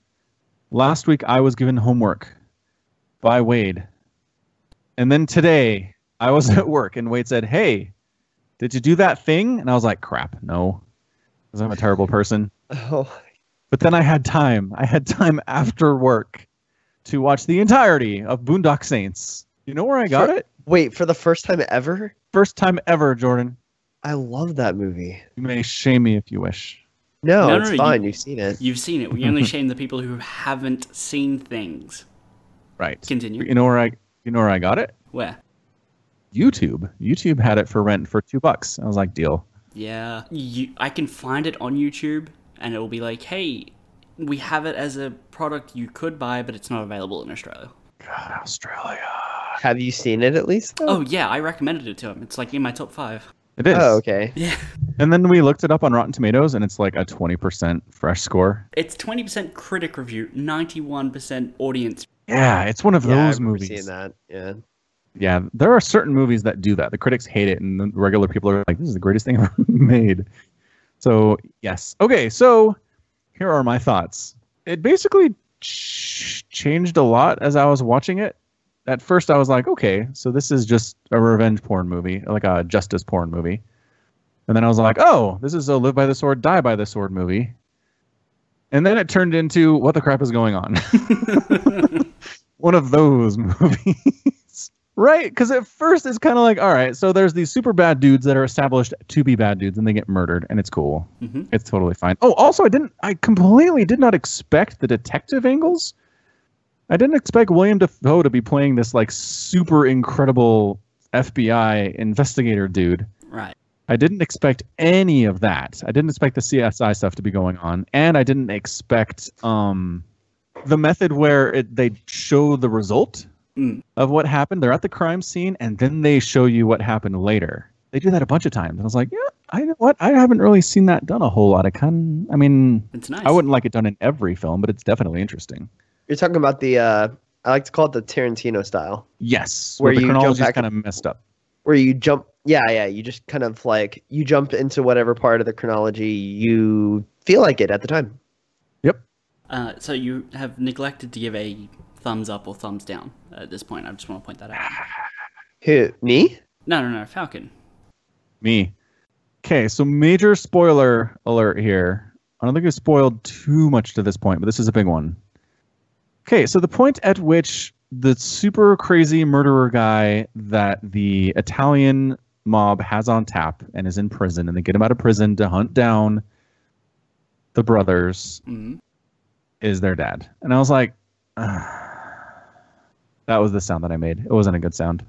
Speaker 1: last week I was given homework by Wade. And then today I was at work and Wade said, Hey, did you do that thing? And I was like, Crap, no. Because I'm a terrible person.
Speaker 3: Oh,
Speaker 1: But then I had time. I had time after work to watch the entirety of Boondock Saints. You know where I got
Speaker 3: Sure.
Speaker 1: it?
Speaker 3: wait, for the first time ever,
Speaker 1: First time ever, Jordan.
Speaker 3: I love that movie.
Speaker 1: You may shame me if you wish.
Speaker 3: No,
Speaker 2: No, no,
Speaker 3: it's
Speaker 2: you-
Speaker 3: fine. You... have seen it.
Speaker 2: You've seen it. We only shame the people who haven't seen things.
Speaker 1: Right.
Speaker 2: Continue.
Speaker 1: You know where I you know where I got it?
Speaker 2: Where?
Speaker 1: YouTube. YouTube had it for rent for two bucks. I was like, deal.
Speaker 2: Yeah. You, I can find it on YouTube, and it will be like, hey, we have it as a product you could buy, but it's not available in Australia.
Speaker 1: God, Australia.
Speaker 3: Have you seen it at least? though?
Speaker 2: Oh yeah, I recommended it to him. It's like in my top five.
Speaker 1: It is.
Speaker 3: Oh, okay.
Speaker 2: Yeah.
Speaker 1: And then we looked it up on Rotten Tomatoes, and it's like a 20% fresh score.
Speaker 2: It's twenty percent critic review, ninety-one percent audience.
Speaker 1: Yeah, it's one of
Speaker 3: yeah, I
Speaker 1: those
Speaker 3: remember
Speaker 1: movies.
Speaker 3: Seeing that. Yeah.
Speaker 1: Yeah, there are certain movies that do that. The critics hate it, and the regular people are like, this is the greatest thing ever made. So, yes. Okay, so here are my thoughts. It basically ch- changed a lot as I was watching it. At first, I was like, okay, so this is just a revenge porn movie, like a justice porn movie. And then I was like, oh, this is a live by the sword, die by the sword movie. And then it turned into what the crap is going on? One of those movies. right? Because at first it's kind of like, all right, so there's these super bad dudes that are established to be bad dudes and they get murdered and it's cool.
Speaker 2: Mhm.
Speaker 1: It's totally fine. Oh, also, I didn't, I completely did not expect the detective angles. I didn't expect William Defoe to be playing this like super incredible FBI investigator dude.
Speaker 2: Right.
Speaker 1: I didn't expect any of that. I didn't expect the CSI stuff to be going on, and I didn't expect um, the method where it, they show the result
Speaker 2: Mm.
Speaker 1: of what happened. They're at the crime scene, and then they show you what happened later. They do that a bunch of times, and I was like, yeah, I know what I haven't really seen that done a whole lot. I kind, I mean,
Speaker 2: It's nice.
Speaker 1: I wouldn't like it done in every film, but it's definitely interesting.
Speaker 3: You're talking about the uh, I like to call it the Tarantino style,
Speaker 1: Yes,
Speaker 3: Where
Speaker 1: where, the
Speaker 3: you jump
Speaker 1: chronology is
Speaker 3: back-
Speaker 1: kind of messed up.
Speaker 3: where you jump. Yeah, yeah. You just kind of like you jump into whatever part of the chronology you feel like it at the time.
Speaker 2: Uh, so you have neglected to give a thumbs up or thumbs down at this point. I just want to point that out.
Speaker 3: Who me?
Speaker 2: No, no, no, Falcon.
Speaker 1: Me. Okay, so major spoiler alert here. I don't think we've spoiled too much to this point, but this is a big one. Okay, so the point at which the super crazy murderer guy that the Italian mob has on tap and is in prison, and they get him out of prison to hunt down the brothers,
Speaker 2: Mm.
Speaker 1: is their dad. And I was like, that was the sound that I made. It wasn't a good sound.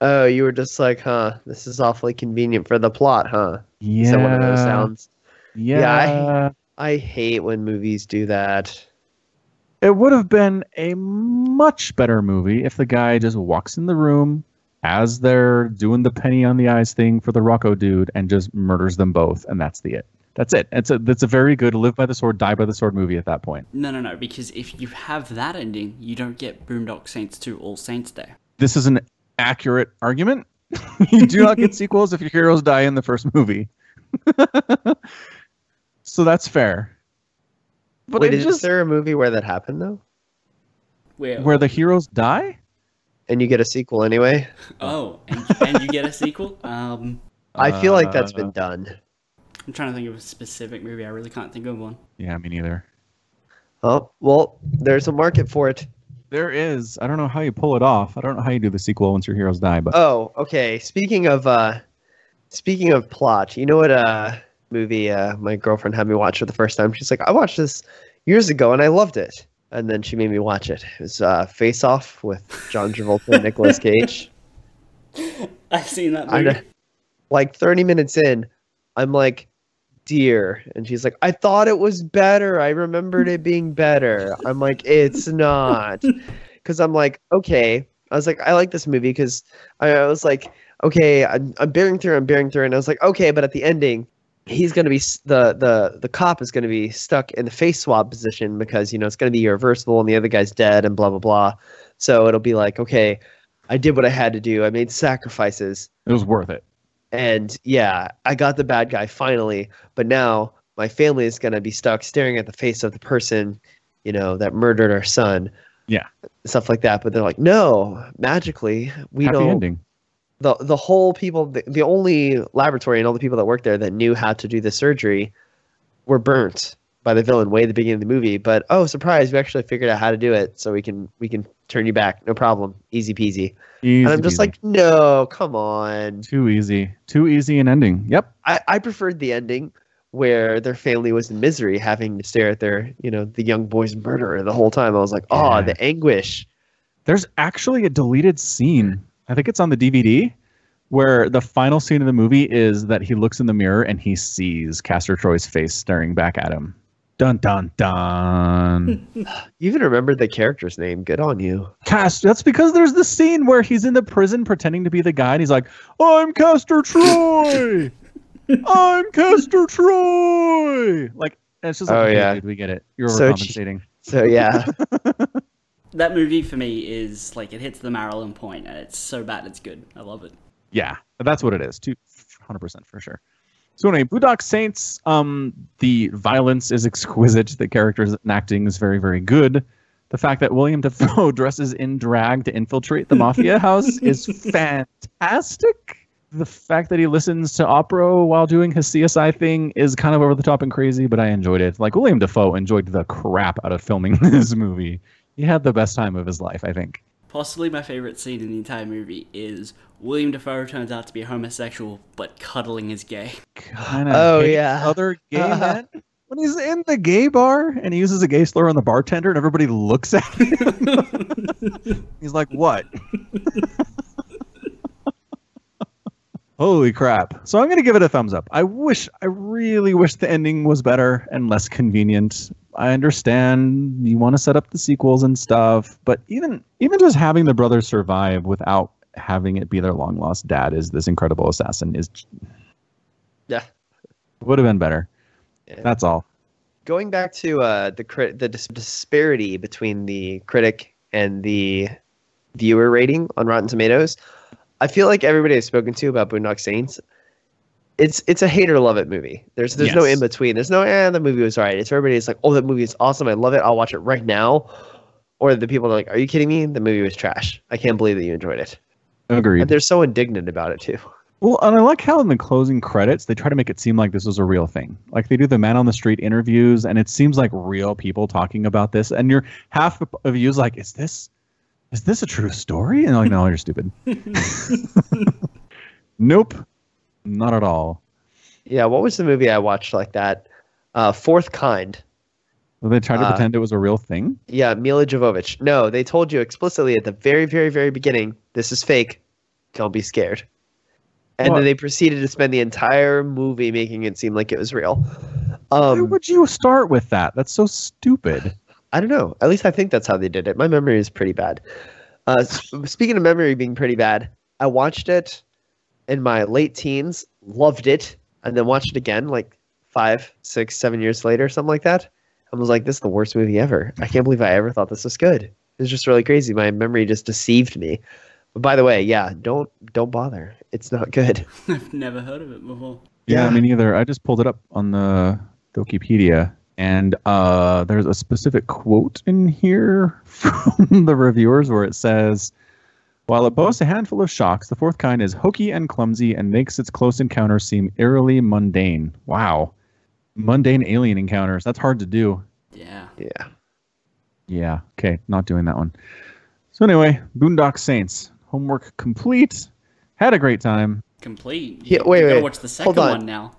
Speaker 3: Oh, you were just like, huh? This is awfully convenient for the plot, huh?
Speaker 1: Yeah.
Speaker 3: Is that one of those sounds?
Speaker 1: Yeah.
Speaker 3: Yeah, I hate when movies do that.
Speaker 1: it would have been a much better movie if the guy just walks in the room as they're doing the penny on the eyes thing for the Rocco dude and just murders them both, and that's the it. That's it. It's a that's a very good live by the sword, die by the sword movie at that point.
Speaker 2: No, no, no, because if you have that ending, you don't get Boondock Saints 2 All Saints Day.
Speaker 1: This is an accurate argument. you do not get sequels if your heroes die in the first movie. so that's fair. But
Speaker 3: Wait,
Speaker 1: it
Speaker 3: is
Speaker 1: just
Speaker 3: there a movie where that happened though?
Speaker 2: Where,
Speaker 1: where the heroes die?
Speaker 3: And you get a sequel anyway?
Speaker 2: Oh, and, and you get a sequel? Um,
Speaker 3: I feel like that's
Speaker 1: Uh,
Speaker 3: been done.
Speaker 2: I'm trying to think of a specific movie. I really can't think of one.
Speaker 1: Yeah, me neither.
Speaker 3: Oh well, there's a market for it.
Speaker 1: There is. I don't know how you pull it off. I don't know how you do the sequel once your heroes die, but
Speaker 3: Oh, okay. Speaking of uh speaking of plot, you know what uh movie uh my girlfriend had me watch for the first time? She's like, I watched this years ago and I loved it. And then she made me watch it. It was uh Face Off with John Travolta and Nicolas Cage.
Speaker 2: I've seen that
Speaker 3: I
Speaker 2: movie.
Speaker 3: know. Like thirty minutes in, I'm like dear and she's like i thought it was better i remembered it being better i'm like it's not because i'm like okay i was like i like this movie because I, I was like okay I'm, I'm bearing through i'm bearing through and i was like okay but at the ending he's gonna be s- the the the cop is gonna be stuck in the face swab position because you know it's gonna be irreversible and the other guy's dead and blah blah blah so it'll be like okay i did what i had to do i made sacrifices
Speaker 1: it was worth it.
Speaker 3: and yeah, I got the bad guy finally, but now my family is going to be stuck staring at the face of the person, you know, that murdered our son.
Speaker 1: Yeah.
Speaker 3: Stuff like that, but they're like, "No, magically, we
Speaker 1: Happy
Speaker 3: don't
Speaker 1: ending.
Speaker 3: the the whole people the, the only laboratory and all the people that worked there that knew how to do the surgery were burnt by the villain way at the beginning of the movie but oh surprise we actually figured out how to do it so we can we can turn you back no problem easy peasy and i'm
Speaker 1: Easy
Speaker 3: just
Speaker 1: peasy.
Speaker 3: like no come on
Speaker 1: too easy, too easy an ending. Yep.
Speaker 3: I, I preferred the ending where their family was in misery having to stare at their, you know, the young boy's murderer the whole time. I was like, oh,
Speaker 1: Yeah.
Speaker 3: the anguish.
Speaker 1: There's actually a deleted scene. I think it's on the DVD where the final scene of the movie is that he looks in the mirror and he sees Castor Troy's face staring back at him. Dun dun dun.
Speaker 3: You even remembered the character's name. Good on you.
Speaker 1: Cast. That's because there's the scene where he's in the prison pretending to be the guy, and he's like, "I'm Caster Troy. I'm Caster Troy." Like, and it's just like,
Speaker 3: Oh,
Speaker 1: okay,
Speaker 3: yeah.
Speaker 1: dude, we get it. You're
Speaker 3: So it's-
Speaker 1: overcompensating.
Speaker 3: So yeah,
Speaker 2: That movie for me is like it hits the Marilyn point, and it's so bad it's good. I love it.
Speaker 1: yeah, that's what it is. Two hundred percent for sure. So anyway, Budok Saints. Um, the violence is exquisite. The characters and acting is very, very good. The fact that William Defoe dresses in drag to infiltrate the mafia house is fantastic. the fact that he listens to opera while doing his CSI thing is kind of over the top and crazy, but I enjoyed it. Like William Defoe enjoyed the crap out of filming this movie. He had the best time of his life, I think.
Speaker 2: Possibly my favorite scene in the entire movie is William Defoe turns out to be a homosexual, but cuddling is gay.
Speaker 1: Kinda
Speaker 3: Oh,
Speaker 1: hates
Speaker 3: yeah.
Speaker 1: other gay
Speaker 3: Uh-huh.
Speaker 1: men. When he's in the gay bar and he uses a gay slur on the bartender, and everybody looks at him. he's like, "What?" Holy crap! So I'm gonna give it a thumbs up. I wish, I really wish the ending was better and less convenient. I understand you want to set up the sequels and stuff, but even even just having the brothers survive without having it be their long lost dad is this incredible assassin is
Speaker 3: Yeah.
Speaker 1: would have been better.
Speaker 3: Yeah.
Speaker 1: That's all.
Speaker 3: Going back to uh, the crit- the dis- disparity between the critic and the viewer rating on Rotten Tomatoes, I feel like everybody I've spoken to about Boondock Saints, it's it's a hate or love it movie. There's there's no
Speaker 1: Yes.
Speaker 3: in between. There's no eh, the movie was alright. It's everybody's like, oh, that movie is awesome. I love it. I'll watch it right now. Or the people are like, are you kidding me? The movie was trash. I can't believe that you enjoyed it. And
Speaker 1: Agreed.
Speaker 3: they're so indignant about it too.
Speaker 1: Well, and I like how in the closing credits they try to make it seem like this was a real thing. Like they do the man on the street interviews, and it seems like real people talking about this. And you're half of you is like, is this, is this a true story? And they're like, no, you're stupid. nope, not at all.
Speaker 3: Yeah, what was the movie I watched like that? Uh, Fourth Kind.
Speaker 1: Well, They try to
Speaker 3: Uh,
Speaker 1: pretend it was a real thing.
Speaker 3: Yeah, Mila Jovovich. No, they told you explicitly at the very, very, very beginning, this is fake. Don't be scared. And
Speaker 1: What?
Speaker 3: then they proceeded to spend the entire movie making it seem like it was real.
Speaker 1: Why
Speaker 3: Um,
Speaker 1: would you start with that? That's so stupid.
Speaker 3: I don't know. At least I think that's how they did it. My memory is pretty bad. Uh, s- speaking of memory being pretty bad, I watched it in my late teens, loved it, and then watched it again like five, six, seven years later, something like that. I was like, this is the worst movie ever. I can't believe I ever thought this was good. It was just really crazy. My memory just deceived me. But by the way, yeah, don't don't bother. It's not good.
Speaker 2: I've never heard of it before.
Speaker 1: Yeah,
Speaker 3: Yeah.
Speaker 1: me neither. I just pulled it up on the Wikipedia, and uh, there's a specific quote in here from the reviewers where it says, "While it boasts a handful of shocks, the fourth kind is hokey and clumsy and makes its close encounters seem eerily mundane." Wow, mundane alien encounters. That's hard to do.
Speaker 2: Yeah.
Speaker 3: Yeah.
Speaker 1: Yeah. Okay. Not doing that one. So anyway, Boondock Saints homework complete. Had a great time.
Speaker 2: Complete.
Speaker 3: Yeah, wait,
Speaker 2: you gotta
Speaker 3: wait.
Speaker 2: watch the second
Speaker 3: Hold on.
Speaker 2: one now.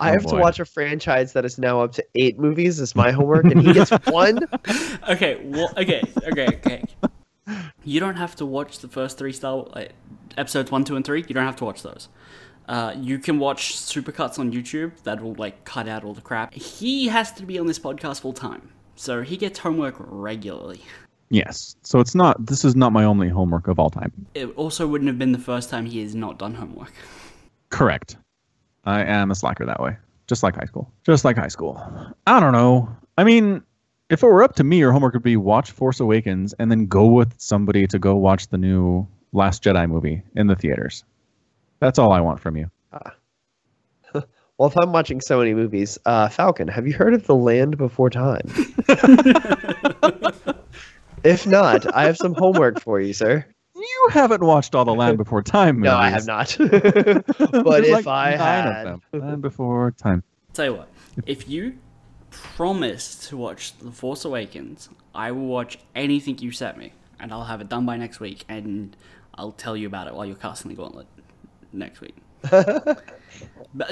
Speaker 3: I
Speaker 1: Oh,
Speaker 3: have to
Speaker 1: boy.
Speaker 3: watch a franchise that is now up to eight movies as my homework, and he gets one.
Speaker 2: Okay, well, okay, okay, okay. You don't have to watch the first three Star like, episodes one, two, and three. You don't have to watch those. Uh, you can watch supercuts on YouTube that will like cut out all the crap. He has to be on this podcast full time, so he gets homework regularly.
Speaker 1: Yes. So it's not. This is not my only homework of all time.
Speaker 2: It also wouldn't have been the first time he has not done homework.
Speaker 1: Correct. I am a slacker that way. Just like high school. Just like high school. I don't know. I mean, if it were up to me, your homework would be watch Force Awakens and then go with somebody to go watch the new Last Jedi movie in the theaters. That's all I want from you.
Speaker 3: Well, if I'm watching so many movies, uh, Falcon, have you heard of The Land Before Time? if not, I have some homework for you, sir.
Speaker 1: You haven't watched all the Land Before Time movies.
Speaker 3: No, I have not. but
Speaker 1: There's like
Speaker 3: if I
Speaker 1: nine
Speaker 3: had,
Speaker 1: of them. Land Before Time.
Speaker 2: Tell you what, if you promise to watch The Force Awakens, I will watch anything you set me, and I'll have it done by next week, and I'll tell you about it while you're casting the gauntlet next week. but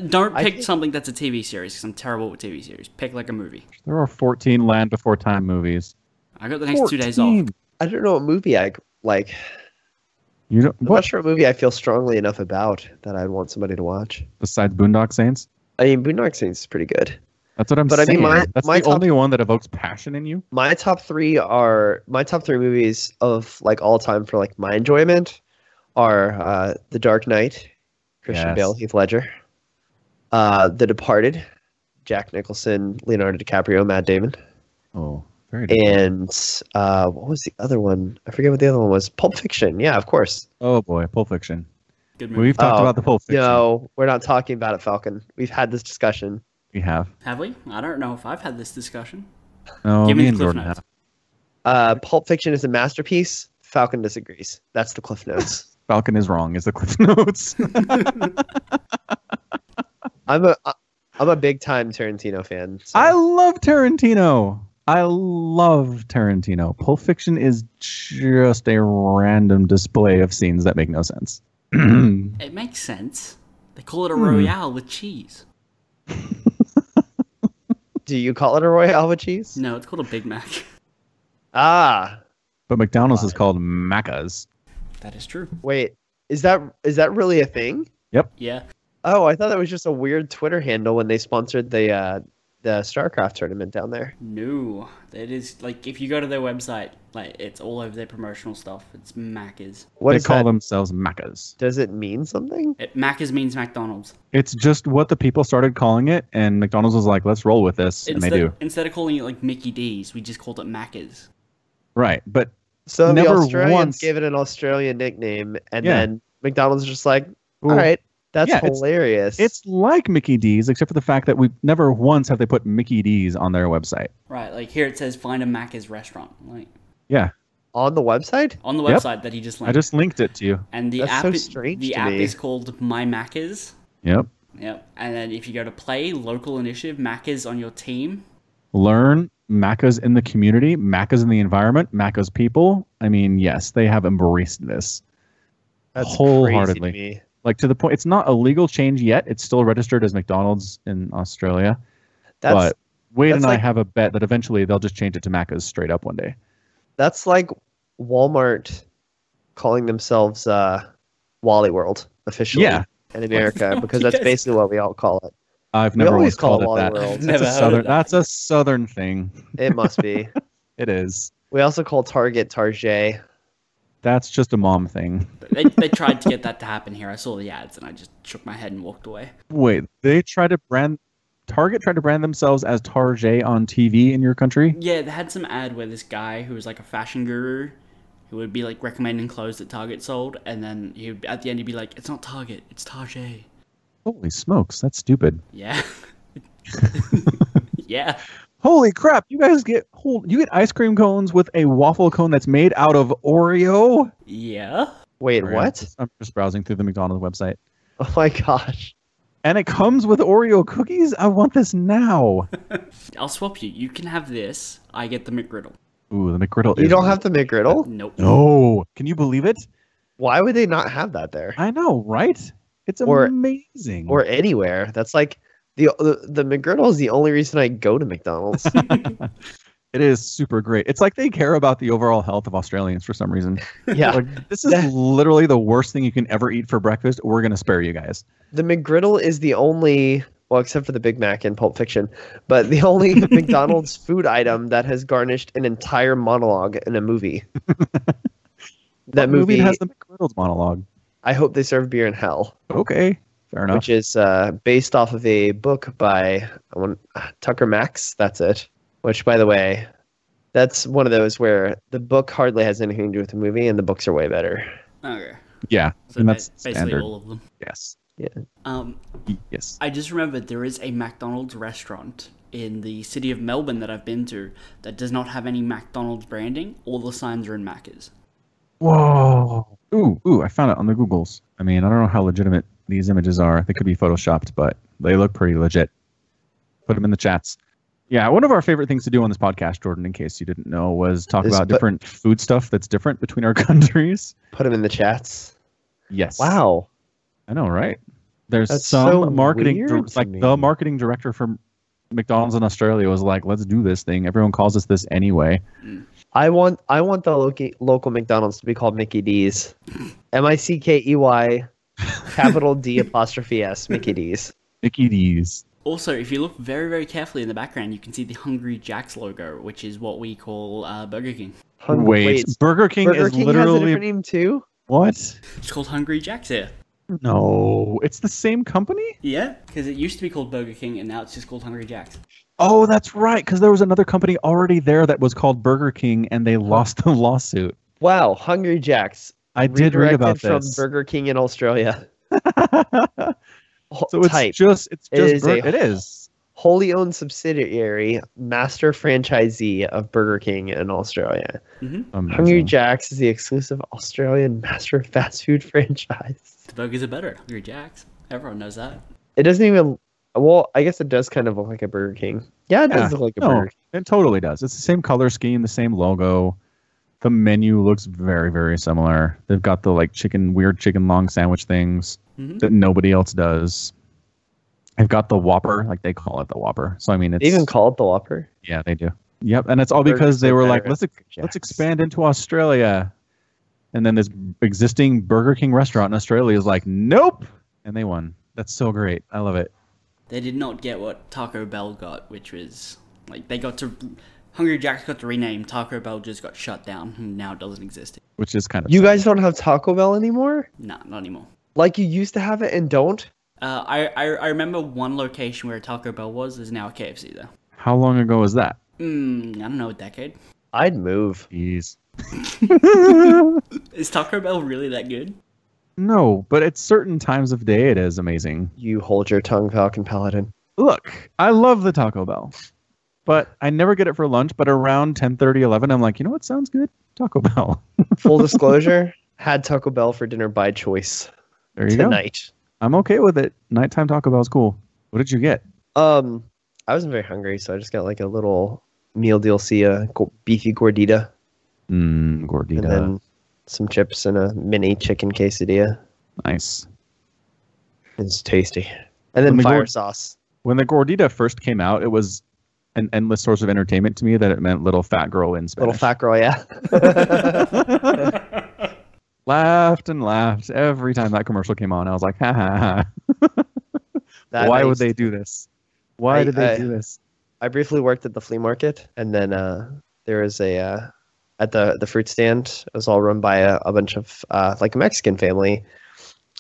Speaker 2: don't
Speaker 3: I
Speaker 2: pick
Speaker 3: think-
Speaker 2: something that's a TV series, because I'm terrible with TV series. Pick like a movie.
Speaker 1: There are 14 Land Before Time movies.
Speaker 2: I got the next two days off.
Speaker 1: 14.
Speaker 3: I don't know what movie I like.
Speaker 1: You don't,
Speaker 3: I'm
Speaker 1: what
Speaker 3: not sure what movie I feel strongly enough about that I'd want somebody to watch.
Speaker 1: besides Boondock Saints?
Speaker 3: I mean, Boondock Saints is pretty good.
Speaker 1: That's what I'm
Speaker 3: But I
Speaker 1: saying.
Speaker 3: mean, my-
Speaker 1: That's
Speaker 3: my
Speaker 1: the
Speaker 3: top-
Speaker 1: only one that evokes passion in you.
Speaker 3: my top three are my top three movies of like all time for like my enjoyment are uh, The Dark Knight, Christian
Speaker 1: Yes.
Speaker 3: Bale, Heath Ledger, uh, The Departed, Jack Nicholson, Leonardo DiCaprio, Matt Damon,
Speaker 1: Oh, very.
Speaker 3: and uh, what was the other one? I forget what the other one was. Pulp Fiction. Yeah, of course.
Speaker 1: Oh boy, Pulp Fiction.
Speaker 2: Good movie.
Speaker 1: We've talked
Speaker 3: Oh,
Speaker 1: about the Pulp Fiction.
Speaker 3: No, we're not talking about it, Falcon. We've had this discussion.
Speaker 1: We have.
Speaker 2: Have we? I don't know if I've had this discussion.
Speaker 1: No,
Speaker 2: Give
Speaker 1: Oh, me
Speaker 2: me the
Speaker 1: and
Speaker 2: cliff
Speaker 1: Jordan
Speaker 2: notes.
Speaker 1: have.
Speaker 3: Uh, Pulp Fiction is a masterpiece. Falcon disagrees. That's the Cliff Notes.
Speaker 1: Falcon is wrong is the Cliff Notes.
Speaker 3: I'm a I'm a big time Tarantino fan. so-
Speaker 1: I love Tarantino. I love Tarantino. Pulp Fiction is just a random display of scenes that make no sense.
Speaker 2: It makes sense. They call it a
Speaker 1: Hmm.
Speaker 2: royale with cheese.
Speaker 3: do you call it a Royale with cheese?
Speaker 2: No, it's called a Big Mac.
Speaker 3: Ah,
Speaker 1: But McDonald's is called Macca's.
Speaker 2: That is true.
Speaker 3: wait. Is that is that really a thing?
Speaker 2: Yeah.
Speaker 3: Oh, I thought that was just a weird Twitter handle when they sponsored the uh, the StarCraft tournament down there.
Speaker 2: No, that is like if you go to their website, like it's all over their promotional stuff. It's Macca's.
Speaker 3: What
Speaker 1: they
Speaker 3: is
Speaker 1: call
Speaker 3: that?
Speaker 1: themselves Macca's.
Speaker 3: Does it mean something?
Speaker 2: It, Macca's means McDonald's.
Speaker 1: It's just what the people started calling it, and McDonald's was like, "Let's roll with this," and they
Speaker 2: Instead,
Speaker 1: do.
Speaker 2: instead of calling it like Mickey D's, we just called it Macca's.
Speaker 1: Right, but
Speaker 3: So
Speaker 1: Never
Speaker 3: the Australians
Speaker 1: once-
Speaker 3: gave it an Australian nickname, and
Speaker 1: Yeah.
Speaker 3: then McDonald's just like, all
Speaker 1: Ooh.
Speaker 3: right, that's
Speaker 1: Yeah, it's-
Speaker 3: hilarious.
Speaker 1: it's like Mickey D's, except for the fact that we never once have they put Mickey D's on their website.
Speaker 2: Right, like here it says find a Macca's restaurant, like
Speaker 3: on the website.
Speaker 2: on the
Speaker 1: Yep.
Speaker 2: website that he just linked.
Speaker 1: I just linked it to you.
Speaker 2: and the
Speaker 3: That's
Speaker 2: app
Speaker 3: so
Speaker 2: i-
Speaker 3: strange
Speaker 2: the
Speaker 3: to
Speaker 2: app
Speaker 3: me.
Speaker 2: is called My Macca's.
Speaker 1: Yep.
Speaker 2: Yep. And then if you go to play local initiative Macca's on your team,
Speaker 1: Learn Macca's in the community, Macca's in the environment, Macca's people. I mean, yes, they have embraced this.
Speaker 3: That's crazy to
Speaker 1: Wholeheartedly.
Speaker 3: me.
Speaker 1: Like to the point, it's not a legal change yet. It's still registered as McDonald's in Australia.
Speaker 3: That's
Speaker 1: but Wade
Speaker 3: that's
Speaker 1: and
Speaker 3: like-
Speaker 1: I have a bet that eventually they'll just change it to Macca's straight up one day.
Speaker 3: that's like Walmart calling themselves uh, Wally World officially
Speaker 1: Yeah.
Speaker 3: in America
Speaker 2: fuck,
Speaker 3: because
Speaker 2: you
Speaker 3: that's
Speaker 2: guys-
Speaker 3: basically what we all call it.
Speaker 1: I've
Speaker 3: We
Speaker 1: never
Speaker 3: always
Speaker 1: once
Speaker 3: call
Speaker 1: called
Speaker 3: it
Speaker 1: it
Speaker 3: Wally
Speaker 1: that.
Speaker 3: World.
Speaker 1: That's a
Speaker 2: Never heard of
Speaker 1: southern.
Speaker 2: that.
Speaker 1: That's a southern thing.
Speaker 3: It must be.
Speaker 1: It is.
Speaker 3: We also call Target Target.
Speaker 1: That's just a mom thing.
Speaker 2: they, they tried to get that to happen here. I saw the ads and I just shook my head and walked away.
Speaker 1: Wait, they tried to brand Target tried to brand themselves as Target on TV in your country?
Speaker 2: Yeah, they had some ad where this guy who was like a fashion guru who would be like recommending clothes that Target sold, and then he would at the end he'd be like, "It's not Target, it's Target."
Speaker 1: Holy smokes, that's stupid.
Speaker 2: Yeah. yeah.
Speaker 1: Holy crap, you guys get whole, you get ice cream cones with a waffle cone that's made out of Oreo?
Speaker 2: Yeah.
Speaker 3: Wait,
Speaker 1: Sorry, I'm
Speaker 3: what?
Speaker 1: just- I'm just browsing through the McDonald's website.
Speaker 3: Oh my gosh.
Speaker 1: And it comes with Oreo cookies? I want this now.
Speaker 2: I'll swap you. You can have this. I get the McGriddle.
Speaker 1: Ooh, the McGriddle
Speaker 3: You
Speaker 1: is
Speaker 3: don't have the McGriddle?
Speaker 2: Nope.
Speaker 1: No. Can you believe it?
Speaker 3: Why would they not have that there?
Speaker 1: I know, right? It's
Speaker 3: Or-
Speaker 1: amazing.
Speaker 3: Or anywhere. That's like the, the the McGriddle is the only reason I go to McDonald's.
Speaker 1: it is super great. It's like they care about the overall health of Australians for some reason.
Speaker 3: yeah.
Speaker 1: Like, this is
Speaker 3: That-
Speaker 1: literally the worst thing you can ever eat for breakfast. We're gonna spare you guys.
Speaker 3: The McGriddle is the only, well, except for the Big Mac in Pulp Fiction, but the only McDonald's food item that has garnished an entire monologue in a movie. that
Speaker 1: What
Speaker 3: movie,
Speaker 1: has the McReynolds monologue.
Speaker 3: I Hope They Serve Beer in Hell,
Speaker 1: Okay, fair enough.
Speaker 3: which is uh, based off of a book by I want, Tucker Max. That's it. Which, by the way, that's one of those where the book hardly has anything to do with the movie, and the books are way better.
Speaker 2: Okay.
Speaker 1: yeah,
Speaker 2: So
Speaker 1: And
Speaker 2: ba-
Speaker 1: that's
Speaker 2: basically
Speaker 1: standard.
Speaker 2: all of them.
Speaker 1: yes,
Speaker 2: Um,
Speaker 1: Y- yes.
Speaker 2: I just remembered there is a McDonald's restaurant in the city of Melbourne that I've been to that does not have any McDonald's branding. All the signs are in Macca's.
Speaker 1: Whoa. Ooh, ooh! I found it on the Googles. I mean, I don't know how legitimate these images are. They could be photoshopped, but they look pretty legit. Put them in the chats. Yeah, one of our favorite things to do on this podcast, Jordan, in case you didn't know, was talk
Speaker 3: Is
Speaker 1: about
Speaker 3: put-
Speaker 1: different food stuff that's different between our countries.
Speaker 3: Put them in the chats.
Speaker 1: Yes.
Speaker 3: Wow.
Speaker 1: I know, right? There's
Speaker 3: That's
Speaker 1: some
Speaker 3: so
Speaker 1: marketing,
Speaker 3: weird
Speaker 1: dir-
Speaker 3: to
Speaker 1: like
Speaker 3: me.
Speaker 1: the marketing director from McDonald's in Australia was like, "Let's do this thing. Everyone calls us this anyway."
Speaker 3: I want I want the local local McDonald's to be called Mickey D's. M I C K E Y capital D apostrophe S Mickey D's.
Speaker 1: Mickey D's.
Speaker 2: Also, if you look very, very carefully in the background, you can see the Hungry Jack's logo, which is what we call uh, Burger King.
Speaker 3: Hung-
Speaker 1: wait, Burger King
Speaker 3: Burger
Speaker 1: is
Speaker 3: King has a
Speaker 1: literally
Speaker 3: different name too.
Speaker 1: what?
Speaker 2: It's called Hungry Jack's here.
Speaker 1: No, it's the same company.
Speaker 2: Yeah, because it used to be called Burger King and now it's just called Hungry Jack's.
Speaker 1: Oh, that's right, because there was another company already there that was called Burger King, and they lost the lawsuit.
Speaker 3: Wow, Hungry Jack's.
Speaker 1: I did read
Speaker 3: redirected
Speaker 1: about
Speaker 3: from
Speaker 1: this.
Speaker 3: Burger King in Australia.
Speaker 1: so it's
Speaker 3: Type
Speaker 1: just it's
Speaker 3: It
Speaker 1: just
Speaker 3: is
Speaker 1: Bur-
Speaker 3: a
Speaker 1: it is
Speaker 3: wholly owned subsidiary, master franchisee of Burger King in Australia.
Speaker 1: Amazing.
Speaker 3: Hungry Jack's is the exclusive Australian master fast food franchise.
Speaker 2: The burgers are better. Hungry Jack's. Everyone knows that.
Speaker 3: It doesn't even. Well, I guess it does kind of look like a Burger King. Yeah, it
Speaker 1: Yeah,
Speaker 3: does look like a
Speaker 1: no,
Speaker 3: Burger King.
Speaker 1: It totally does. It's the same color scheme, the same logo. The menu looks very, very similar. They've got the like chicken, weird chicken long sandwich things
Speaker 3: Mm-hmm.
Speaker 2: hmm
Speaker 1: that nobody else does. They've got the Whopper, like they call it the Whopper. So I mean, it's
Speaker 3: They even call it the Whopper.
Speaker 1: yeah, they do. Yep, and it's all
Speaker 3: Burgers
Speaker 1: because they
Speaker 3: are
Speaker 1: were
Speaker 3: better
Speaker 1: like,
Speaker 3: at
Speaker 1: let's ex-
Speaker 3: Jack's.
Speaker 1: let's expand into Australia, and then this existing Burger King restaurant in Australia is like, nope, and they won. That's so great. I love it.
Speaker 2: They did not get what Taco Bell got, which was like they got to Hungry Jack's got to rename. Taco Bell just got shut down. and Now it doesn't exist.
Speaker 1: Which is kind of
Speaker 3: You guys don't have Taco Bell anymore?
Speaker 2: Nah, not anymore.
Speaker 3: Like you used to have it and don't?
Speaker 2: Uh, I, I I remember one location where Taco Bell was. There's now a KFC though.
Speaker 1: How long ago was that?
Speaker 2: Mm, I don't know a decade.
Speaker 3: I'd move.
Speaker 1: Jeez.
Speaker 2: Is Taco Bell really that good?
Speaker 1: No, but at certain times of day, it is amazing.
Speaker 3: You hold your tongue, Falcon Paladin.
Speaker 1: Look, I love the Taco Bell, but I never get it for lunch. But around 10, 11, I'm like, you know what sounds good? Taco Bell.
Speaker 3: Full disclosure, had Taco Bell for dinner by choice
Speaker 1: There you go.
Speaker 3: tonight.
Speaker 1: I'm okay with it. Nighttime Taco Bell's cool. What did you get?
Speaker 3: Um, I wasn't very hungry, so I just got like a little meal DLC, a go- beefy gordita,
Speaker 1: Mmm,
Speaker 3: and
Speaker 1: gordita.
Speaker 3: then some chips and a mini chicken quesadilla.
Speaker 1: nice.
Speaker 3: It's tasty.
Speaker 1: Let
Speaker 3: And then
Speaker 1: me go-
Speaker 3: fire sauce.
Speaker 1: When the gordita first came out, it was an endless source of entertainment to me that it meant little fat girl in Spanish.
Speaker 3: Little fat girl, yeah.
Speaker 1: laughed and laughed every time that commercial came on. I was like, ha ha ha.
Speaker 3: That
Speaker 1: Why
Speaker 3: I
Speaker 1: would
Speaker 3: used-
Speaker 1: they do this? Why
Speaker 3: I-
Speaker 1: did they
Speaker 3: I-
Speaker 1: do this?
Speaker 3: I briefly worked at the flea market, and then uh, there was a uh, at the the fruit stand. It was all run by a, a bunch of uh, like a Mexican family,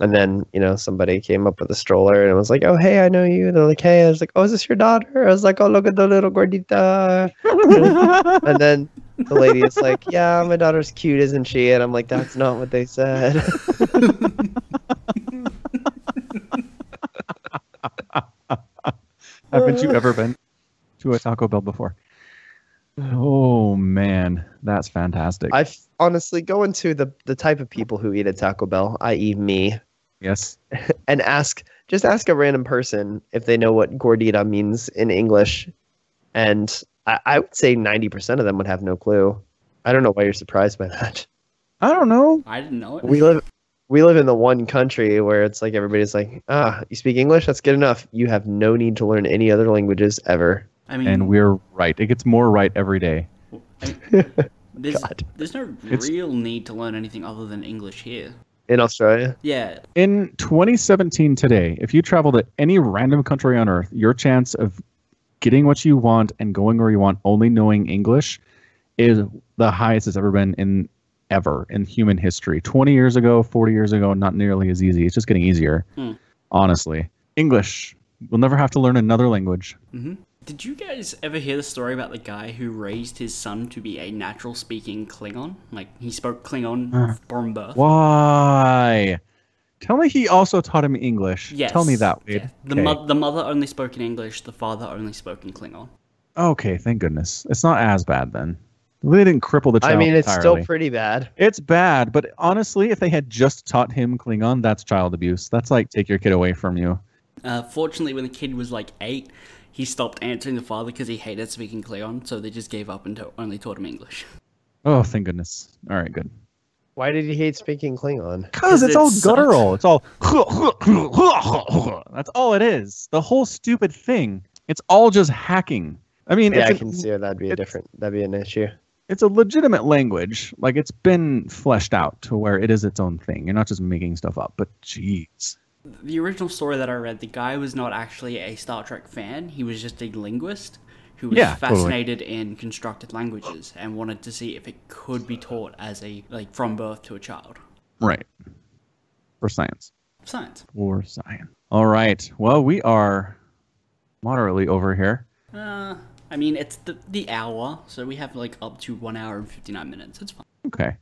Speaker 3: and then you know somebody came up with a stroller and was like, "Oh hey, I know you." They're like, "Hey," I was like, "Oh, is this your daughter?" I was like, "Oh, look at the little gordita." and then the lady is like, "Yeah, my daughter's cute, isn't she?" And I'm like, "That's not what they said."
Speaker 1: Haven't you ever been to a Taco Bell before? Oh man, that's fantastic.
Speaker 3: I f- honestly go into the the type of people who eat at Taco Bell, i.e., me.
Speaker 1: yes.
Speaker 3: and ask just ask a random person if they know what gordita means in English, and I, I would say ninety percent of them would have no clue. I don't know why you're surprised by that.
Speaker 1: I don't know.
Speaker 2: I didn't know it.
Speaker 3: We live we live in the one country where it's like everybody's like, ah, you speak English, that's good enough. You have no need to learn any other languages ever.
Speaker 2: I mean,
Speaker 1: And we're right. It gets more right every day.
Speaker 2: there's,
Speaker 3: God.
Speaker 2: there's no
Speaker 1: It's-
Speaker 2: real need to learn anything other than English here.
Speaker 3: In Australia,
Speaker 2: Yeah,
Speaker 1: In 2017 today, if you travel to any random country on earth, your chance of getting what you want and going where you want only knowing English is the highest it's ever been in ever in human history. 20 years ago, 40 years ago, not nearly as easy. It's just getting easier.
Speaker 2: Hmm.
Speaker 1: Honestly, English. We'll never have to learn another language.
Speaker 2: hmm Did you guys ever hear the story about the guy who raised his son to be a natural speaking Klingon? Like he spoke Klingon
Speaker 1: Uh,
Speaker 2: from birth.
Speaker 1: Why? Tell me he also taught him English.
Speaker 2: Yes.
Speaker 1: Tell me that, Wade.
Speaker 2: Yeah. The,
Speaker 1: okay.
Speaker 2: mo- the mother only spoke in English. The father only spoke in Klingon.
Speaker 1: okay, thank goodness. It's not as bad then. They didn't cripple the child.
Speaker 3: I mean, it's
Speaker 1: entirely.
Speaker 3: still pretty bad.
Speaker 1: It's bad, but honestly, if they had just taught him Klingon, that's child abuse. That's like take your kid away from you.
Speaker 2: Uh, fortunately, when the kid was like eight, he stopped answering the father because he hated speaking Klingon. So they just gave up and to- only taught him English.
Speaker 1: Oh, thank goodness. All right, good.
Speaker 3: Why did he hate speaking Klingon?
Speaker 1: Cause
Speaker 2: 'Cause
Speaker 1: it's
Speaker 2: it
Speaker 1: all
Speaker 2: sucks.
Speaker 1: guttural. It's all that's all it is. The whole stupid thing. It's all just hacking. I mean,
Speaker 3: Yeah, I
Speaker 1: it's,
Speaker 3: can
Speaker 1: a,
Speaker 3: see how that'd be a
Speaker 1: it's-
Speaker 3: different. That'd be an issue.
Speaker 1: it's a legitimate language. Like it's been fleshed out to where it is its own thing. You're not just making stuff up. But jeez,
Speaker 2: The original story that I read, the guy was not actually a Star Trek fan. He was just a linguist who was
Speaker 1: Yeah, totally.
Speaker 2: fascinated in constructed languages and wanted to see if it could be taught as a like from birth to a child.
Speaker 1: right? For science.
Speaker 2: Science.
Speaker 1: for Zion. All right. Well, we are moderately over here.
Speaker 2: Uh, I mean, it's the, the hour, so we have like up to one hour and 59 minutes. It's fine.
Speaker 1: Okay.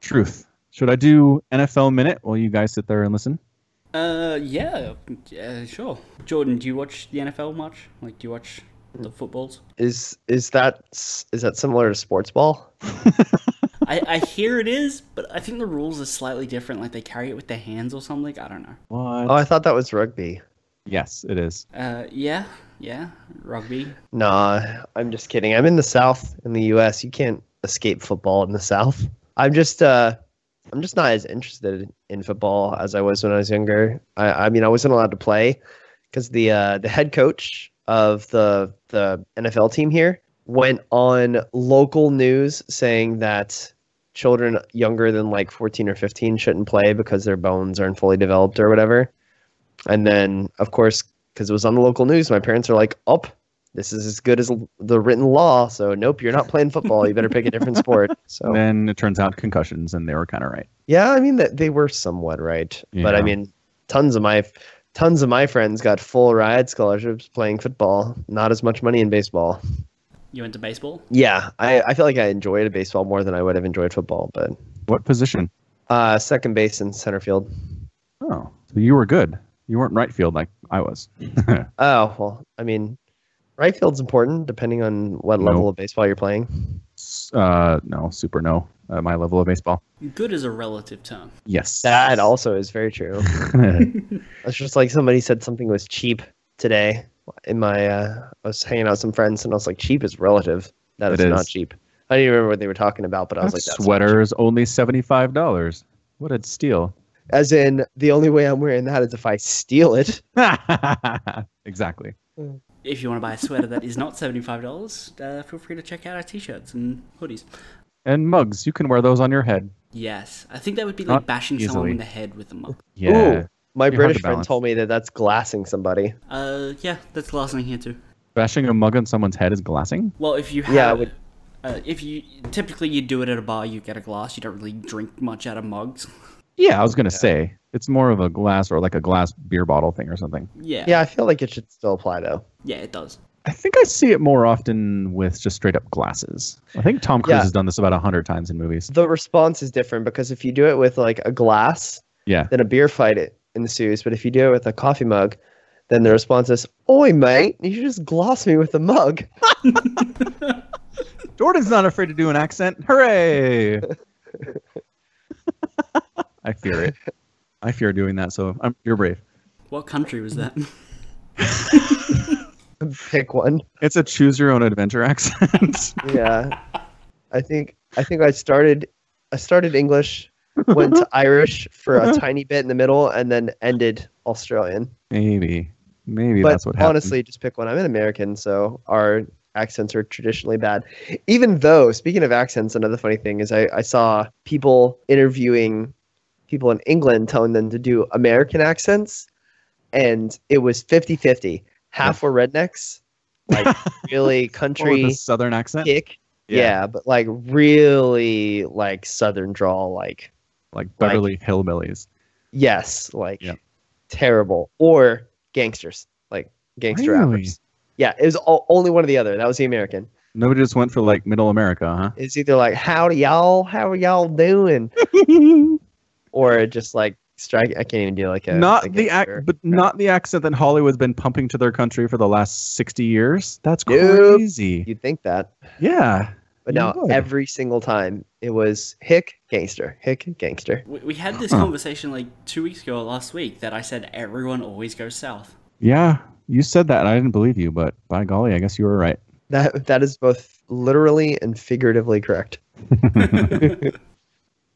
Speaker 1: Truth. Should I do NFL minute while you guys sit there and listen?
Speaker 2: Uh, yeah, uh, sure. Jordan, do you watch the NFL much? Like, do you watch the footballs?
Speaker 3: Is is that s- is that similar to sports ball?
Speaker 2: I, I hear it is, but I think the rules are slightly different. Like, they carry it with their hands or something. I don't know.
Speaker 1: What?
Speaker 3: Oh, I thought that was rugby.
Speaker 1: yes, it is.
Speaker 2: Uh, yeah, yeah, rugby.
Speaker 3: Nah, I'm just kidding. I'm in the South in the U.S. You can't escape football in the South. I'm just uh, I'm just not as interested in football as I was when I was younger. I, I mean, I wasn't allowed to play because the uh, the head coach of the the NFL team here went on local news saying that children younger than like 14 or 15 shouldn't play because their bones aren't fully developed or whatever. And then, of course, because it was on the local news, my parents are like, "Up, this is as good as l- the written law. So, nope, you're not playing football. You better pick a different sport. So,
Speaker 1: And then it turns out concussions, and they were kind of right.
Speaker 3: yeah, I mean that they were somewhat right, but I
Speaker 1: Yeah.
Speaker 3: mean, tons of my tons of my friends got full ride scholarships playing football. Not as much money in baseball.
Speaker 2: You went to baseball?
Speaker 3: Yeah, I, I feel like I enjoyed baseball more than I would have enjoyed football. But
Speaker 1: What position?
Speaker 3: uh, second base and center field.
Speaker 1: Oh, so you were good. You weren't right field like I was.
Speaker 3: Oh well, I mean, right field's important depending on what
Speaker 1: No.
Speaker 3: level of baseball you're playing.
Speaker 1: S- Uh, no, super no at my level of baseball.
Speaker 2: Good is a relative term.
Speaker 1: Yes.
Speaker 3: That also is very true. It's just like somebody said something was cheap today. In my, uh, I was hanging out with some friends, and I was like, "Cheap is relative. That is,
Speaker 1: It is.
Speaker 3: not cheap." I didn't even remember what they were talking about, but I was
Speaker 1: That
Speaker 3: like, "That's not
Speaker 1: sweater is only seventy five dollars. What a steal!
Speaker 3: cheap." As in, the only way I'm wearing that is if I steal it.
Speaker 1: exactly.
Speaker 2: If you want to buy a sweater that is not $75, uh, feel free to check out our t shirts and hoodies.
Speaker 1: And mugs, you can wear those on your head.
Speaker 2: Yes, I think that would be like
Speaker 1: Not
Speaker 2: bashing someone
Speaker 1: easily.
Speaker 2: in the head with a mug.
Speaker 1: Yeah.
Speaker 3: Ooh, my
Speaker 1: hard to
Speaker 3: British friend
Speaker 1: balance.
Speaker 3: told me that that's glassing somebody.
Speaker 2: Uh, yeah, that's the last thing here too.
Speaker 1: Bashing a mug on someone's head is glassing.
Speaker 2: Well, if you have,
Speaker 3: Yeah, I would-
Speaker 2: uh, if you typically you do it at a bar, you get a glass. You don't really drink much out of mugs.
Speaker 1: Yeah, I was gonna say it's more of a glass or like a glass beer bottle thing or something.
Speaker 2: Yeah,
Speaker 3: Yeah, I feel like it should still apply though.
Speaker 2: yeah, it does.
Speaker 1: I think I see it more often with just straight up glasses. I think Tom Cruise
Speaker 3: Yeah.
Speaker 1: has done this about a hundred times in movies.
Speaker 3: The response is different because if you do it with like a glass,
Speaker 1: Yeah.
Speaker 3: then a beer fight it ensues. But if you do it with a coffee mug, then the response is, "Oi, mate, you just gloss me with a mug."
Speaker 1: Jordan's not afraid to do an accent. Hooray! I fear it. I fear doing that. So I'm, you're brave.
Speaker 2: What country was that?
Speaker 3: Pick one.
Speaker 1: It's a choose your own adventure accent.
Speaker 3: yeah i think i think i started i started english went to irish for a tiny bit in the middle and then ended australian
Speaker 1: maybe, maybe
Speaker 3: but
Speaker 1: that's what happened.
Speaker 3: honestly just pick one i'm an american so our accents are traditionally bad even though speaking of accents another funny thing is i, I saw people interviewing people in england telling them to do american accents and it was 50-50 half were rednecks like really
Speaker 1: Or with
Speaker 3: country
Speaker 1: a southern accent,
Speaker 3: kick yeah. but like really like southern drawl like
Speaker 1: like Beverly Hillbillies.
Speaker 3: yes, like
Speaker 1: Yep.
Speaker 3: terrible or gangsters, like gangster
Speaker 1: Really?
Speaker 3: rappers. Yeah, it was all, only one or the other. That was the American.
Speaker 1: Nobody just went for like Middle America,
Speaker 3: It's either like howdy y'all, how are y'all doing,
Speaker 1: huh?
Speaker 3: or just like strike. I can't even do like a
Speaker 1: not
Speaker 3: a
Speaker 1: the
Speaker 3: gangster.
Speaker 1: ac- but not the accent that Hollywood's been pumping to their country for the last sixty years. That's
Speaker 3: Nope.
Speaker 1: crazy.
Speaker 3: You'd think that,
Speaker 1: Yeah.
Speaker 3: but
Speaker 1: You
Speaker 3: no.
Speaker 1: would.
Speaker 3: Every single time it was hick gangster, hick gangster.
Speaker 2: We, we had this
Speaker 1: Huh.
Speaker 2: conversation like two weeks ago, or last week, that I said everyone always goes south.
Speaker 1: Yeah, you said that, and I didn't believe you, but by golly, I guess you were right.
Speaker 3: That that is both literally and figuratively correct.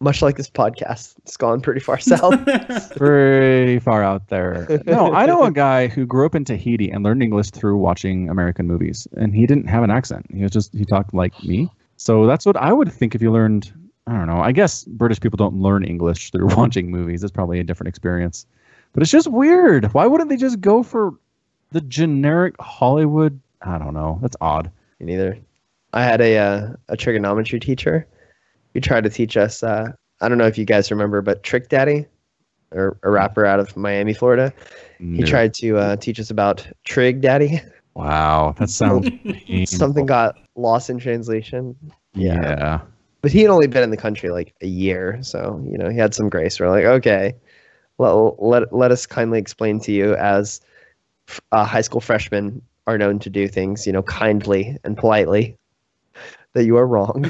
Speaker 3: Much like this podcast, it's gone pretty far south.
Speaker 1: Pretty far out there. No, I know a guy who grew up in Tahiti and learned English through watching American movies, and he didn't have an accent. He was just he talked like me. So that's what I would think if you learned. I don't know. I guess British people don't learn English through watching movies. It's probably a different experience, but it's just weird. Why wouldn't they just go for the generic Hollywood? I don't know. That's odd.
Speaker 3: Me neither. I had a uh, a trigonometry teacher who tried to teach us. Uh, I don't know if you guys remember, but Trick Daddy, or a rapper out of Miami, Florida, he
Speaker 1: No.
Speaker 3: tried to uh, teach us about Trig Daddy.
Speaker 1: Wow, that sounds
Speaker 3: Something
Speaker 1: painful.
Speaker 3: got lost in translation, yeah.
Speaker 1: yeah.
Speaker 3: but he had only been in the country like a year, so you know he had some grace. We're like, okay, let, let, let us kindly explain to you as uh, high school freshmen are known to do things, you know, kindly and politely, that you are wrong.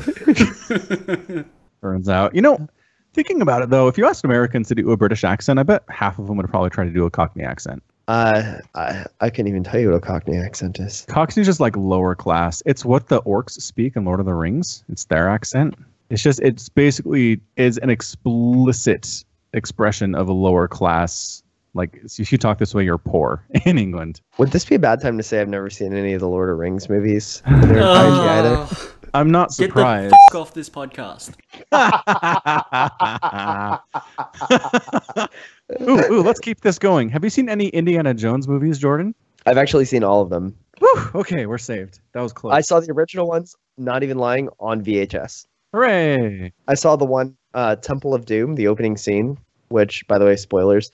Speaker 1: Turns out, you know, thinking about it though, if you asked Americans to do a British accent, I bet half of them would probably try to do a Cockney accent.
Speaker 3: Uh, I, I couldn't even tell you what a Cockney accent is.
Speaker 1: Cockney's just like lower class. It's what the orcs speak in Lord of the Rings. It's their accent. It's just it's basically is an explicit expression of a lower class. Like if you talk this way, you're poor in England.
Speaker 3: Would this be a bad time to say I've never seen any of the Lord of the Rings movies? They're kaiju either.
Speaker 2: Oh,
Speaker 1: I'm not
Speaker 2: get the
Speaker 1: surprised.
Speaker 2: f- off this podcast.
Speaker 1: ooh, ooh, let's keep this going. Have you seen any Indiana Jones movies, Jordan?
Speaker 3: I've actually seen all of them.
Speaker 1: Whew, okay, we're saved. That was close.
Speaker 3: I saw the original ones, not even lying, on VHS.
Speaker 1: Hooray!
Speaker 3: I saw the one uh, Temple of Doom, the opening scene, which, by the way, spoilers,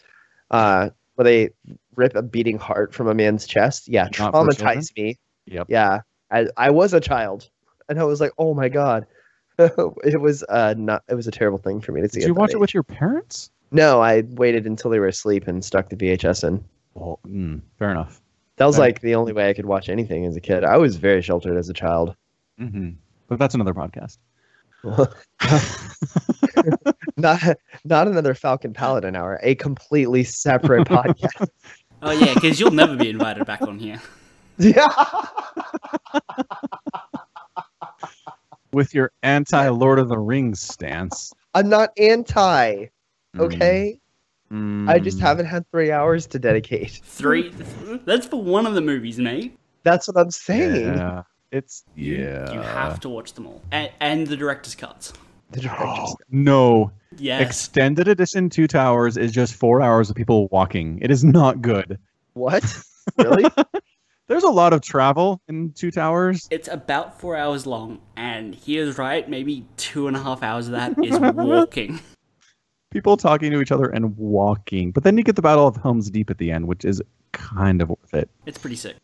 Speaker 3: uh, where they rip a beating heart from a man's chest. Yeah,
Speaker 1: Not for children?
Speaker 3: traumatized me.
Speaker 1: Yep.
Speaker 3: Yeah, I, I was a child, and I was like, oh my god, it was uh not it was a terrible thing for me to see.
Speaker 1: Did
Speaker 3: at
Speaker 1: you
Speaker 3: that
Speaker 1: watch it
Speaker 3: age.
Speaker 1: with your parents?
Speaker 3: No, I waited until they were asleep and stuck the VHS in.
Speaker 1: Well, mm, fair enough.
Speaker 3: That was
Speaker 1: Right.
Speaker 3: like the only way I could watch anything as a kid. I was very sheltered as a child.
Speaker 1: hmm But that's another podcast.
Speaker 3: not not another Falcon Paladin hour, a completely separate podcast.
Speaker 2: Oh yeah, because you'll never be invited back on here.
Speaker 3: Yeah.
Speaker 1: With your anti Lord of the Rings stance.
Speaker 3: I'm not anti,
Speaker 1: Mm.
Speaker 3: okay? I just
Speaker 1: Mm.
Speaker 3: haven't had 3 hours to dedicate.
Speaker 2: Three. That's for one of the movies, mate.
Speaker 3: That's what I'm saying.
Speaker 1: Yeah. It's
Speaker 2: You-
Speaker 1: yeah.
Speaker 2: You have to watch them all, and, and the director's cuts.
Speaker 3: The
Speaker 1: Oh.
Speaker 3: director's-
Speaker 1: no.
Speaker 2: Yes.
Speaker 1: Extended edition Two Towers is just four hours of people walking. It is not good.
Speaker 3: What? Really?
Speaker 1: There's a lot of travel in Two Towers.
Speaker 2: It's about four hours long, and he is right. Maybe two and a half hours of that is walking.
Speaker 1: People talking to each other and walking. But then you get the Battle of Helm's Deep at the end, which is kind of worth it.
Speaker 2: It's pretty sick.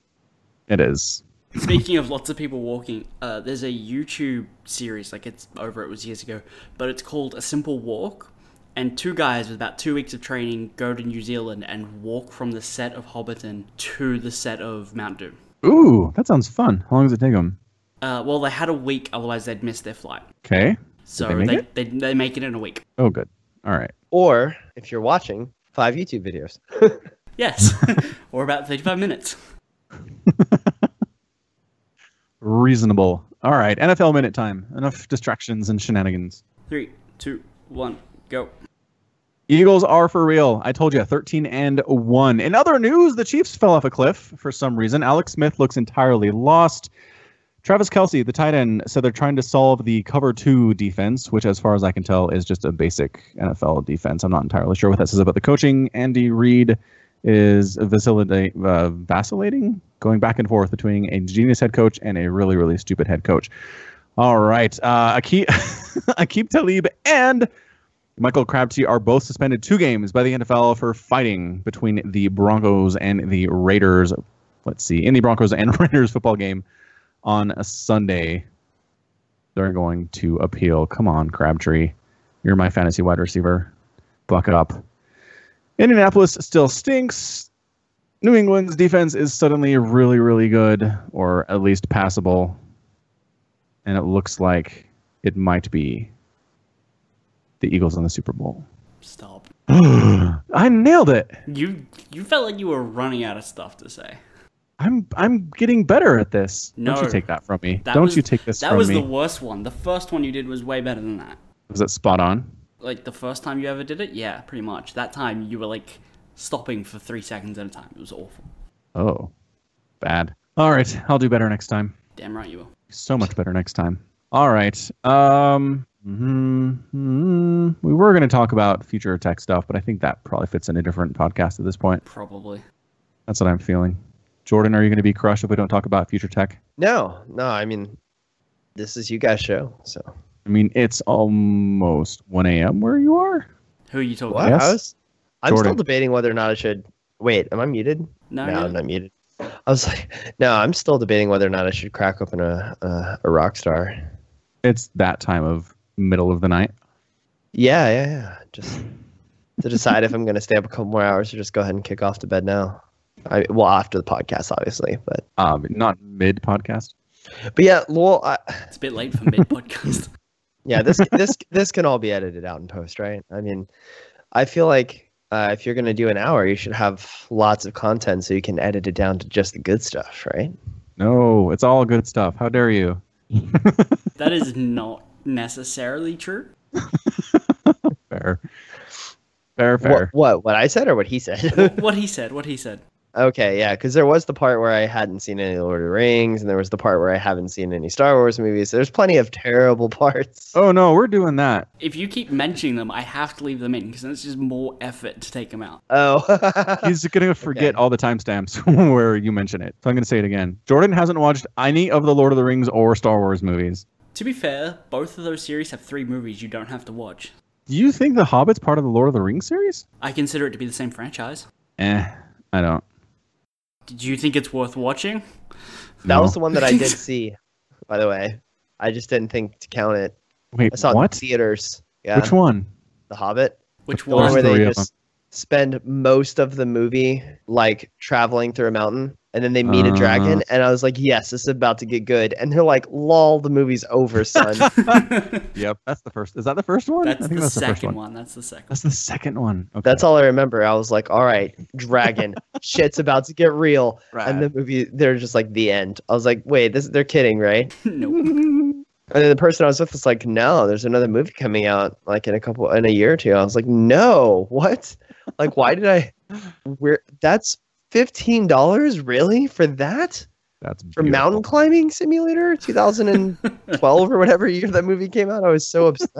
Speaker 1: It is.
Speaker 2: Speaking of lots of people walking, uh, there's a YouTube series, like it's over, it was years ago, but it's called A Simple Walk. And two guys with about two weeks of training go to New Zealand and walk from the set of Hobbiton to the set of Mount Doom.
Speaker 1: Ooh, that sounds fun. How long does it take them?
Speaker 2: Uh, well, they had a week, otherwise they'd miss their flight.
Speaker 1: Okay.
Speaker 2: So
Speaker 1: they make
Speaker 2: they,
Speaker 1: it?
Speaker 2: they, they make it in a week.
Speaker 1: Oh, good. All right.
Speaker 3: or if you're watching, five YouTube videos.
Speaker 2: Yes, or about 35 minutes.
Speaker 1: Reasonable. All right. NFL minute time. Enough distractions and shenanigans.
Speaker 2: Three, two, one, go.
Speaker 1: Eagles are for real. I told you, 13 and 1. In other news, the Chiefs fell off a cliff for some reason. Alex Smith looks entirely lost. Travis Kelsey, the tight end, said they're trying to solve the cover two defense, which, as far as I can tell, is just a basic NFL defense. I'm not entirely sure what that says about the coaching. Andy Reid is vacillate- uh, vacillating, going back and forth between a genius head coach and a really, really stupid head coach. All right. Uh, Akeem, Akeem Talib and Michael Crabtree are both suspended two games by the NFL for fighting between the Broncos and the Raiders. Let's see, in the Broncos and Raiders football game on a Sunday. They're going to appeal. Come on, Crabtree. You're my fantasy wide receiver. Buck up. Indianapolis still stinks. New England's defense is suddenly really, really good, or at least passable. And it looks like it might be the Eagles in the Super Bowl.
Speaker 2: Stop.
Speaker 1: I nailed it.
Speaker 2: You you felt like you were running out of stuff to say.
Speaker 1: I'm I'm getting better at this. Don't
Speaker 2: No.
Speaker 1: you take that from me.
Speaker 2: That
Speaker 1: Don't
Speaker 2: was-
Speaker 1: you take this
Speaker 2: That
Speaker 1: from
Speaker 2: was
Speaker 1: me.
Speaker 2: the worst one. The first one you did was way better than that.
Speaker 1: Was it spot on?
Speaker 2: Like the first time you ever did it, yeah, pretty much. That time you were like stopping for three seconds at a time. It was awful.
Speaker 1: Oh. Bad. All right, I'll do better next time.
Speaker 2: Damn right you were.
Speaker 1: So much better next time. All right. Um mhm, mhm. we were going to talk about future tech stuff, but I think that probably fits in a different podcast at this point.
Speaker 2: Probably.
Speaker 1: That's what I'm feeling. Jordan, are you going to be crushed if we don't talk about future tech?
Speaker 3: No, no, I mean this is you guys show. So
Speaker 1: I mean, it's almost 1 a.m. where you are.
Speaker 2: Who are you talking
Speaker 3: What?
Speaker 2: about?
Speaker 1: Yes.
Speaker 3: I was, I'm
Speaker 1: Jordan.
Speaker 3: still debating whether or not I should wait, am I muted?
Speaker 2: No,
Speaker 3: no,
Speaker 2: no.
Speaker 3: I'm not muted. I was like, no, I'm still debating whether or not I should crack open a a, a rock star.
Speaker 1: It's that time of middle of the night.
Speaker 3: Yeah, yeah, yeah. Just to decide if I'm going to stay up a couple more hours or just go ahead and kick off to bed now. I, well, after the podcast, obviously, but
Speaker 1: Um, not mid podcast.
Speaker 3: but yeah, Lowell, I,
Speaker 2: It's a bit late for mid podcast.
Speaker 3: yeah, this this this can all be edited out in post, right? I mean, I feel like uh, if you're going to do an hour, you should have lots of content so you can edit it down to just the good stuff, right?
Speaker 1: No, it's all good stuff. How dare you?
Speaker 2: That is not necessarily true.
Speaker 1: Fair. Fair, fair.
Speaker 3: What, what what I said or what he said?
Speaker 2: What he said, what he said.
Speaker 3: okay, yeah, because there was the part where I hadn't seen any Lord of the Rings, and there was the part where I haven't seen any Star Wars movies. There's plenty of terrible parts.
Speaker 1: Oh no, we're doing that.
Speaker 2: If you keep mentioning them, I have to leave them in because then it's just more effort to take them out.
Speaker 3: Oh,
Speaker 1: He's gonna forget all the timestamps where you mention it. So I'm gonna say it again. Jordan hasn't watched any of the Lord of the Rings or Star Wars movies.
Speaker 2: To be fair, both of those series have three movies you don't have to watch.
Speaker 1: Do you think The Hobbit's part of the Lord of the Rings series?
Speaker 2: I consider it to be the same franchise.
Speaker 1: Eh, I don't.
Speaker 2: Do you think it's worth watching?
Speaker 3: that
Speaker 1: No.
Speaker 3: was the one that I did see, by the way. I just didn't think to count it.
Speaker 1: Wait,
Speaker 3: I saw it in
Speaker 1: what?
Speaker 3: theaters. Yeah,
Speaker 1: Which one?
Speaker 3: The Hobbit.
Speaker 2: Which
Speaker 3: The one
Speaker 1: There's
Speaker 3: where
Speaker 2: one?
Speaker 1: three
Speaker 3: they
Speaker 1: of
Speaker 3: just spend most of the movie like traveling through a mountain and then they meet a dragon
Speaker 1: Uh.
Speaker 3: and I was like, Yes, this is about to get good and they're like, Lol, the movie's over, son.
Speaker 1: Yep, that's the first. Is that the first one?
Speaker 2: that's the
Speaker 1: the first
Speaker 2: second one. That's the second.
Speaker 1: That's the second one. Okay.
Speaker 3: That's all I remember. I was like, All right, dragon, shit's about to get real. And the movie they're just like the end. I was like, Wait, this they're kidding, right?
Speaker 2: no.
Speaker 3: And then the person I was with was like, No, there's another movie coming out like in a couple in a year or two. I was like, No, what? Like why did I where that's fifteen dollars really for that?
Speaker 1: That's
Speaker 3: for
Speaker 1: beautiful.
Speaker 3: Mountain Climbing Simulator 2012 or whatever year that movie came out. I was so upset.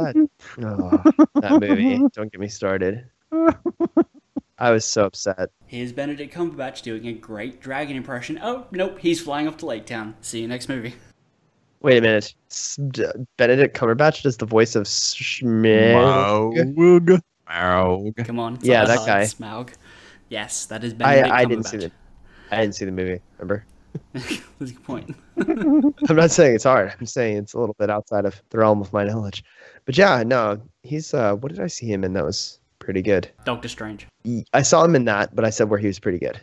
Speaker 3: Oh, that movie. Don't get me started. I was so upset.
Speaker 2: Here's Benedict Cumberbatch doing a great dragon impression. Oh nope, he's flying off to Lake Town. See you next movie.
Speaker 3: Wait a minute. S- D- Benedict Cumberbatch does the voice of Schmidt.
Speaker 1: Smaug. Smaug.
Speaker 2: Come on. it's
Speaker 3: Yeah,
Speaker 2: not
Speaker 3: that
Speaker 2: hard,
Speaker 3: guy.
Speaker 2: Smaug. Yes, that is
Speaker 3: I,
Speaker 2: Benedict
Speaker 3: I
Speaker 2: Cumberbatch.
Speaker 3: didn't see the I didn't see the movie. Remember?
Speaker 2: That's a good point.
Speaker 3: I'm not saying it's hard. I'm saying it's a little bit outside of the realm of my knowledge. But yeah, no, he's. uh What did I see him in? That was pretty good.
Speaker 2: Doctor Strange.
Speaker 3: Y- I saw him in that, but I said where he was pretty good.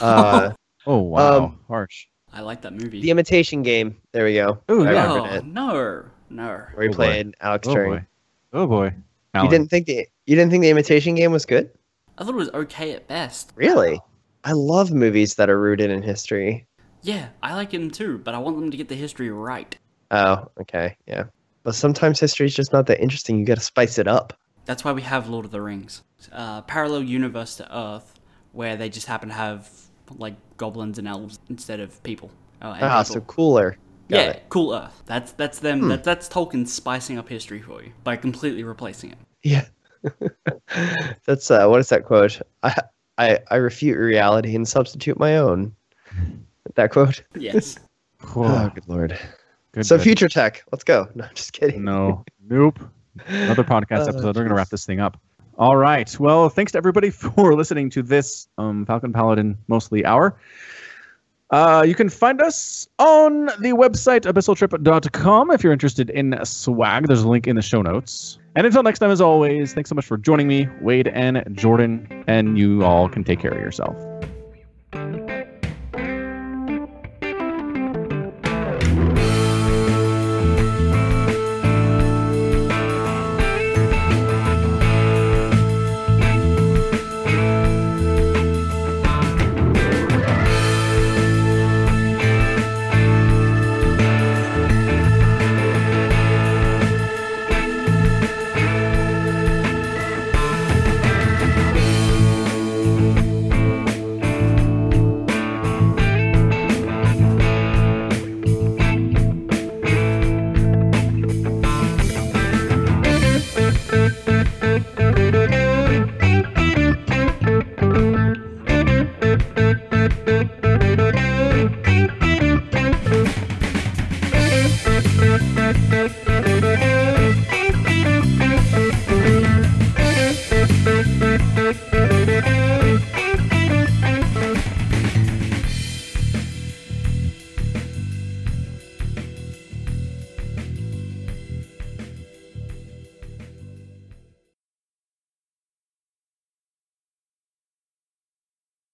Speaker 3: Uh,
Speaker 1: Oh wow,
Speaker 3: Um,
Speaker 1: harsh.
Speaker 2: I like that movie.
Speaker 3: The Imitation Game. There we go.
Speaker 1: Ooh,
Speaker 3: I
Speaker 1: yeah.
Speaker 3: remembered
Speaker 2: no,
Speaker 3: it.
Speaker 2: no, no.
Speaker 3: Where he
Speaker 1: Oh, boy.
Speaker 3: played Alex
Speaker 1: Oh
Speaker 3: Turing.
Speaker 1: boy. Oh boy.
Speaker 3: You
Speaker 1: Alan.
Speaker 3: didn't think the you didn't think the Imitation Game was good?
Speaker 2: I thought it was okay at best.
Speaker 3: Really? I love movies that are rooted in history.
Speaker 2: Yeah, I like him too, but I want them to get the history right.
Speaker 3: Oh, okay, yeah. But sometimes history's just not that interesting. You got to spice it up.
Speaker 2: That's why we have Lord of the Rings, uh, parallel universe to Earth, where they just happen to have like goblins and elves instead of people. Oh, and
Speaker 3: Ah,
Speaker 2: people.
Speaker 3: so cooler. Got
Speaker 2: yeah,
Speaker 3: it.
Speaker 2: cool Earth. That's that's them. That, that's Tolkien spicing up history for you by completely replacing it.
Speaker 3: Yeah. That's uh, what is that quote? I, I I refute reality and substitute my own. That quote.
Speaker 2: Yes.
Speaker 1: Whoa,
Speaker 3: Oh, good lord.
Speaker 1: good,
Speaker 3: so
Speaker 1: good.
Speaker 3: future tech. Let's go. No, I'm just kidding.
Speaker 1: No. Nope. Another podcast
Speaker 3: Oh,
Speaker 1: episode. We're gonna
Speaker 3: jeez.
Speaker 1: wrap this thing up. All right. Well, thanks to everybody for listening to this um, Falcon Paladin mostly hour. Uh, you can find us on the website abyssaltrip.com if you're interested in swag. There's a link in the show notes. And until next time, as always, thanks so much for joining me, Wade and Jordan. And you all can take care of yourself.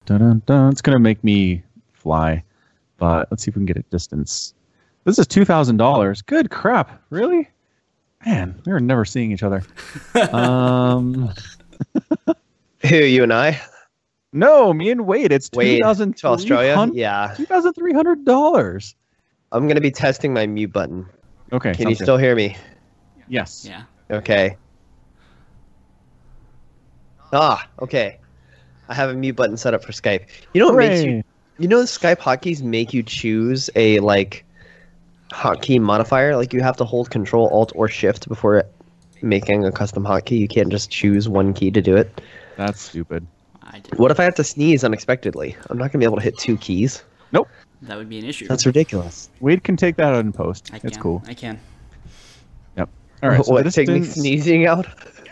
Speaker 1: Dun, dun, dun. It's going to make me fly, but let's see if we can get a distance. This is $2,000. Good crap. Really? Man, we were never seeing each other. um,
Speaker 3: Who you and I?
Speaker 1: no, me and Wade, it's
Speaker 3: Wade,
Speaker 1: $2,300.
Speaker 3: To Australia? Yeah.
Speaker 1: $2,300.
Speaker 3: I'm gonna be testing my mute button.
Speaker 1: Okay.
Speaker 3: Can you
Speaker 1: sounds good.
Speaker 3: still hear me?
Speaker 1: Yes.
Speaker 2: Yeah.
Speaker 3: Okay. Ah, okay. I have a mute button set up for Skype. You know what makes you
Speaker 1: Hooray.
Speaker 3: You know, Skype hotkeys make you choose a like hotkey modifier. Like you have to hold Control Alt or Shift before making a custom hotkey. You can't just choose one key to do it.
Speaker 1: That's stupid.
Speaker 2: I did.
Speaker 3: What if I have to sneeze unexpectedly? I'm not gonna be able to hit two keys.
Speaker 2: That would be an issue.
Speaker 3: That's ridiculous.
Speaker 1: Wade can take that out in post.
Speaker 2: I can.
Speaker 1: It's cool.
Speaker 2: I can.
Speaker 1: All right. so
Speaker 3: what
Speaker 1: the
Speaker 3: take me
Speaker 1: distance-
Speaker 3: sneezing out?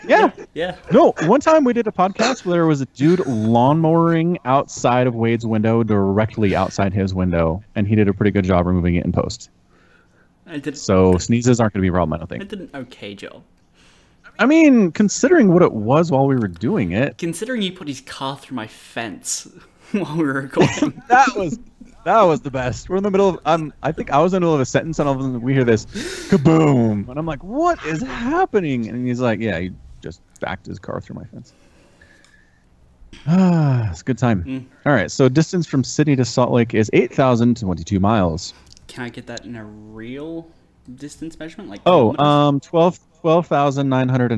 Speaker 1: Yeah.
Speaker 2: Yeah.
Speaker 1: No, one time we did a podcast where there was a dude lawnmowering outside of Wade's window, directly outside his window, and he did a pretty good job removing it in post.
Speaker 2: I did.
Speaker 1: So sneezes aren't going to be a problem, I don't
Speaker 2: I
Speaker 1: think.
Speaker 2: did an okay job.
Speaker 1: I mean, considering what it was while we were doing it,
Speaker 2: Considering you put his car through my fence while we were recording.
Speaker 1: that was that was the best. We're in the middle of um, I think I was in the middle of a sentence, and all of a sudden we hear this kaboom, and I'm like, "What is happening?" And he's like, "Yeah, he just backed his car through my fence." Ah, it's a good time.
Speaker 2: Mm.
Speaker 1: All right, so distance from Sydney to Salt Lake is 8,022 miles.
Speaker 2: can I get that in a real distance measurement? Like
Speaker 1: Oh,
Speaker 2: kilometers?
Speaker 1: um, 12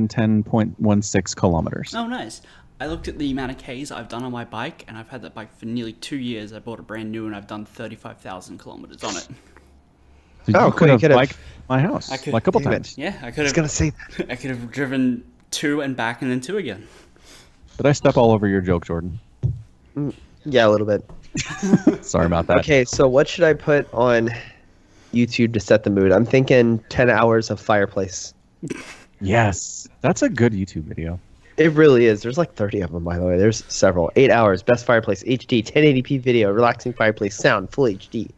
Speaker 1: 12,910.16 kilometers.
Speaker 2: Oh, nice. I looked at the amount of Ks I've done on my bike, and I've had that bike for nearly two years. I bought a brand new, and I've done thirty-five thousand kilometers on it.
Speaker 1: So
Speaker 3: Oh,
Speaker 1: you
Speaker 3: cool,
Speaker 1: could
Speaker 3: you
Speaker 1: have
Speaker 3: could have-
Speaker 1: biked my house
Speaker 2: I could-
Speaker 1: like a couple
Speaker 3: Damn it.
Speaker 1: times.
Speaker 2: Yeah, I
Speaker 3: I
Speaker 2: could
Speaker 3: was
Speaker 2: have.
Speaker 3: gonna say that.
Speaker 2: I could have driven two and back, and then two again.
Speaker 1: Did I step all over your joke, Jordan?
Speaker 3: Yeah, a little bit.
Speaker 1: Sorry about that.
Speaker 3: Okay, so what should I put on YouTube to set the mood? I'm thinking 10 hours of fireplace.
Speaker 1: Yes, that's a good YouTube video.
Speaker 3: It really is. There's like 30 of them, by the way. There's several. Eight hours, best fireplace, HD, 1080p video, relaxing fireplace, sound, full HD.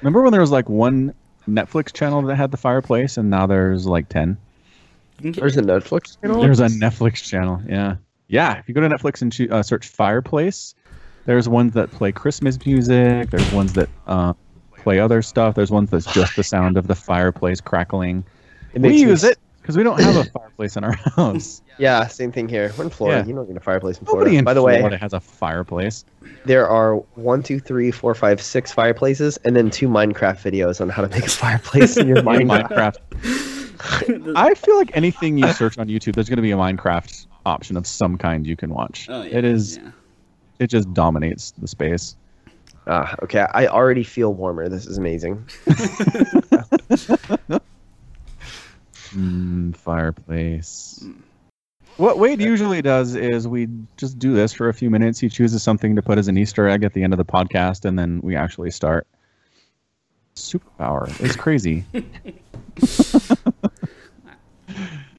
Speaker 1: Remember when there was like one Netflix channel that had the fireplace, and now there's like 10?
Speaker 2: You can get-
Speaker 3: There's a Netflix channel.
Speaker 1: There's a Netflix channel. Yeah. Yeah. If you go to Netflix and choo- uh, search Fireplace, there's ones that play Christmas music. There's ones that uh, play other stuff. There's ones that's just the sound of the fireplace crackling.
Speaker 3: It
Speaker 1: we
Speaker 3: makes me-
Speaker 1: use it because we don't have a fireplace in our house.
Speaker 3: Yeah, same thing here. We're in Florida.
Speaker 1: Yeah.
Speaker 3: You don't get a fireplace in Florida.
Speaker 1: Nobody in
Speaker 3: by the
Speaker 1: Florida
Speaker 3: way,
Speaker 1: has a fireplace.
Speaker 3: there are one, two, three, four, five, six fireplaces, and then two Minecraft videos on how to make a fireplace in your
Speaker 1: Or
Speaker 3: Minecraft.
Speaker 1: Minecraft. I feel like anything you search on YouTube, there's going to be a Minecraft option of some kind you can watch.
Speaker 2: oh, yeah,
Speaker 1: it is.
Speaker 2: yeah.
Speaker 1: It just dominates the space.
Speaker 3: Ah, okay. I already feel warmer. This is amazing.
Speaker 1: Mm, fireplace. What Wade usually does is we just do this for a few minutes. He chooses something to put as an Easter egg at the end of the podcast, and then we actually start. Superpower. It's crazy.